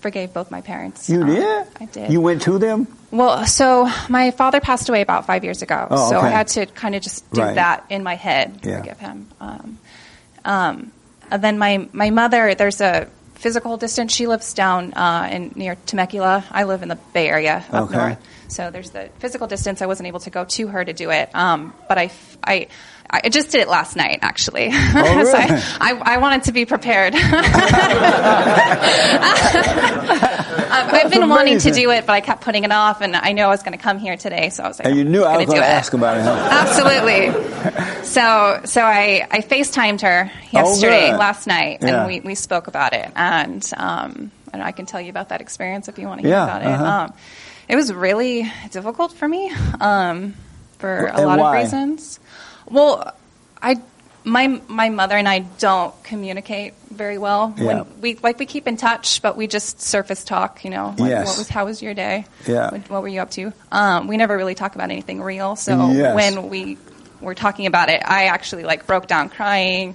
Speaker 17: forgave both my parents.
Speaker 1: You
Speaker 17: Um,
Speaker 1: did?
Speaker 17: I did.
Speaker 1: You went to them?
Speaker 17: well, so my father passed away about five years ago,
Speaker 1: Oh,
Speaker 17: so
Speaker 1: okay.
Speaker 17: I had to kind of just do
Speaker 1: Right.
Speaker 17: that in my head,
Speaker 1: Yeah.
Speaker 17: forgive him. Um, um, and then my my mother, there's a physical distance. She lives down uh, in near Temecula. I live in the Bay Area up
Speaker 1: Okay.
Speaker 17: north. So there's the physical distance. I wasn't able to go to her to do it, um, but I, f- I- I just did it last night
Speaker 1: Oh,
Speaker 17: actually. *laughs* so I, I, I wanted to be prepared. *laughs* Uh, Um, I've been
Speaker 1: That's
Speaker 17: wanting to
Speaker 1: amazing.
Speaker 17: do it, but I kept putting it off, and I knew I was going to come here today, so I was like,
Speaker 1: And you knew I
Speaker 17: I'm
Speaker 1: was
Speaker 17: gonna
Speaker 1: going to
Speaker 17: do it.
Speaker 1: ask about
Speaker 17: *laughs*
Speaker 1: it. Huh?
Speaker 17: Absolutely. So, so I, I FaceTimed her
Speaker 1: Oh,
Speaker 17: yesterday,
Speaker 1: good.
Speaker 17: last night,
Speaker 1: Yeah.
Speaker 17: and we, we spoke about it. And um, I, don't know, I can tell you about that experience if you want to hear
Speaker 1: Yeah,
Speaker 17: about it.
Speaker 1: uh-huh.
Speaker 17: Um, it was really difficult for me um, for
Speaker 1: And
Speaker 17: a lot
Speaker 1: why?
Speaker 17: of reasons. Well, I my my mother and I don't communicate very well.
Speaker 1: Yeah.
Speaker 17: When we like we keep in touch, but we just surface talk. You know, like,
Speaker 1: Yes.
Speaker 17: what was how was your day?
Speaker 1: Yeah.
Speaker 17: What, what were you up to? Um, we never really talk about anything real. So
Speaker 1: Yes.
Speaker 17: when we were talking about it, I actually like broke down crying.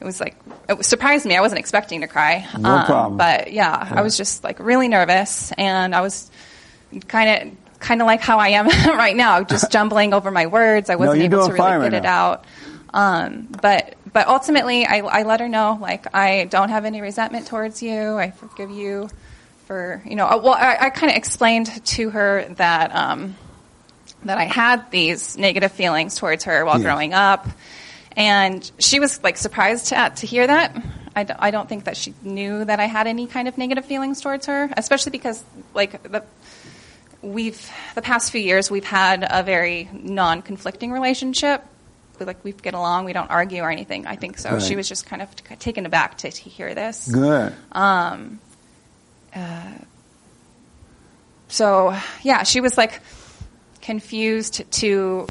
Speaker 17: It was like it surprised me. I wasn't expecting to cry. Um,
Speaker 1: No problem.
Speaker 17: But yeah,
Speaker 1: Yeah.
Speaker 17: I was just like really nervous, and I was kind of kind of like how I am *laughs* right
Speaker 1: *laughs*
Speaker 17: now, just jumbling over my words. I
Speaker 1: No,
Speaker 17: wasn't
Speaker 1: you're
Speaker 17: able
Speaker 1: doing
Speaker 17: to really
Speaker 1: fine
Speaker 17: get
Speaker 1: right
Speaker 17: it
Speaker 1: now.
Speaker 17: out. Um, but but ultimately, I, I let her know like I don't have any resentment towards you. I forgive you for you know. uh, Well, I, I kind of explained to her that um, that I had these negative feelings towards her while
Speaker 1: Yeah.
Speaker 17: growing up, and she was like surprised to, to hear that. I, d- I don't think that she knew that I had any kind of negative feelings towards her, especially because like the we've the past few years we've had a very non-conflicting relationship. We, like we get along, we don't argue or anything. I think so.
Speaker 1: Right.
Speaker 17: She was just kind of t- taken aback to, to hear this.
Speaker 1: Good.
Speaker 17: Um, uh, so yeah, she was like confused to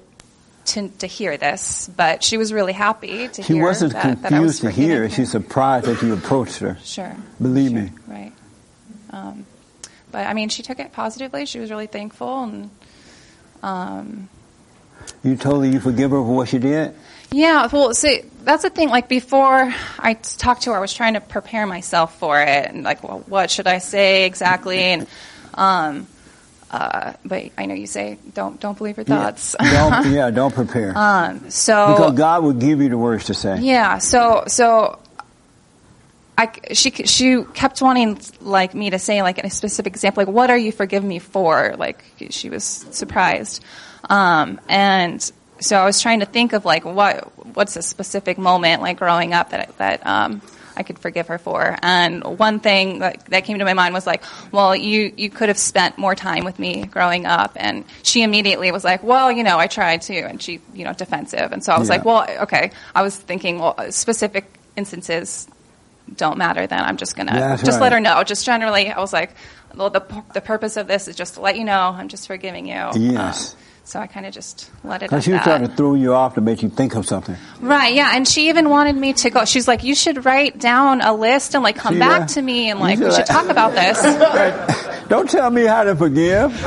Speaker 17: to to hear this, but she was really happy to
Speaker 1: She
Speaker 17: hear
Speaker 1: wasn't
Speaker 17: that,
Speaker 1: confused
Speaker 17: that I was
Speaker 1: to
Speaker 17: forgiving
Speaker 1: hear.
Speaker 17: her.
Speaker 1: it. She's surprised that you approached her.
Speaker 17: Sure.
Speaker 1: Believe me.
Speaker 17: Right. Um, but I mean, she took it positively. She was really thankful, and um,
Speaker 1: You told her you forgive her for what she did?
Speaker 17: yeah. Well, see, that's the thing. Like before, I t- talked to her. I was trying to prepare myself for it, and like, well, what should I say exactly? And um, uh, but I know you say don't don't believe your thoughts. *laughs*
Speaker 1: Don't, yeah, don't prepare.
Speaker 17: um, so
Speaker 1: because God will give you the words to say.
Speaker 17: Yeah. So so. I, c- she c- she kept wanting like me to say like a specific example like what are you forgiving me for like she was surprised um, and so I was trying to think of like what what's a specific moment like growing up that that um, I could forgive her for and one thing that, that came to my mind was like well you you could have spent more time with me growing up and she immediately was like well you know I tried to and she you know defensive and so I was
Speaker 1: Yeah.
Speaker 17: like well okay I was thinking well specific instances don't matter then i'm just gonna
Speaker 1: That's
Speaker 17: just
Speaker 1: right.
Speaker 17: let her know just generally i was like well the, pu- the purpose of this is just to let you know i'm just forgiving you
Speaker 1: Yes.
Speaker 17: Um, so i kind of just let it at
Speaker 1: Because she was
Speaker 17: that.
Speaker 1: trying to throw you off to make you think of something.
Speaker 17: right yeah and she even wanted me to go she's like you should write down a list and like come
Speaker 1: See
Speaker 17: back
Speaker 1: that?
Speaker 17: to me and
Speaker 1: You
Speaker 17: like we
Speaker 1: should
Speaker 17: should
Speaker 1: like-
Speaker 17: talk about this
Speaker 1: *laughs* Don't tell me how to forgive.
Speaker 17: *laughs*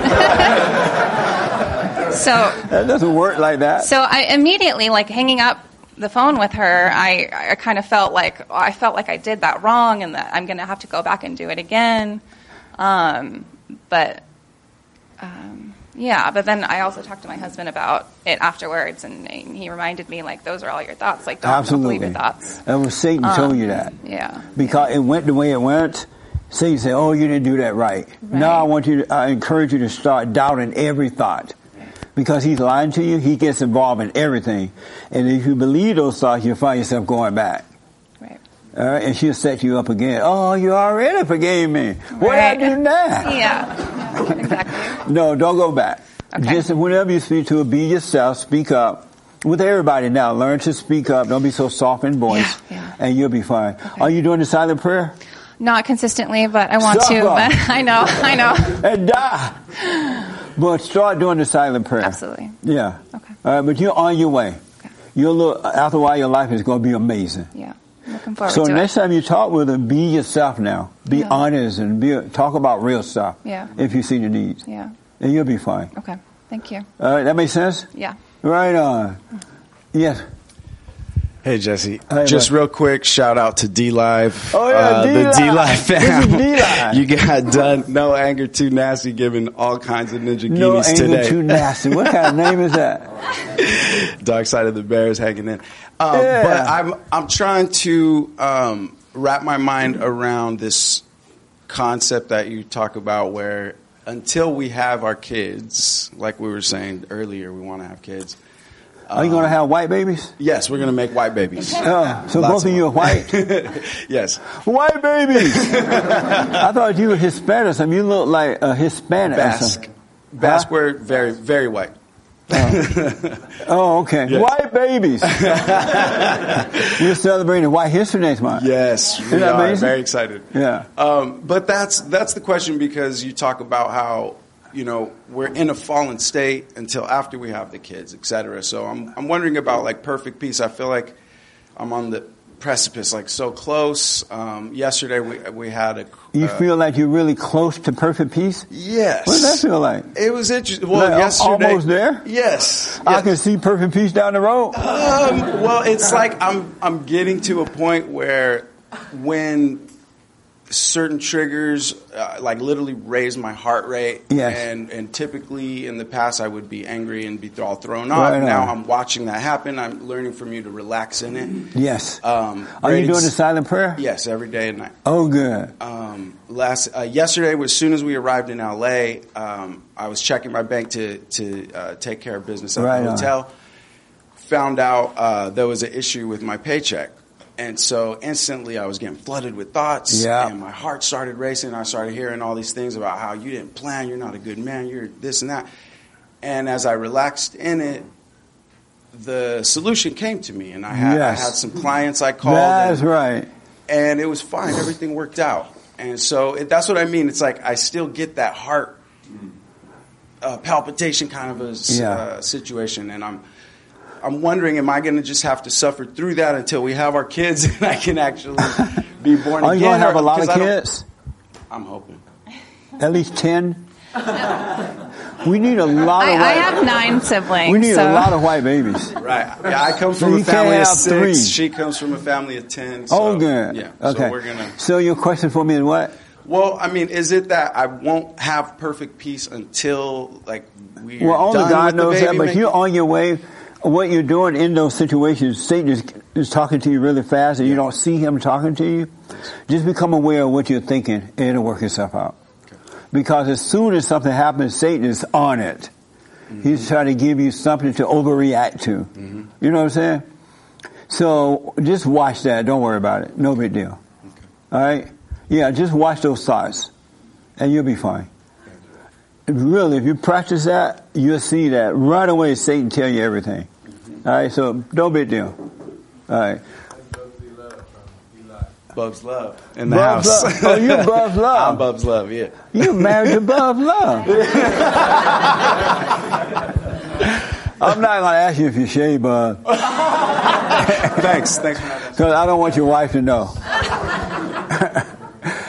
Speaker 17: so
Speaker 1: That doesn't work like that.
Speaker 17: So I immediately, like hanging up the phone with her, I, I kind of felt like I felt like I did that wrong, and that I'm going to have to go back and do it again. Um, but um, yeah, but then I also talked to my husband about it afterwards, and, and he reminded me like those are all your thoughts. Like don't, don't
Speaker 1: Absolutely.
Speaker 17: believe your thouts.
Speaker 1: That was Satan
Speaker 17: Um,
Speaker 1: told you that.
Speaker 17: Yeah.
Speaker 1: Because it went the way it went. Satan said, Oh, you didn't do that right. Now I want you to, I encourage you to start doubting every thought. Because he's lying to you, he gets involved in everything. And if you believe those thoughts, you'll find yourself going back.
Speaker 17: Right.
Speaker 1: All right, and she'll set you up again. Oh, you already forgave me. What did I
Speaker 17: Right.
Speaker 1: do now?
Speaker 17: Yeah.
Speaker 1: No, don't go back. Just whenever you speak to it, be yourself, speak up. With everybody now, learn to speak up. Don't be so soft in voice, and you'll be fine. Are you doing the silent prayer?
Speaker 17: Not consistently, but I want to.
Speaker 1: Suffer.
Speaker 17: But *laughs* I know. I know.
Speaker 1: And die. Eh, But start doing the silent prayer.
Speaker 17: Absolutely.
Speaker 1: Yeah. Okay. All right, but you're on your way. You'll look, after a while, your life is going to be amazing.
Speaker 17: Yeah. Looking forward
Speaker 1: so
Speaker 17: to
Speaker 1: next time you talk with them, be yourself now. Be
Speaker 17: Yeah.
Speaker 1: honest and be, talk about real stuff.
Speaker 17: Yeah.
Speaker 1: If you see the need.
Speaker 17: it. Yeah.
Speaker 1: And you'll be fine.
Speaker 17: Okay. Thank you.
Speaker 1: All right, that makes sense?
Speaker 17: Yeah.
Speaker 1: Right on. Yes.
Speaker 19: Hey Jesse,
Speaker 1: Hey,
Speaker 19: just
Speaker 1: bud.
Speaker 19: real quick, shout out to D Live,
Speaker 1: Oh, yeah,
Speaker 19: the
Speaker 1: D-Live.
Speaker 19: D Live
Speaker 1: This is
Speaker 19: fam. *laughs*
Speaker 1: D-Live.
Speaker 19: you got done. No anger, too nasty, giving all kinds of ninja
Speaker 1: No
Speaker 19: guineas
Speaker 1: anger,
Speaker 19: today.
Speaker 1: too nasty. What kind of name is
Speaker 19: *laughs*
Speaker 1: that?
Speaker 19: Dark side of the Bears hanging in. Um,
Speaker 1: Yeah.
Speaker 19: But I'm I'm trying to um, wrap my mind around this concept that you talk about where until we have our kids, like we were saying earlier, we want to have kids. um,
Speaker 1: Are you going to have white
Speaker 19: *laughs*
Speaker 1: babies?
Speaker 19: Yes, we're going to make white babies.
Speaker 1: *laughs* Oh, so both of you are white?
Speaker 19: *laughs* yes.
Speaker 1: White
Speaker 19: *laughs*
Speaker 1: babies! I thought you were Hispanic or something. You look like a Hispanic. or
Speaker 19: Basque.
Speaker 1: something.
Speaker 19: Basque, we're very, very white.
Speaker 1: Oh, okay.
Speaker 19: Yeah.
Speaker 1: White
Speaker 19: *laughs*
Speaker 1: babies! You're celebrating White History next month.
Speaker 19: Yes,
Speaker 1: Isn't
Speaker 19: we
Speaker 1: that
Speaker 19: are
Speaker 1: amazing?
Speaker 19: very excited.
Speaker 1: Yeah.
Speaker 19: Um, but that's that's the question because you talk about how you know we're in a fallen state until after we have the kids, et cetera. So I'm I'm wondering about like perfect peace. I feel like I'm on the precipice, like so close. Um, yesterday we we had a
Speaker 1: You
Speaker 19: uh,
Speaker 1: feel like you're really close to perfect peace?
Speaker 19: Yes.
Speaker 1: What does that feel like?
Speaker 19: It was interesting. Well,
Speaker 1: Like, al-
Speaker 19: yesterday,
Speaker 1: almost there?
Speaker 19: Yes.
Speaker 1: I can see perfect peace down the road.
Speaker 19: Um, well, it's like I'm I'm getting to a point where when certain triggers uh, like literally raise my heart rate
Speaker 1: Yes.
Speaker 19: and and typically in the past I would be angry and be th- all thrown off
Speaker 1: Right on.
Speaker 19: now I'm watching that happen I'm learning from you to relax in it
Speaker 1: Yes.
Speaker 19: um,
Speaker 1: Are you
Speaker 19: Brady's-
Speaker 1: doing the silent prayer?
Speaker 19: yes every day and night
Speaker 1: Oh, good.
Speaker 19: um, last uh, yesterday, as soon as we arrived in LA, um, I was checking my bank to to uh, take care of business at
Speaker 1: Right
Speaker 19: the
Speaker 1: on.
Speaker 19: hotel. Found out uh, there was an issue with my paycheck, and so instantly I was getting flooded with thoughts.
Speaker 1: Yeah.
Speaker 19: and my heart started racing. I started hearing all these things about how you didn't plan, you're not a good man, you're this and that. And as I relaxed in it, the solution came to me, and I had,
Speaker 1: Yes.
Speaker 19: I had some clients I called. and-
Speaker 1: That's right.
Speaker 19: and it was fine. Everything worked out. And so it, that's what I mean. It's like I still get that heart uh, palpitation kind of a s-
Speaker 1: Yeah.
Speaker 19: uh, situation, and I'm I'm wondering, am I going to just have to suffer through that until we have our kids *laughs* and I can actually be
Speaker 1: *laughs*
Speaker 19: born
Speaker 1: Are Oh, you
Speaker 19: again?
Speaker 1: going to have
Speaker 19: or-
Speaker 1: a lot of
Speaker 19: 'cause I don't-
Speaker 1: kids?
Speaker 19: I'm hoping.
Speaker 1: At least
Speaker 17: *laughs*
Speaker 1: 10? we need a lot
Speaker 17: I,
Speaker 1: of
Speaker 17: I
Speaker 1: white
Speaker 17: have nine siblings.
Speaker 1: We need
Speaker 17: so.
Speaker 1: a lot of white babies.
Speaker 19: *laughs* Right. Yeah, I come
Speaker 1: So
Speaker 19: from
Speaker 1: you
Speaker 19: a
Speaker 1: can't
Speaker 19: family of
Speaker 1: have
Speaker 19: six.
Speaker 1: three.
Speaker 19: She comes from a family of ten. So,
Speaker 1: oh, good.
Speaker 19: Yeah.
Speaker 1: Okay.
Speaker 19: So we're gonna.
Speaker 1: So your question for me is what?
Speaker 19: Well, I mean, is it that I won't have perfect peace until like we?
Speaker 1: well,
Speaker 19: done
Speaker 1: only God
Speaker 19: with the
Speaker 1: knows that,
Speaker 19: baby
Speaker 1: but
Speaker 19: making?
Speaker 1: you're on your way. What you're doing in those situations, Satan is, is talking to you really fast and you don't see him talking to you. Just become aware of what you're thinking and it'll work itself out. Because as soon as something happens, Satan is on it. He's trying to give you something to overreact to. You know what I'm saying? So just watch that. Don't worry about it. No big deal. All right? Yeah, just watch those thoughts and you'll be fine. Really, if you practice that, you'll see that right away. Satan tell you everything. All right, so no big deal. All right,
Speaker 19: Bub's love in the
Speaker 1: Bub's
Speaker 19: house.
Speaker 1: Love. Oh, you
Speaker 19: *laughs*
Speaker 1: Bub's love.
Speaker 19: I'm Bub's love. Yeah.
Speaker 1: you married above love. *laughs* I'm not gonna ask you if you shave, *laughs* bub.
Speaker 19: thanks, thanks.
Speaker 1: Because I don't want your wife to know.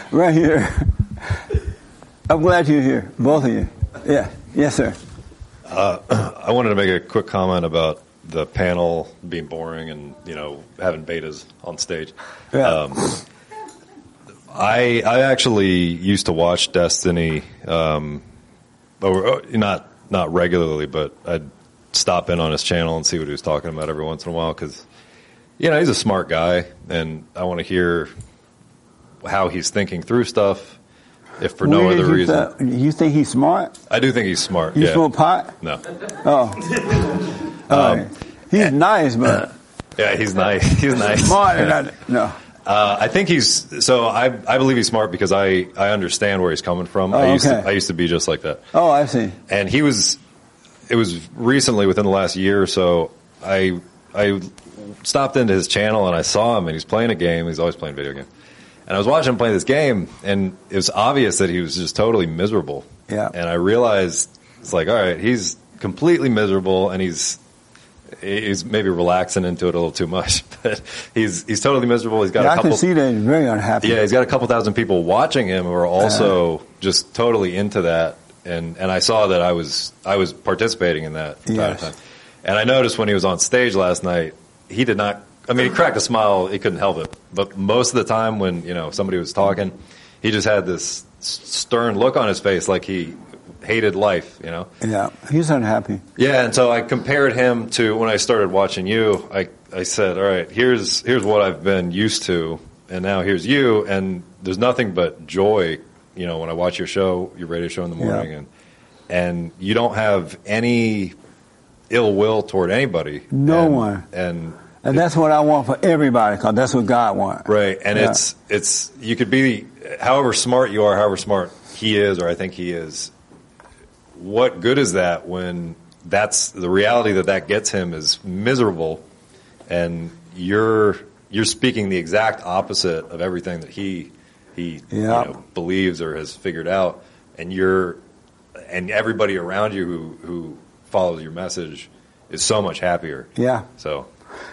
Speaker 1: *laughs* right here. I'm glad you're here, both of you. Yeah, yes, sir.
Speaker 7: Uh, *clears throat* I wanted to make a quick comment about the panel being boring and you know having betas on stage. Um,
Speaker 1: Yeah.
Speaker 7: I I actually used to watch Destiny, um, over, not not regularly, but I'd stop in on his channel and see what he was talking about every once in a while because you know he's a smart guy and I want to hear how he's thinking through stuff. If for no
Speaker 1: Where did
Speaker 7: other
Speaker 1: you
Speaker 7: reason,
Speaker 1: thought- you think he's smart?
Speaker 7: I do think he's smart.
Speaker 1: You
Speaker 7: yeah.
Speaker 1: smoke pot?
Speaker 7: No.
Speaker 1: Oh.
Speaker 7: Um,
Speaker 1: All right. He's nice, but
Speaker 7: Yeah, he's nice. He's nice.
Speaker 1: Smart,
Speaker 7: Yeah.
Speaker 1: not- no.
Speaker 7: Uh, I think he's so. I I believe he's smart because I I understand where he's coming from.
Speaker 1: Oh,
Speaker 7: I used
Speaker 1: okay.
Speaker 7: to I used to be just like that.
Speaker 1: Oh, I see.
Speaker 7: And he was. It was recently within the last year or so. I I stopped into his channel and I saw him and he's playing a game. He's always playing video games. And I was watching him play this game and it was obvious that he was just totally miserable.
Speaker 1: Yeah.
Speaker 7: And I realized it's like, all right, he's completely miserable and he's he's maybe relaxing into it a little too much. *laughs* But he's he's totally miserable. He's got
Speaker 1: Yeah,
Speaker 7: a
Speaker 1: I
Speaker 7: couple
Speaker 1: can see that he's very unhappy.
Speaker 7: yeah, he's got a couple thousand people watching him who are also just totally into that. And and I saw that I was I was participating in that from time to
Speaker 1: Yes.
Speaker 7: time. And I noticed when he was on stage last night, he did not. I mean, he cracked a smile. He couldn't help it. But most of the time, when you know somebody was talking, he just had this s- stern look on his face, like he hated life. You know.
Speaker 1: Yeah, he's unhappy.
Speaker 7: Yeah, and so I compared him to when I started watching you. I I said, all right, here's here's what I've been used to and now here's you, and there's nothing but joy. You know, when I watch your show, your radio show in the morning, and and you don't have any ill will toward anybody,
Speaker 1: No one.
Speaker 7: and
Speaker 1: And that's what I want for everybody, because that's what God wants.
Speaker 7: Right, and
Speaker 1: Yeah.
Speaker 7: it's it's you could be however smart you are, however smart he is, or I think he is. What good is that when that's the reality that that gets him is miserable, and you're you're speaking the exact opposite of everything that he he you
Speaker 1: Yeah.
Speaker 7: know, believes or has figured out, and you're and everybody around you who who follows your message is so much happier.
Speaker 1: Yeah.
Speaker 7: So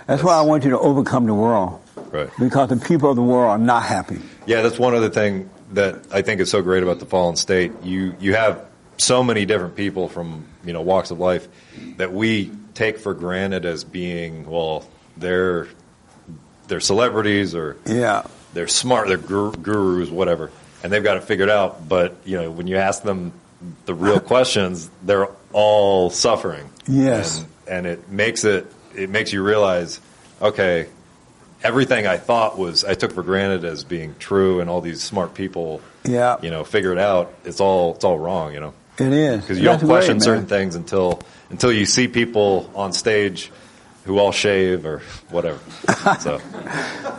Speaker 1: That's why I want you to overcome the world.
Speaker 7: Right.
Speaker 1: Because the people of the world are not happy.
Speaker 7: Yeah, that's one other thing that I think is so great about the fallen state. You you have so many different people from you know walks of life that we take for granted as being well they're they're celebrities or
Speaker 1: yeah
Speaker 7: they're smart they're gur- gurus whatever and they've got it figured out. But you know when you ask them the real questions, they're all suffering
Speaker 1: Yes.
Speaker 7: and it makes it it makes you realize, okay, everything I thought was I took for granted as being true, and all these smart people,
Speaker 1: Yeah.
Speaker 7: you know, figure it out. It's all it's all wrong, you know,
Speaker 1: It is.
Speaker 7: because you
Speaker 1: That's
Speaker 7: don't question
Speaker 1: great, man.
Speaker 7: certain things until until you see people on stage who all shave or whatever.
Speaker 1: *laughs*
Speaker 7: so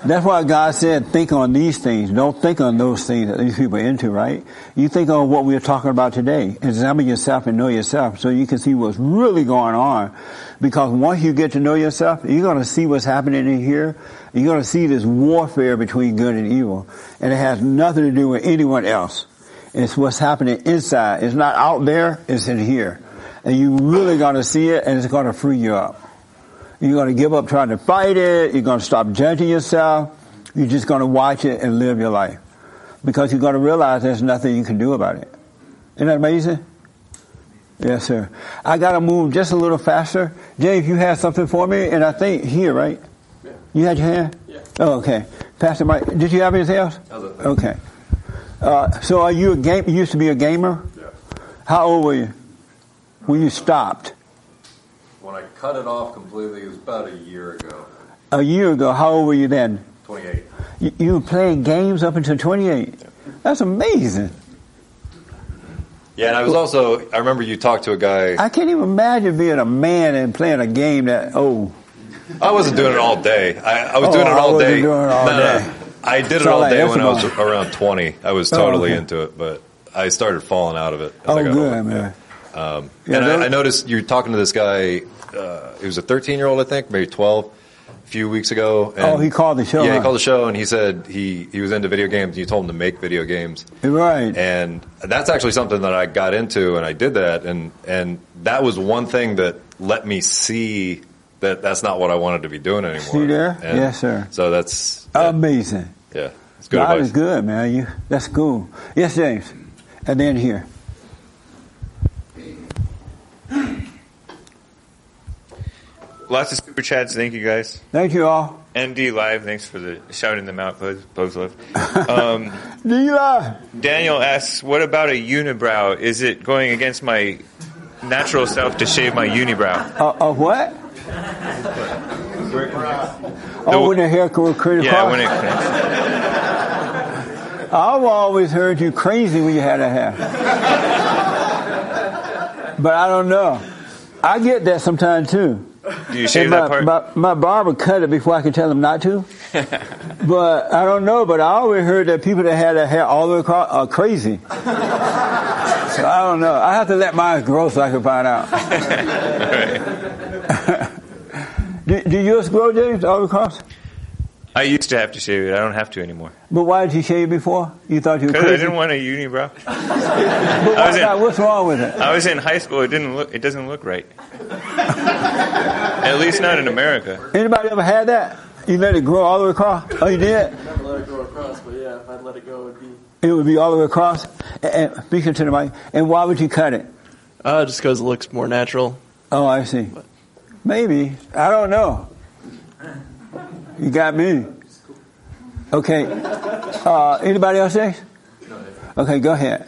Speaker 1: That's why God said, think on these things. Don't think on those things that these people are into, right? You think on what we're talking about today. Examine yourself and know yourself so you can see what's really going on. Because once you get to know yourself, you're going to see what's happening in here. You're going to see this warfare between good and evil. And it has nothing to do with anyone else. It's what's happening inside. It's not out there, it's in here. And you really going to see it and it's going to free you up. You're going to give up trying to fight it. You're going to stop judging yourself. You're just going to watch it and live your life because you're going to realize there's nothing you can do about it. Isn't that amazing? Yes, sir. I got to move just a little faster. James, you had something for me, and I think here, right? You had your hand? Yeah. Oh, okay. Pastor Mike, did you have anything else? Okay. Uh, so are you a game? You used to be a gamer? Yeah. How old were you when you stopped?
Speaker 7: when I cut it off completely, it was about a year ago,
Speaker 1: A year ago, how old were you then?
Speaker 7: twenty eight.
Speaker 1: You, you were playing games up until 28. That's amazing.
Speaker 7: Yeah, and I was also I remember you talked to a guy.
Speaker 1: I can't even imagine being a man and playing a game that, oh,
Speaker 7: I wasn't doing it all day. I, I was
Speaker 1: Oh,
Speaker 7: doing it
Speaker 1: I
Speaker 7: all
Speaker 1: wasn't
Speaker 7: day.
Speaker 1: doing it all
Speaker 7: No, no,
Speaker 1: day.
Speaker 7: I did it
Speaker 1: So,
Speaker 7: all
Speaker 1: like,
Speaker 7: day
Speaker 1: that's
Speaker 7: when I was
Speaker 1: about-
Speaker 7: around 20. I was
Speaker 1: Oh,
Speaker 7: totally
Speaker 1: okay.
Speaker 7: into it, but I started falling out of it. As
Speaker 1: oh,
Speaker 7: I got
Speaker 1: good,
Speaker 7: older.
Speaker 1: man.
Speaker 7: Um,
Speaker 1: Yeah,
Speaker 7: and
Speaker 1: those-
Speaker 7: I, I noticed you were talking to this guy. Uh, he was a 13 year old, I think, maybe 12, a few weeks ago. And
Speaker 1: Oh, he called the show,
Speaker 7: Yeah, he
Speaker 1: huh?
Speaker 7: called the show, and he said he, he was into video games. And you told him to make video games,
Speaker 1: right?
Speaker 7: And that's actually something that I got into, and I did that, and and that was one thing that let me see that that's not what I wanted to be doing anymore.
Speaker 1: See there?
Speaker 7: And
Speaker 1: yes, sir. Oh.
Speaker 7: So that's
Speaker 1: Amazing.
Speaker 7: yeah, it's good
Speaker 1: God
Speaker 7: advice.
Speaker 1: is good, man. You, that's cool. Yes, James. And then here.
Speaker 20: Lots of super chats. Thank you guys.
Speaker 1: Thank you all.
Speaker 20: MD Live, thanks for the shout in the mouth, Buzz, Buzz Love. Um, *laughs*
Speaker 1: Leela.
Speaker 20: Daniel asks, what about a unibrow? Is it going against my natural self to shave my unibrow? *laughs*
Speaker 1: Uh, uh, what? Oh, when the hair goes crazy.
Speaker 20: Yeah, when it,
Speaker 1: I've always heard you crazy when you had a hair. but I don't know. I get that sometimes too.
Speaker 20: Do you shave
Speaker 1: And my,
Speaker 20: that part?
Speaker 1: My, my barber cut it before I could tell him not to. but I don't know. But I always heard that people that had a hair all the way across are crazy. so I don't know. I have to let mine grow so I can find out. do, do yours grow, James, all across?
Speaker 20: I used to have to shave it. I don't have to anymore.
Speaker 1: But why did you shave before? You thought you were
Speaker 20: Because I
Speaker 1: crazy.
Speaker 20: didn't want a unibrow.
Speaker 1: *laughs* But why
Speaker 20: I was in-
Speaker 1: not? What's wrong with it?
Speaker 20: I was in high school. It didn't look. It doesn't look
Speaker 1: *laughs*
Speaker 20: right. At least not in America.
Speaker 1: Anybody ever had that? You let it grow all the way across? Oh, you did?
Speaker 21: Never let it go across, but yeah, if I'd let it go, it'd be.
Speaker 1: It would be all the way across? And, and speaking to the mic, and why would you cut it?
Speaker 21: Uh, just because it looks more natural.
Speaker 1: Oh, I see. Maybe. I don't know. You got me. Okay. Uh, anybody else there? Okay, go ahead.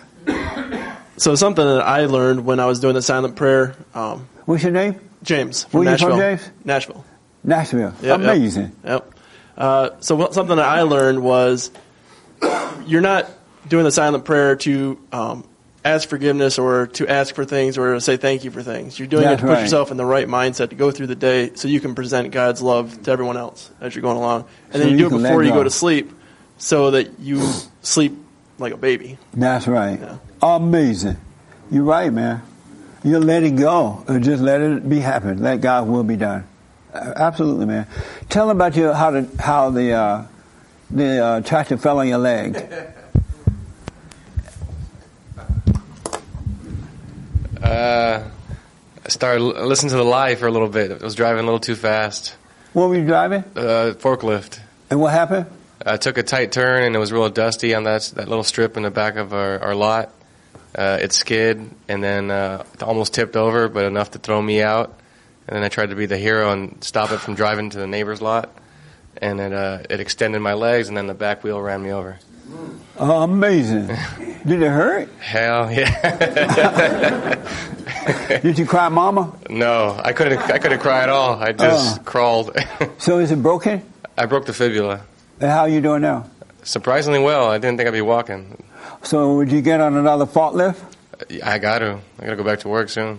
Speaker 21: So something that I learned when I was doing the silent prayer. Um,
Speaker 1: What's your name?
Speaker 21: James.
Speaker 1: Where you from,
Speaker 21: Nashville.
Speaker 1: James?
Speaker 21: Nashville.
Speaker 1: Nashville.
Speaker 21: Yep, yep.
Speaker 1: Amazing.
Speaker 21: Yep. Uh, so what, something that I learned was *coughs* you're not doing the silent prayer to um, ask forgiveness or to ask for things or to say thank you for things. You're doing
Speaker 1: That's
Speaker 21: it to put
Speaker 1: right.
Speaker 21: yourself in the right mindset to go through the day so you can present God's love to everyone else as you're going along. And
Speaker 1: So
Speaker 21: then you
Speaker 1: you
Speaker 21: do it
Speaker 1: can let
Speaker 21: before you
Speaker 1: go.
Speaker 21: go to sleep so that you sleep like a baby.
Speaker 1: That's right. Amazing. You're right, man. You let it go. Or just let it be happen. Let God will be done. A- Absolutely, man. Tell them about your, how the how the uh, the uh, tractor fell on your leg.
Speaker 3: Uh, I started l- listening to the lie for a little bit. I was driving a little too fast.
Speaker 1: What were you driving?
Speaker 3: Uh, forklift.
Speaker 1: And what happened?
Speaker 3: I took a tight turn and it was real dusty on that that little strip in the back of our, our lot. Uh, it skid and then uh, it almost tipped over, but enough to throw me out. And then I tried to be the hero and stop it from driving to the neighbor's lot. And it uh, it extended my legs, and then the back wheel ran me over.
Speaker 1: Oh, amazing. Did it hurt?
Speaker 3: Hell yeah! *laughs*
Speaker 1: Did you cry, Mama?
Speaker 3: no, I couldn't. I couldn't cry at all. I just
Speaker 1: Oh.
Speaker 3: crawled. *laughs*
Speaker 1: So is it broken?
Speaker 3: I broke the fibula.
Speaker 1: And how are you doing now?
Speaker 3: Surprisingly well. I didn't think I'd be walking.
Speaker 1: So would you get on another forklift?
Speaker 3: I got to. I got to go back to work soon.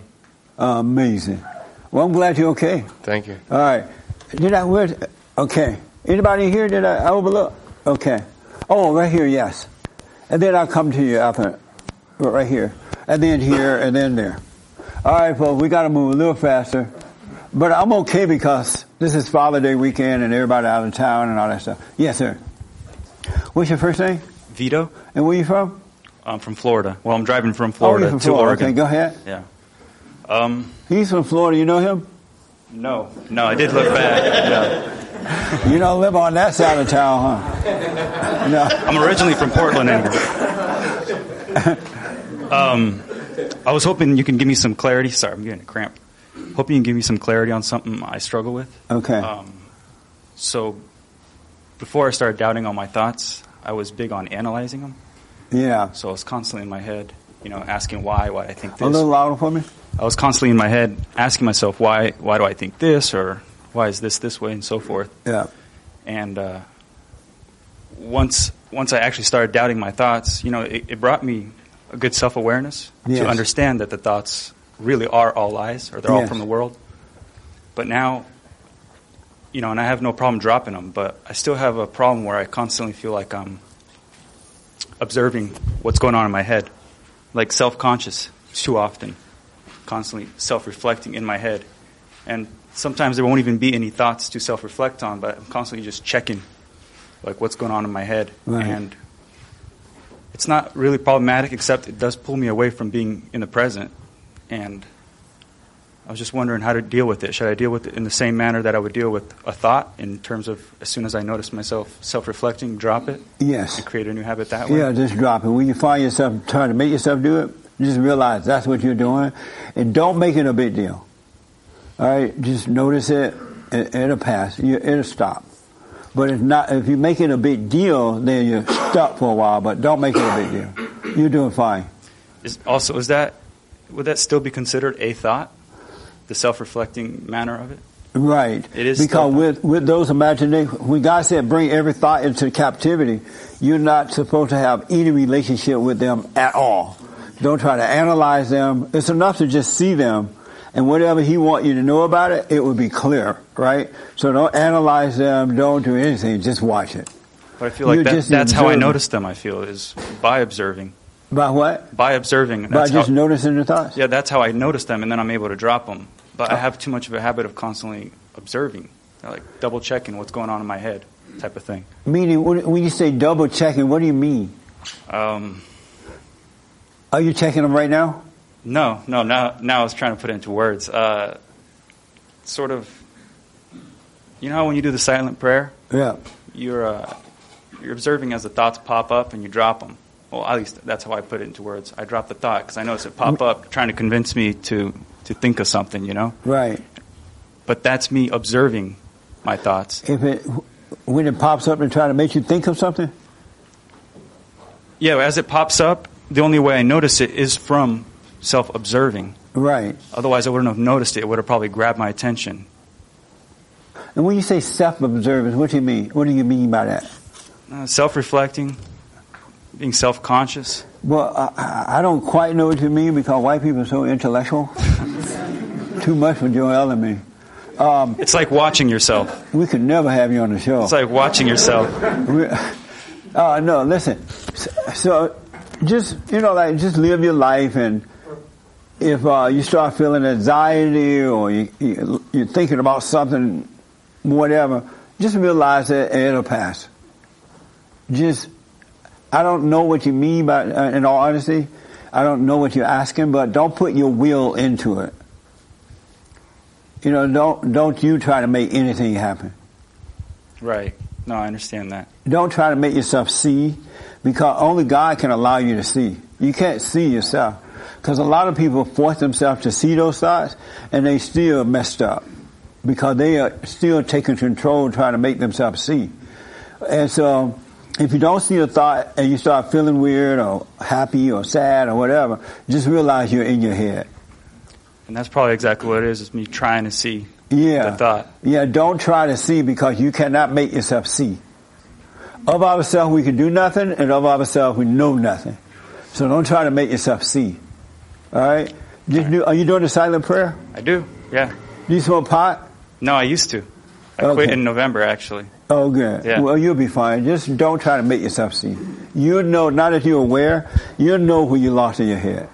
Speaker 1: Amazing. Well, I'm glad you're okay.
Speaker 3: Thank you.
Speaker 1: All right. Did I where? Okay. Anybody here? Did I overlook? Okay. Oh, right here. Yes. And then I'll come to you after. Right here. And then here. And then there. All right, folks. We got to move a little faster. But I'm okay because this is Father Day weekend and everybody out of town and all that stuff. Yes, sir. What's your first name?
Speaker 22: Vito.
Speaker 1: And where you from? Oh,
Speaker 22: I'm from Florida. Well, I'm driving from Florida
Speaker 1: from
Speaker 22: to
Speaker 1: Florida.
Speaker 22: Oregon.
Speaker 1: Okay, go ahead.
Speaker 22: Yeah. Um,
Speaker 1: He's from Florida. You know him?
Speaker 22: no, no, I did look back. No.
Speaker 1: *laughs* You don't live on that side of town, huh?
Speaker 22: *laughs*
Speaker 1: No.
Speaker 22: I'm originally from
Speaker 1: *laughs*
Speaker 22: Portland, anyway. Um, I was hoping you can give me some clarity. Sorry, I'm getting a cramp. Hoping you can give me some clarity on something I struggle with.
Speaker 1: Okay.
Speaker 22: Um, so, before I started doubting all my thoughts, I was big on analyzing them.
Speaker 1: Yeah.
Speaker 22: So I was constantly in my head, you know, asking why, why I think this.
Speaker 1: A little louder for me.
Speaker 22: I was constantly in my head asking myself why why do I think this or why is this this way and so forth.
Speaker 1: Yeah.
Speaker 22: And uh, once once I actually started doubting my thoughts, you know, it, it brought me a good self awareness
Speaker 1: Yes.
Speaker 22: to understand that the thoughts really are all lies or they're all
Speaker 1: Yes.
Speaker 22: from the world. But now, you know, and I have no problem dropping them, but I still have a problem where I constantly feel like I'm observing what's going on in my head, like self conscious too often, constantly self reflecting in my head. And sometimes there won't even be any thoughts to self reflect on, but I'm constantly just checking, like, what's going on in my head.
Speaker 1: Right.
Speaker 22: And it's not really problematic, except it does pull me away from being in the present. And I was just wondering how to deal with it. Should I deal with it in the same manner that I would deal with a thought, in terms of as soon as I notice myself self reflecting, drop it?
Speaker 1: Yes.
Speaker 22: And create a new habit that way?
Speaker 1: Yeah, just drop it. When you find yourself trying to make yourself do it, just realize that's what you're doing, and don't make it a big deal. All right, just notice it. it it'll pass. You, it'll stop. But if not, if you make it a big deal, then you're stuck for a while. But don't make it a big deal. You're doing fine.
Speaker 22: Is, also, is that would that still be considered a thought? The self-reflecting manner of it.
Speaker 1: Right.
Speaker 22: It is
Speaker 1: because with with those imaginations, when God said, "Bring every thought into captivity," you're not supposed to have any relationship with them at all. Don't try to analyze them. It's enough to just see them, and whatever He wants you to know about it, it will be clear. Right. So don't analyze them. Don't do anything. Just watch it.
Speaker 22: But I feel like
Speaker 1: You're
Speaker 22: that,
Speaker 1: just
Speaker 22: that's how I
Speaker 1: observing.
Speaker 22: notice them. I feel is by observing,
Speaker 1: By what?
Speaker 22: by observing.
Speaker 1: By
Speaker 22: That's
Speaker 1: just
Speaker 22: how,
Speaker 1: noticing the thoughts.
Speaker 22: yeah, that's how I notice them, and then I'm able to drop them. But I have too much of a habit of constantly observing, like double checking what's going on in my head, type of thing.
Speaker 1: Meaning, when when you say double checking, what do you mean?
Speaker 22: Um,
Speaker 1: Are you checking them right now?
Speaker 22: no, no, now now I was trying to put it into words. Uh, sort of. You know how when you do the silent prayer,
Speaker 1: Yeah.
Speaker 22: you're uh, you're observing as the thoughts pop up and you drop them. Well, at least that's how I put it into words. I drop the thought because I notice it pop up, trying to convince me to to think of something, you know.
Speaker 1: Right.
Speaker 22: But that's me observing my thoughts.
Speaker 1: If it when it pops up and try to make you think of something.
Speaker 22: Yeah, as it pops up, the only way I notice it is from self-observing.
Speaker 1: Right.
Speaker 22: Otherwise, I wouldn't have noticed it. It would have probably grabbed my attention.
Speaker 1: And when you say self-observance, what do you mean? What do you mean by that?
Speaker 22: Uh, self-reflecting, being self-conscious.
Speaker 1: Well, I- I, I don't quite know what you mean because white people are so intellectual. *laughs* Too much for Joel and me. Um,
Speaker 22: It's like watching yourself.
Speaker 1: we could never have you on the show.
Speaker 22: It's like watching yourself.
Speaker 1: We- *laughs* Uh, no, listen. So, so just, you know, like, just live your life and if uh, you start feeling anxiety or you, you, you're thinking about something, whatever, just realize that it'll pass. Just, I don't know what you mean by, uh, in all honesty, I don't know what you're asking, but don't put your will into it. You know, don't, don't you try to make anything happen.
Speaker 22: Right. No, I understand that.
Speaker 1: Don't try to make yourself see because only God can allow you to see. You can't see yourself because a lot of people force themselves to see those thoughts and they still messed up because they are still taking control trying to make themselves see. And so if you don't see a thought and you start feeling weird or happy or sad or whatever, just realize you're in your head.
Speaker 22: And that's probably exactly what it is. It's me trying to see
Speaker 1: Yeah.
Speaker 22: the thought.
Speaker 1: Yeah, don't try to see because you cannot make yourself see. Of ourselves, we can do nothing, and of ourselves, we know nothing. So don't try to make yourself see. All right? Just do, are you doing the silent prayer?
Speaker 22: I do. Yeah.
Speaker 1: Do you smoke pot?
Speaker 22: No, I used to. I quit
Speaker 1: Okay.
Speaker 22: in November, actually.
Speaker 1: Oh, good.
Speaker 22: Yeah.
Speaker 1: Well, you'll be fine. Just don't try to make yourself see. You know, now that you're aware, you know who you lost in your head.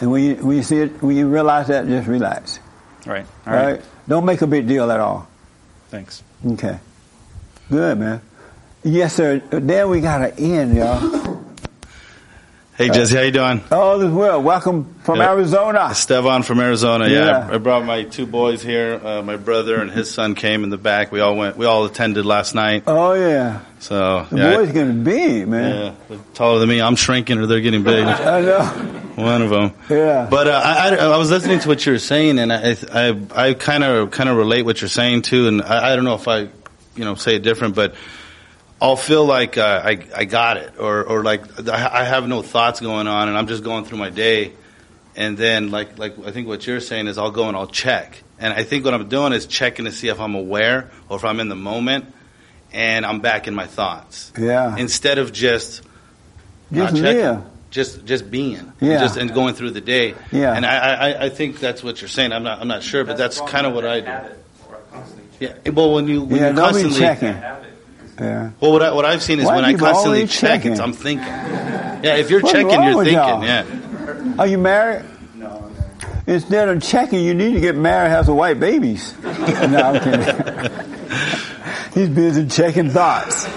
Speaker 1: And when you, when you see it, when you realize that, just relax.
Speaker 22: Right.
Speaker 1: All right. Don't make a big deal at all.
Speaker 22: Thanks.
Speaker 1: Okay. Good, man. Yes, sir. Then we got to end, y'all.
Speaker 6: Hey Jesse, how you doing?
Speaker 1: All is well. Welcome from
Speaker 6: Yeah.
Speaker 1: Arizona.
Speaker 6: Esteban from Arizona. Yeah,
Speaker 1: Ah. Yeah.
Speaker 6: I, I brought my two boys here. Uh, my brother and his son came in the back. We all went. We all attended last night.
Speaker 1: Oh, yeah.
Speaker 6: So
Speaker 1: The
Speaker 6: yeah,
Speaker 1: boy's going to be, man.
Speaker 6: yeah, they're taller than me. I'm shrinking, or they're getting
Speaker 1: *laughs*
Speaker 6: big.
Speaker 1: I know.
Speaker 6: One of them.
Speaker 1: Yeah.
Speaker 6: But uh, I, I, I was listening to what you were saying, and I, I, I kind of, kind of relate what you're saying too. And I, I don't know if I, you know, say it different, but I'll feel like uh, I, I got it, or, or like I I have no thoughts going on, and I'm just going through my day. And then, like, like I think what you're saying is, I'll go and I'll check. And I think what I'm doing is checking to see if I'm aware or if I'm in the moment, and I'm back in my thoughts
Speaker 19: Uh-huh.
Speaker 1: Yeah.
Speaker 6: instead of just
Speaker 1: Just
Speaker 6: not checking,
Speaker 1: live.
Speaker 6: just just being,
Speaker 1: Yeah.
Speaker 6: just and going through the day.
Speaker 1: Yeah.
Speaker 6: and I, I- I I think that's what you're saying. I'm not I'm not sure, but that's, kind of what I do. Yeah, well, when you when
Speaker 1: Yeah,
Speaker 6: you
Speaker 1: don't be
Speaker 6: constantly
Speaker 1: checking. Yeah.
Speaker 6: Well, what, I, what I've seen is
Speaker 1: Why
Speaker 6: when I
Speaker 1: people
Speaker 6: constantly
Speaker 1: always
Speaker 6: check,
Speaker 1: checking?
Speaker 6: it's I'm thinking. Yeah, if you're
Speaker 1: What's
Speaker 6: checking,
Speaker 1: wrong
Speaker 6: you're
Speaker 1: with
Speaker 6: thinking.
Speaker 1: y'all?
Speaker 6: Yeah,
Speaker 1: Are you married? No. Instead of checking, you need to get married and have some white
Speaker 6: *laughs*
Speaker 1: babies. no, I'm kidding. He's busy checking thoughts. *laughs*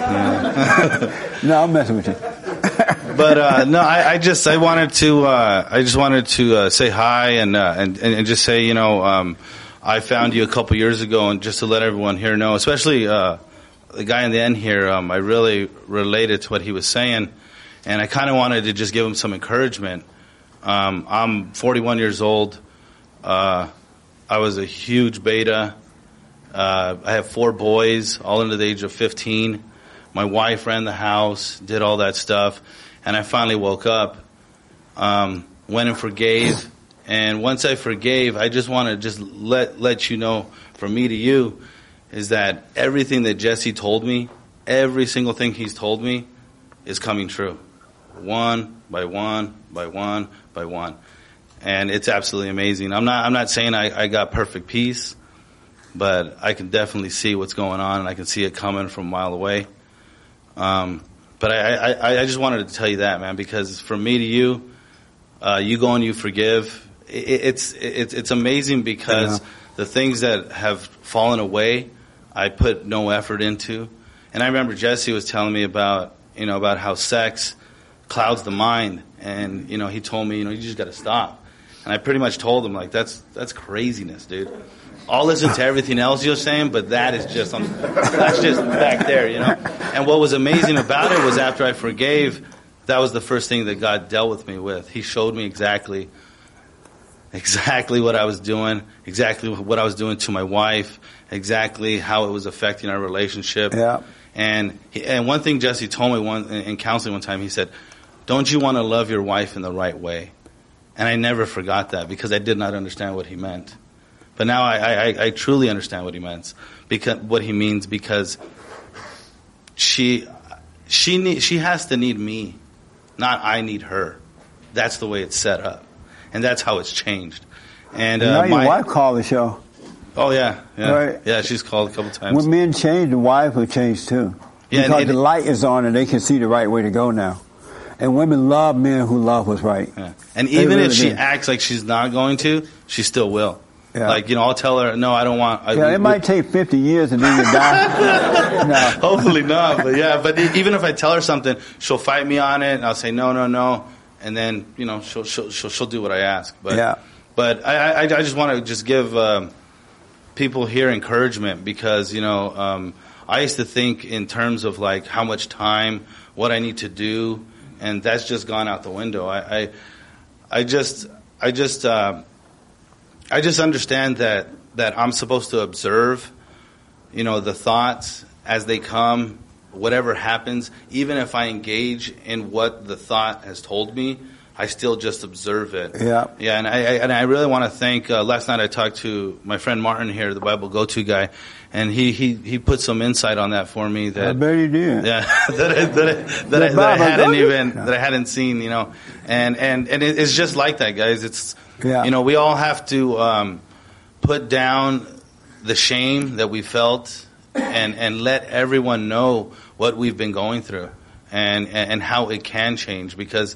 Speaker 1: no, I'm messing with you.
Speaker 6: but uh, no, I, I just I wanted to uh, I just wanted to uh, say hi and, uh, and and and just say you know um, I found you a couple years ago, and just to let everyone here know, especially uh, the guy in the end here, um, I really related to what he was saying, and I kind of wanted to just give him some encouragement. Um, I'm 41 years old. Uh, I was a huge beta. Uh, I have four boys, all under the age of 15. My wife ran the house, did all that stuff, and I finally woke up, um, went and forgave. And once I forgave, I just want to just let let you know, from me to you, is that everything that Jesse told me, every single thing he's told me, is coming true, one by one by one by one, and it's absolutely amazing. I'm not I'm not saying I, I got perfect peace but I can definitely see what's going on, and I can see it coming from a mile away. Um, but I, I, I- I just wanted to tell you that, man, because from me to you, uh, you go and you forgive. I- i it's it's it's amazing because the things that have fallen away, I put no effort into. And I remember Jesse was telling me about you know about how sex clouds the mind, and you know he told me you know you just got to stop. And I pretty much told him like that's that's craziness, dude. I'll listen to everything else you're saying, but that is just on, that's just back there, you know. And what was amazing about it was after I forgave, that was the first thing that God dealt with me with. He showed me exactly, exactly what I was doing, exactly what I was doing to my wife, exactly how it was affecting our relationship.
Speaker 1: Yeah.
Speaker 6: And he, and one thing Jesse told me one in in counseling one time, he said, "Don't you want to love your wife in the right way?" And I never forgot that because I did not understand what he meant. But now I, I, I- I truly understand what he means because what he means because she she need, she has to need me, not I need her. That's the way it's set up, and that's how it's changed. And
Speaker 1: now
Speaker 6: uh,
Speaker 1: your
Speaker 6: my,
Speaker 1: wife called the show.
Speaker 6: oh yeah, yeah,
Speaker 1: Right.
Speaker 6: yeah, she's called a couple times.
Speaker 1: When men change, the wife will change too.
Speaker 6: Yeah, and-
Speaker 1: because
Speaker 6: and-
Speaker 1: the light is on and they can see the right way to go now. And women love men who love what's right.
Speaker 6: And
Speaker 1: They
Speaker 6: even if
Speaker 1: really
Speaker 6: she
Speaker 1: do.
Speaker 6: acts like she's not going to, she still will.
Speaker 1: Yeah.
Speaker 6: Like you know, I'll tell her no, I don't want. I,
Speaker 1: yeah,
Speaker 6: we-
Speaker 1: it might take 50 years and then you
Speaker 6: *laughs*
Speaker 1: die. no.
Speaker 6: Hopefully not, but yeah. But e- even if I tell her something, she'll fight me on it, and I'll say no, no, no, and then you know she'll she'll she'll, she'll do what I ask. But
Speaker 1: Yeah.
Speaker 6: but I I, I just want to just give um, people here encouragement because you know um, I used to think in terms of like how much time, what I need to do, and that's just gone out the window. I I, I just I just um I just understand that that I'm supposed to observe you know the thoughts as they come whatever happens even if i engage in what the thought has told me i still just observe it
Speaker 1: Yeah.
Speaker 6: yeah, and I, I and I really want to thank. Uh, last night I talked to my friend Martin here, the Bible Go To guy, and he, he he put some insight on that for me
Speaker 1: I
Speaker 6: that
Speaker 1: bet you did.
Speaker 6: yeah *laughs* that I, that I, that, I,
Speaker 1: The
Speaker 6: that I
Speaker 1: Bible
Speaker 6: hadn't
Speaker 1: Go-To?
Speaker 6: even that I hadn't seen, you know, and and and it, it's just like that, guys. It's
Speaker 1: Yeah.
Speaker 6: you know we all have to um, put down the shame that we felt and and let everyone know what we've been going through and and, and how it can change because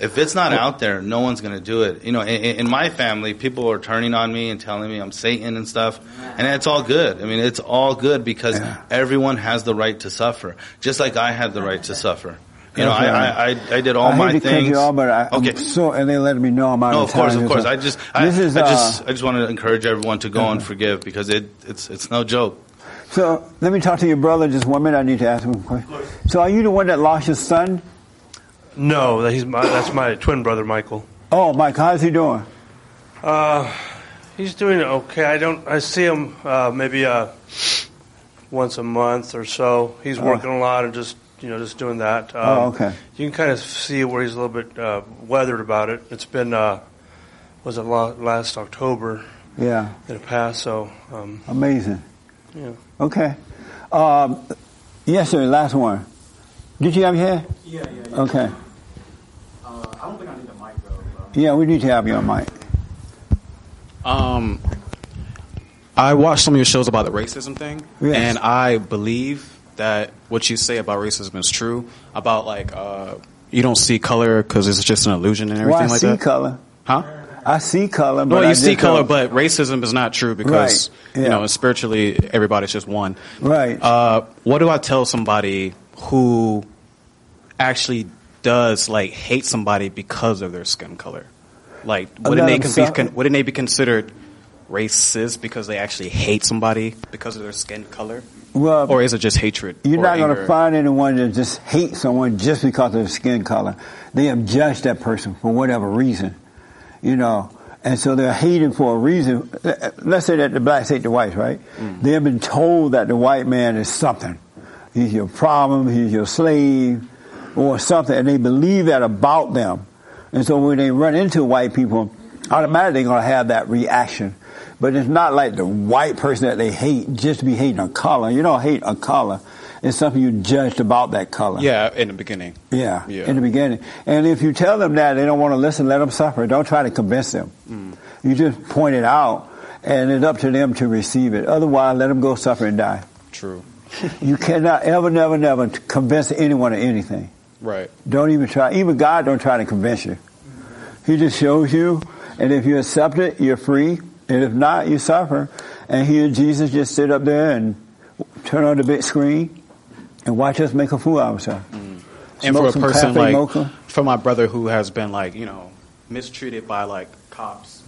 Speaker 6: if it's not out there, no one's going to do it. You know, in, in my family, people are turning on me and telling me I'm Satan and stuff, and it's all good. I mean, it's all good because everyone has the right to suffer, just like I had the right to suffer. You know, I, I, I, I did all
Speaker 1: I
Speaker 6: my
Speaker 1: hate to cut
Speaker 6: things.
Speaker 1: you off, but I, okay. so and they let me know I'm out
Speaker 6: No,
Speaker 1: of
Speaker 6: of course,
Speaker 1: time.
Speaker 6: of course.
Speaker 1: So-
Speaker 6: I just, I,
Speaker 1: this is
Speaker 6: I
Speaker 1: uh,
Speaker 6: just, I just want to encourage everyone to go and forgive because it, it's, it's no
Speaker 1: *laughs*
Speaker 6: joke.
Speaker 1: So let me talk to your brother just one minute. I need to ask him a question. So are you the one that lost your son?
Speaker 8: *laughs* No, that- he's my, that's my twin brother, Michael.
Speaker 1: Oh, Mike, how's he doing?
Speaker 8: Uh, he's doing okay. I don't. I see him uh, maybe uh, once a month or so. He's
Speaker 1: Oh.
Speaker 8: working a lot and just you know just doing that. Um,
Speaker 1: Oh, okay.
Speaker 8: You can kind of see where he's a little bit uh, weathered about it. It's been uh, was it la- last October
Speaker 1: Yeah,
Speaker 8: that it passed. So um,
Speaker 1: amazing.
Speaker 8: yeah.
Speaker 1: Okay. Um, yes, sir. Last one. Did you have your hair?
Speaker 9: Yeah, yeah, yeah.
Speaker 1: Okay.
Speaker 9: Uh, I don't think I need a mic though. uh,
Speaker 1: Yeah, we need to have you on mic.
Speaker 10: Um, I watched some of your shows about the racism thing,
Speaker 9: Yes.
Speaker 10: and I believe that what you say about racism is true. About like uh, you don't see color because it's just an illusion and everything
Speaker 1: Well, I
Speaker 10: like
Speaker 1: see
Speaker 10: that.
Speaker 1: color.
Speaker 10: Huh?
Speaker 1: I see color.
Speaker 10: No,
Speaker 1: but
Speaker 10: you
Speaker 1: I
Speaker 10: see
Speaker 1: just
Speaker 10: color,
Speaker 1: don't-
Speaker 10: but racism is not true because
Speaker 1: Right,
Speaker 10: you
Speaker 1: yeah.
Speaker 10: know spiritually everybody's just one.
Speaker 1: Right.
Speaker 10: Uh, what do I tell somebody who actually does like hate somebody because of their skin color? Like,
Speaker 1: Let
Speaker 10: wouldn't they
Speaker 1: them
Speaker 10: con- be
Speaker 1: suffer.
Speaker 10: con- wouldn't they be considered racist because they actually hate somebody because of their skin color,
Speaker 1: Well,
Speaker 10: or is it just hatred?
Speaker 1: You're
Speaker 10: or
Speaker 1: not going to
Speaker 10: anger?
Speaker 1: find anyone that just hates someone just because of their skin color. They have judged that person for whatever reason, you know, and so they're hating for a reason. Let's say that the blacks hate the whites, right? They have been told that the white man is something. He's your problem. He's your slave, or something, and they believe that about them. And so when they run into white people, automatically they're going to have that reaction. But it's not like the white person that they hate just to be hating a color. You don't hate a color. It's something you judged about that color.
Speaker 10: Yeah, in the beginning.
Speaker 1: Yeah,
Speaker 10: Yeah.
Speaker 1: in the beginning. And if you tell them that, they don't want to listen, let them suffer. Don't try to convince them.
Speaker 10: Mm.
Speaker 1: You just point it out, and it's up to them to receive it. Otherwise, let them go suffer and die.
Speaker 10: True.
Speaker 1: *laughs* you cannot ever, never, never convince anyone of anything.
Speaker 10: Right.
Speaker 1: Don't even try. Even God don't try to convince you. He just shows you, and if you accept it, you're free. And if not, you suffer. And here Jesus just sit up there and turn on the big screen and watch us make a fool of ourselves.
Speaker 10: and
Speaker 1: Smoke
Speaker 10: for a
Speaker 1: some
Speaker 10: person
Speaker 1: cafe
Speaker 10: like
Speaker 1: mocha.
Speaker 10: for my brother who has been like you know mistreated by like cops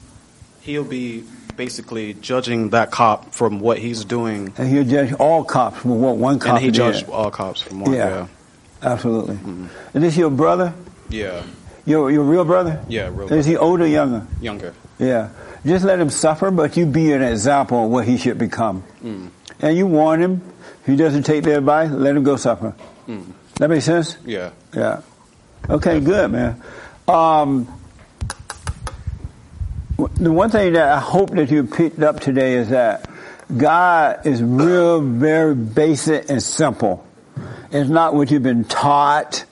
Speaker 10: he'll be basically judging that cop from what he's doing
Speaker 1: And he'll judge all cops for what one cop
Speaker 10: and he
Speaker 1: did.
Speaker 10: judged all cops from one
Speaker 1: Yeah.
Speaker 10: yeah
Speaker 1: Absolutely. And this your brother?
Speaker 10: yeah
Speaker 1: Your your real brother?
Speaker 10: Yeah, real
Speaker 1: Is he
Speaker 10: brother.
Speaker 1: older or younger?
Speaker 10: younger
Speaker 1: Yeah. Just let him suffer, but you be an example of what he should become.
Speaker 10: Mm.
Speaker 1: And you warn him. If he doesn't take the advice, let him go suffer.
Speaker 10: Mm.
Speaker 1: That makes sense?
Speaker 10: yeah
Speaker 1: Yeah. Okay, good, man. Um, The one thing that I hope that you picked up today is that God is real, very basic and simple. It's not what you've been taught.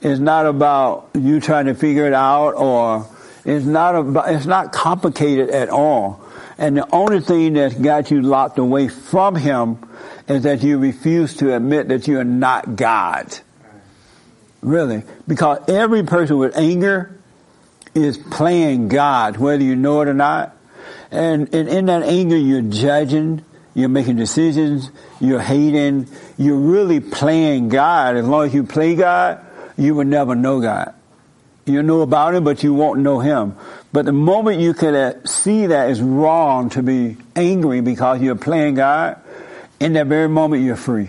Speaker 1: It's not about you trying to figure it out or it's not about, it's not complicated at all. And the only thing that's got you locked away from Him is that you refuse to admit that you are not God. Really. Because every person with anger is playing God, whether you know it or not. And, and in that anger, you're judging, you're making decisions, you're hating, you're really playing God. As long as you play God, you will never know God. You'll know about Him, but you won't know Him. But the moment you can uh, see that it's wrong to be angry because you're playing God, in that very moment you're free.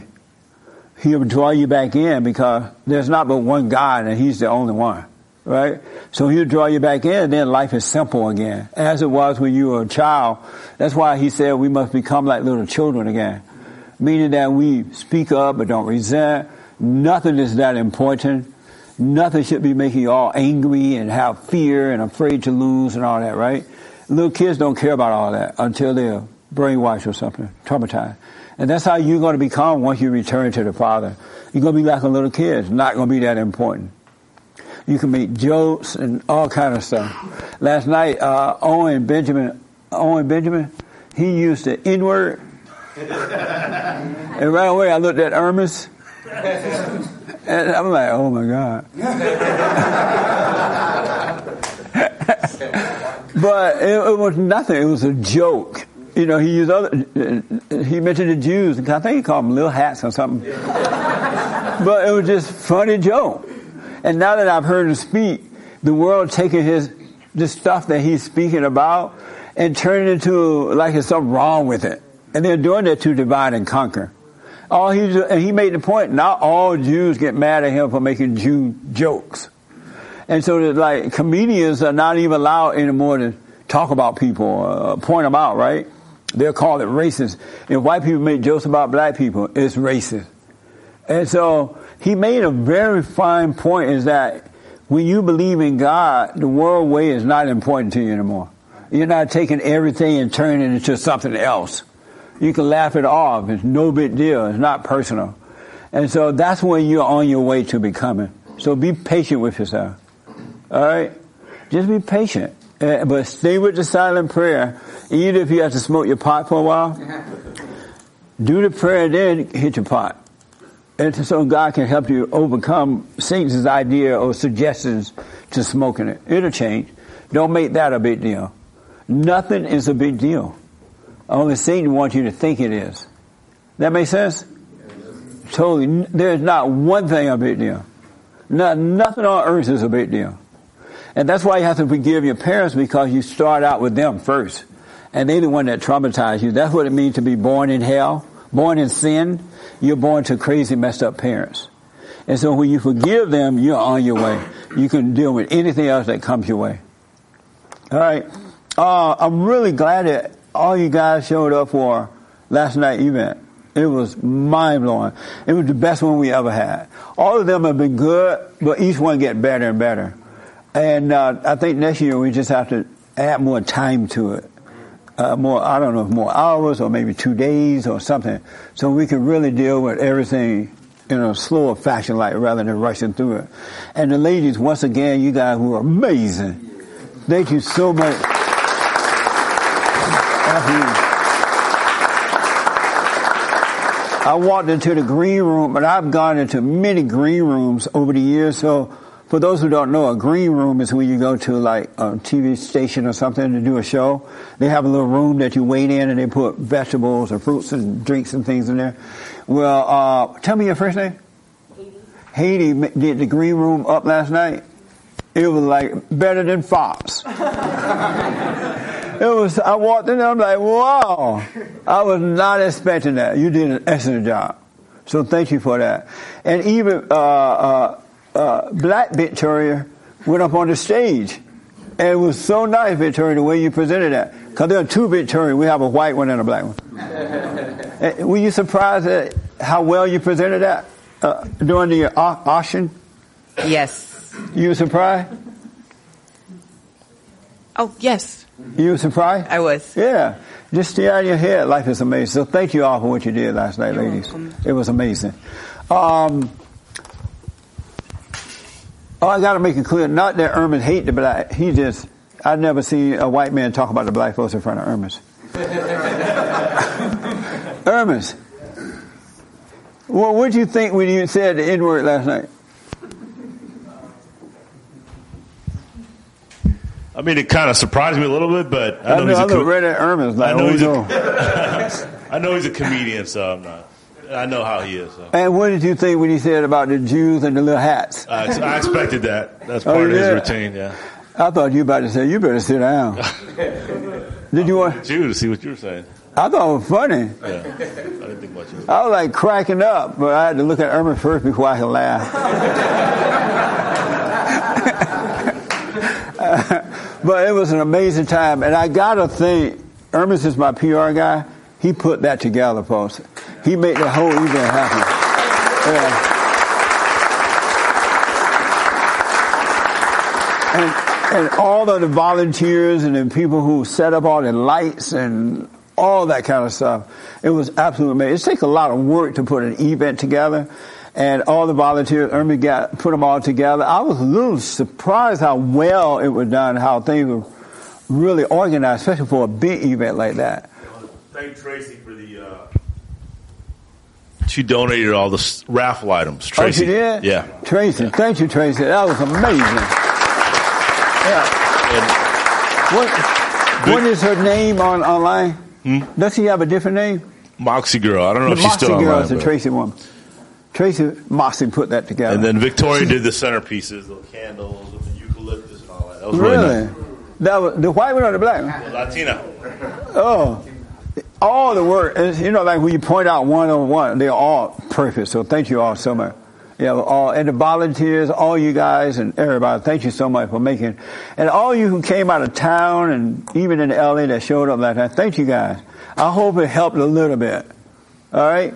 Speaker 1: He'll draw you back in because there's not but one God and He's the only one right? So he'll draw you back in, and then life is simple again, as it was when you were a child. That's why he said we must become like little children again, meaning that we speak up but don't resent. Nothing is that important. Nothing should be making you all angry and have fear and afraid to lose and all that, right? Little kids don't care about all that until they're brainwashed or something, traumatized. And that's how you're going to become once you return to the Father. You're going to be like a little kid. Not going to be that important you can make jokes and all kind of stuff. Last night, uh, Owen Benjamin, Owen Benjamin, he used the N word, *laughs* and right away I looked at Ermus, Uh-huh. and I'm like, oh my god. but it, it was nothing. It was a joke. You know, he used other. He mentioned the Jews, and I think he called them little hats or something. but it was just funny joke. And now that I've heard him speak, the world taking his the stuff that he's speaking about and turning it into like there's something wrong with it. And they're doing that to divide and conquer. All he and he made the point. Not all Jews get mad at him for making Jew jokes, and so that like comedians are not even allowed anymore to talk about people, or point them out. Right? They'll call it racist. If white people make jokes about black people, it's racist. And so he made a very fine point is that when you believe in God, the world way is not important to you anymore. You're not taking everything and turning it into something else. You can laugh it off. It's no big deal. It's not personal. And so that's when you're on your way to becoming. So be patient with yourself. All right? Just be patient. Uh, But stay with the silent prayer. Even if you have to smoke your pot for a while, do the prayer then hit your pot and so God can help you overcome Satan's idea or suggestions to smoking it. It'll change. Don't make that a big deal. Nothing is a big deal. Only Satan wants you to think it is. That make sense? Totally. There's not one thing a big deal. No, nothing on earth is a big deal. And that's why you have to forgive your parents because you start out with them first. And they're the one that traumatized you. That's what it means to be born in hell, born in sin you're born to crazy, messed up parents. And so when you forgive them, you're on your way. You can deal with anything else that comes your way. All right. Uh, I'm really glad that all you guys showed up for last night event. It was mind blowing. It was the best one we ever had. All of them have been good, but each one get better and better. And uh, I think next year we just have to add more time to it uh, more, I don't know, more hours or maybe two days or something. So we can really deal with everything in a slower fashion, like rather than rushing through it. And the ladies, once again, you guys were amazing. Thank you so much. Thank you. I walked into the green room, but I've gone into many green rooms over the years. So for those who don't know, a green room is when you go to like a TV station or something to do a show. They have a little room that you wait in and they put vegetables or fruits and drinks and things in there. Well, uh, tell me your first name. Haiti ma- did the green room up last night. It was like better than Fox. It was. I walked in there. I'm like, wow. I was not expecting that. You did an excellent job. So thank you for that. And even uh, uh, uh, Black Victoria went up on the stage, and it was so nice, Victoria, the way you presented that. Because there are two Victoria. We have a white one and a black one. And were you surprised at how well you presented that uh, during the au- auction?
Speaker 11: Yes.
Speaker 1: You were surprised?
Speaker 13: Oh, yes.
Speaker 1: You were surprised?
Speaker 13: I was.
Speaker 1: Yeah. Just stay out of your head. Life is amazing. So thank you all for what you did last night,
Speaker 13: You're
Speaker 1: ladies.
Speaker 13: welcome.
Speaker 1: It was amazing. Um, oh, I got to make it clear. Not that Ermin hate the black. He just, i never seen a white man talk about the black folks in front of Ermin's. Ermin's. Well, what did you think when you said the N word last night?
Speaker 11: I mean, it kind of surprised me a little bit, but I
Speaker 1: I
Speaker 11: know,
Speaker 1: know,
Speaker 11: he's
Speaker 1: I
Speaker 11: a
Speaker 1: know
Speaker 11: co-
Speaker 1: Red at Ermin's. Like,
Speaker 11: I know
Speaker 1: oh,
Speaker 11: he's
Speaker 1: no.
Speaker 11: a, *laughs* I know he's a comedian, so I'm not. I know how he is. So.
Speaker 1: And what did you think when he said about the Jews and the little hats?
Speaker 11: I, I expected that. That's
Speaker 1: Oh,
Speaker 11: part of his
Speaker 1: yeah.
Speaker 11: routine. Yeah.
Speaker 1: I thought you about to say, you better sit down.
Speaker 11: *laughs*
Speaker 1: Did you want?
Speaker 11: Jew to see what you were saying.
Speaker 1: I thought it was funny.
Speaker 11: Yeah. I didn't think much of it.
Speaker 1: I was like cracking up, but I had to look at Irma first before I could laugh. *laughs* but it was an amazing time, and I gotta think Irma's is my PR guy. He put that together, folks. He made the whole event happen. Yeah. and, and all of the volunteers and the people who set up all the lights and all that kind of stuff. It was absolutely amazing. It takes a lot of work to put an event together. And all the volunteers, Ermi got, put them all together. I was a little surprised how well it was done, how things were really organized, especially for a big event like that.
Speaker 11: Thank Tracy for the. Uh... She donated all the s- raffle items.
Speaker 1: Oh,
Speaker 11: Tracy
Speaker 1: she did?
Speaker 11: Yeah.
Speaker 1: Tracy, thank you, Tracy. That was amazing. Yeah. what, what is her name on online? Does she have a different name?
Speaker 11: Moxie Girl. I don't know
Speaker 1: the
Speaker 11: if she's
Speaker 1: Moxie
Speaker 11: still
Speaker 1: girl
Speaker 11: online.
Speaker 1: is a
Speaker 11: but-
Speaker 1: Tracy woman. Tracy Moxie put that together.
Speaker 11: And then Victoria did the centerpieces, the candles with the eucalyptus and all that. That was really,
Speaker 1: really,
Speaker 11: nice.
Speaker 1: that was the white one or the black one?
Speaker 11: Latina.
Speaker 1: Oh, all the work. is you know, like when you point out one on one, they're all perfect. So thank you all so much. Yeah, all and the volunteers, all you guys, and everybody. Thank you so much for making, and all you who came out of town and even in LA that showed up like that. Thank you guys. I hope it helped a little bit. All right,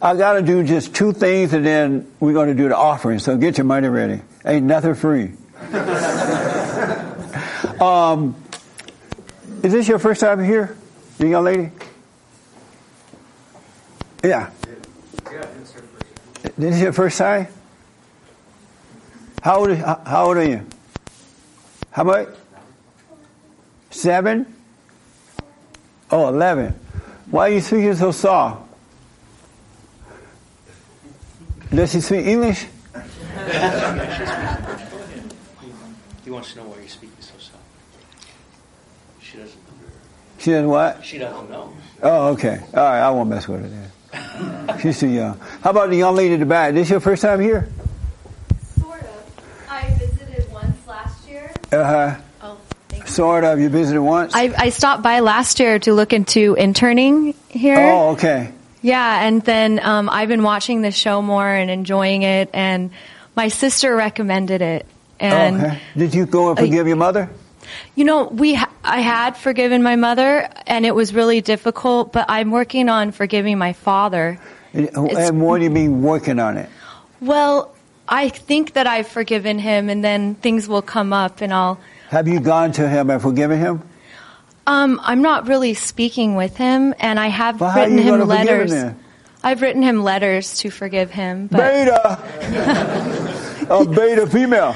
Speaker 1: I got to do just two things, and then we're going to do the offering. So get your money ready. Ain't nothing free. *laughs* Um, is this your first time here, the young lady? Yeah. This is your first time. How old? How how old are you? How much? Seven. Oh, 11. Why are you speaking so soft? Does he speak English?
Speaker 12: He wants to know why you're speaking so soft. She doesn't.
Speaker 1: She does what?
Speaker 12: She doesn't know.
Speaker 1: Oh, okay. All right, I won't mess with her then. She's too young. How about the young lady in the back? This your first time here?
Speaker 23: Sort of. I visited once last year.
Speaker 1: Uh huh.
Speaker 23: Oh.
Speaker 1: Sort of. You visited once?
Speaker 23: I, I stopped by last year to look into interning here.
Speaker 1: Oh, okay.
Speaker 23: Yeah, and then um, I've been watching the show more and enjoying it, and my sister recommended it. And
Speaker 1: Oh, okay. Did you go and forgive your mother?
Speaker 23: you know, we ha- I had forgiven my mother, and it was really difficult. But I'm working on forgiving my father.
Speaker 1: And and what do you mean working on it?
Speaker 23: Well, I think that I've forgiven him, and then things will come up, and I'll.
Speaker 1: Have you gone to him and forgiven him?
Speaker 23: Um, I'm not really speaking with him, and I have
Speaker 1: Well, how
Speaker 23: written
Speaker 1: you
Speaker 23: him
Speaker 1: gonna forgive him
Speaker 23: letters.
Speaker 1: then?
Speaker 23: I've written him letters to forgive him. But
Speaker 1: Beta!
Speaker 23: *laughs*
Speaker 1: A beta female.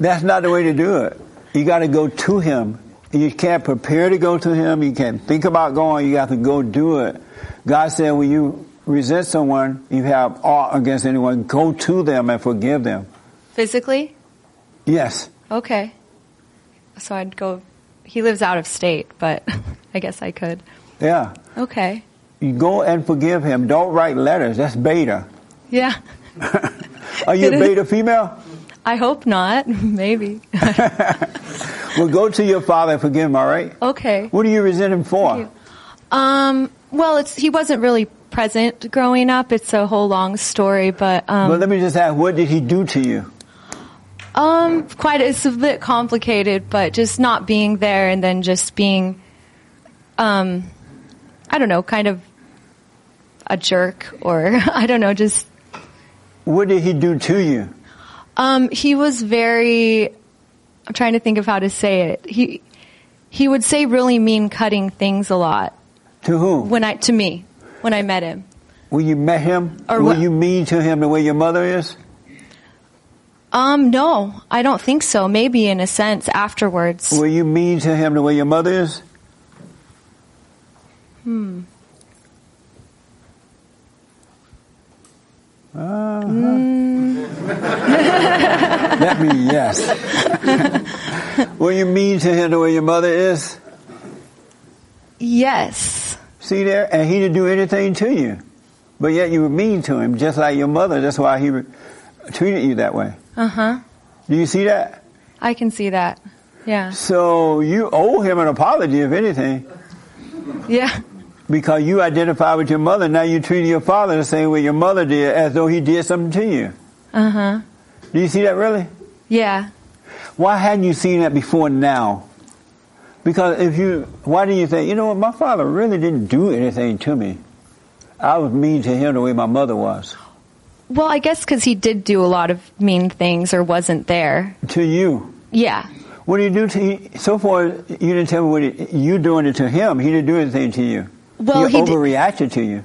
Speaker 1: That's not the way to do it. You got to go to him. You can't prepare to go to him. You can't think about going. You have to go do it. God said when you resent someone, you have aught against anyone, go to them and forgive them.
Speaker 23: physically,
Speaker 1: Yes.
Speaker 23: okay. So I'd go. He lives out of state, but *laughs* I guess I could.
Speaker 1: Yeah.
Speaker 23: Okay.
Speaker 1: You go and forgive him. Don't write letters. That's beta.
Speaker 23: Yeah. *laughs*
Speaker 1: Are you a
Speaker 23: It is-
Speaker 1: beta female?
Speaker 23: I hope not. *laughs* Maybe.
Speaker 1: Well, go to your father and forgive him, all right?
Speaker 23: Okay.
Speaker 1: What do you resent him for?
Speaker 23: Um. Well, it's he wasn't really present growing up. It's a whole long story, but um.
Speaker 1: well, let me just ask, what did he do to you?
Speaker 23: Um, quite. It's a bit complicated, but just not being there and then just being, um, I don't know, kind of a jerk or *laughs* I don't know, just
Speaker 1: What did he do to you?
Speaker 23: um, he was very I'm trying to think of how to say it. He he would say really mean cutting things a lot
Speaker 1: To whom?
Speaker 23: when I to me when I met him.
Speaker 1: When you met him?
Speaker 23: Or
Speaker 1: were
Speaker 23: what-
Speaker 1: you mean to him the way your mother is?
Speaker 23: Um, no, I don't think so. Maybe in a sense afterwards.
Speaker 1: Were you mean to him the way your mother is?
Speaker 23: Hmm.
Speaker 1: Uh,
Speaker 23: Mm.
Speaker 1: That
Speaker 23: *laughs*
Speaker 1: means yes. Were you mean to him the way your mother is?
Speaker 23: Yes.
Speaker 1: See there? And he didn't do anything to you. But yet you were mean to him, just like your mother. That's why he treated you that way.
Speaker 23: Uh huh.
Speaker 1: Do you see that?
Speaker 23: I can see that. Yeah.
Speaker 1: So you owe him an apology, if anything,
Speaker 23: Yeah.
Speaker 1: because you identify with your mother. Now you treat your father the same way your mother did, as though he did something to you.
Speaker 23: Uh huh.
Speaker 1: Do you see that really?
Speaker 23: Yeah.
Speaker 1: Why hadn't you seen that before now? Because if you, why do you think, you know what, my father really didn't do anything to me. I was mean to him the way my mother was.
Speaker 23: Well, I guess because he did do a lot of mean things or wasn't there.
Speaker 1: To you.
Speaker 23: Yeah.
Speaker 1: What did he do to you? So far, you didn't tell me what he, you doing it to him. He didn't do anything to you.
Speaker 23: Well,
Speaker 1: he
Speaker 23: he did-
Speaker 1: overreacted to you.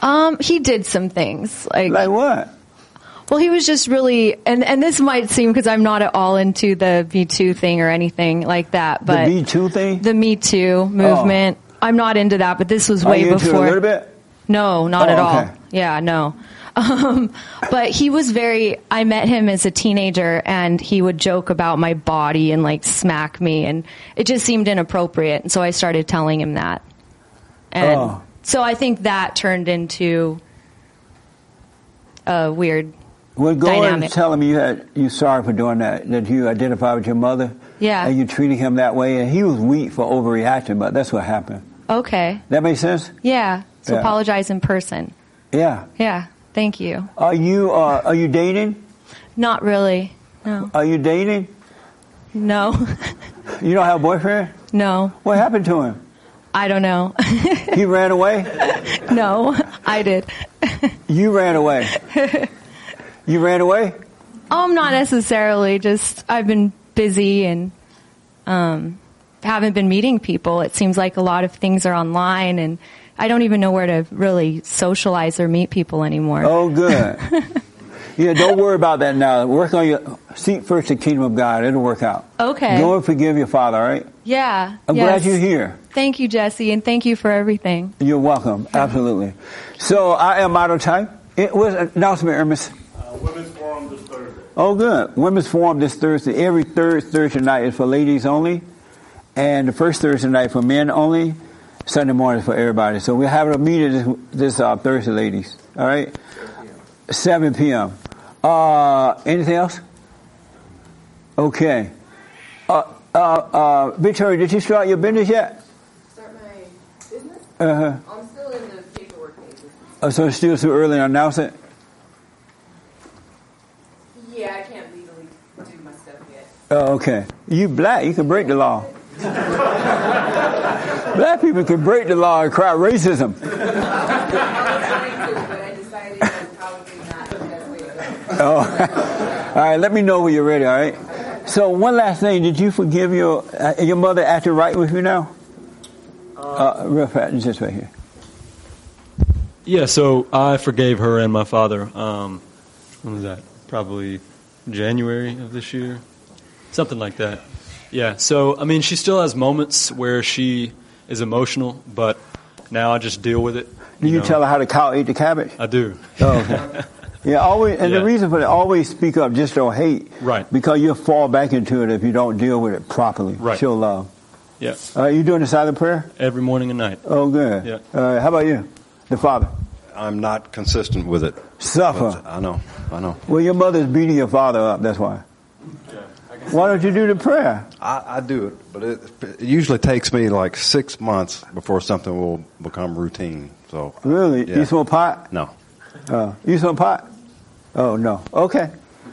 Speaker 23: Um, he did some things like
Speaker 1: Like what?
Speaker 23: Well, he was just really, and and this might seem because I'm not at all into the V two thing or anything like that, but
Speaker 1: the B two thing. Oh.
Speaker 23: the Me Too movement, I'm not into that. But this was
Speaker 1: Are
Speaker 23: way
Speaker 1: you into it a
Speaker 23: before.
Speaker 1: little bit?
Speaker 23: No, not
Speaker 1: Oh,
Speaker 23: at all.
Speaker 1: okay.
Speaker 23: Yeah, no. *laughs* Um, but he was very. I met him as a teenager, and he would joke about my body and like smack me, and it just seemed inappropriate. And so I started telling him that, and
Speaker 1: Oh.
Speaker 23: so I think that turned into a weird
Speaker 1: Well, go
Speaker 23: dynamic.
Speaker 1: and tell him you had you sorry for doing that. That you identify with your mother.
Speaker 23: Yeah.
Speaker 1: And you treated him that way, and he was weak for overreacting, but that's what happened.
Speaker 23: okay.
Speaker 1: That makes sense.
Speaker 23: Yeah. So
Speaker 1: Yeah.
Speaker 23: apologize in person.
Speaker 1: Yeah.
Speaker 23: Yeah. Thank you.
Speaker 1: Are you uh, are you dating?
Speaker 23: Not really. No.
Speaker 1: Are you dating?
Speaker 23: No. *laughs*
Speaker 1: You don't have a boyfriend?
Speaker 23: No.
Speaker 1: What happened to him?
Speaker 23: I don't know. *laughs*
Speaker 1: He ran away.
Speaker 23: no, I did. *laughs*
Speaker 1: You ran away. You ran away.
Speaker 23: Um, not necessarily. Just I've been busy and um, haven't been meeting people. It seems like a lot of things are online, and I don't even know where to really socialize or meet people anymore.
Speaker 1: Oh, good. yeah, don't worry about that now. Work on your seek first the kingdom of God. It'll work out.
Speaker 23: Okay.
Speaker 1: Go and forgive your father. All right.
Speaker 23: Yeah.
Speaker 1: I'm
Speaker 23: yes.
Speaker 1: glad you're here.
Speaker 23: Thank you, Jesse, and thank you for everything.
Speaker 1: You're welcome. Absolutely. So I am out of time. It was an announcement, Ernest. Oh, good. Women's Forum this Thursday. Every third Thursday night is for ladies only, and the first Thursday night for men only. Sunday morning is for everybody. So we're having a meeting this, this uh, Thursday, ladies. All right, 7 p.m. Uh, anything else? Okay. Uh, uh, uh, Victoria, did you start your business yet? Start my business? Uh-huh.
Speaker 14: I'm still in the paperwork phases.
Speaker 1: Uh, so it's still too early to announce it?
Speaker 14: Yeah, I can't legally do my stuff yet.
Speaker 1: Oh, okay. You black, you can break
Speaker 14: *laughs*
Speaker 1: the law. black people can break the law and cry racism.
Speaker 14: *laughs*
Speaker 1: Oh, *laughs* all right. Let me know when you're ready. All right. So one last thing: Did you forgive your uh, your mother acting right with you now? Uh, real fast, just right here.
Speaker 4: Yeah, so I forgave her and my father. Um, when was that? Probably January of this year, something like that. Yeah. So I mean, she still has moments where she is emotional, but now I just deal with it.
Speaker 1: Do you,
Speaker 4: know.
Speaker 1: tell her how the cow ate the cabbage?
Speaker 4: I do.
Speaker 1: Oh, okay. yeah. Always, and
Speaker 4: Yeah.
Speaker 1: the reason for that, always speak up. Just don't hate.
Speaker 4: Right.
Speaker 1: Because you'll fall back into it if you don't deal with it properly.
Speaker 4: Right.
Speaker 1: Show love.
Speaker 4: Yeah.
Speaker 1: All right. You doing the silent prayer?
Speaker 4: Every morning and night.
Speaker 1: Oh, good.
Speaker 4: Yeah.
Speaker 1: All right. How about you, the father?
Speaker 7: I'm not consistent with it.
Speaker 1: Suffer.
Speaker 7: I know. I know.
Speaker 1: Well, your mother's beating your father up. That's why. Why don't you do the prayer?
Speaker 7: I, I do it, but it, it usually takes me like six months before something will become routine. So
Speaker 1: Really?
Speaker 7: Yeah.
Speaker 1: You smoke pot?
Speaker 7: no,
Speaker 1: Uh, you smoke pot? Oh, no. Okay.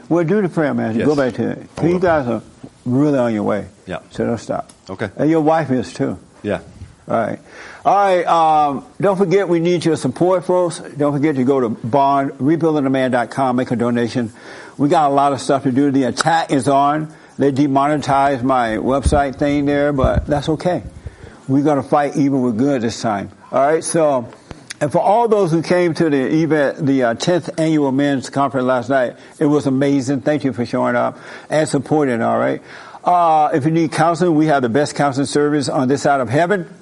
Speaker 1: Well, do the prayer, man.
Speaker 7: Yes.
Speaker 1: Go back to it. You guys are really on your way.
Speaker 7: Yeah.
Speaker 1: So don't stop.
Speaker 7: Okay.
Speaker 1: And your wife is too.
Speaker 7: yeah.
Speaker 1: All right. All right. Um, don't forget, we need your support, folks. Don't forget to go to bond, rebuildingtheman.com, make a donation. We got a lot of stuff to do. The attack is on. They demonetized my website thing there, but that's okay. We're going to fight evil with good this time. All right, so, and for all those who came to the event, the uh, 10th annual men's conference last night, it was amazing. Thank you for showing up and supporting, all right. Uh, if you need counseling, we have the best counseling service on this side of heaven.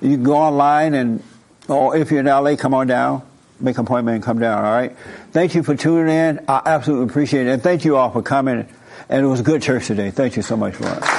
Speaker 1: You can go online and, or if you're in LA, come on down make an appointment and come down, all right? Thank you for tuning in. I absolutely appreciate it. And thank you all for coming. And it was a good church today. Thank you so much for it.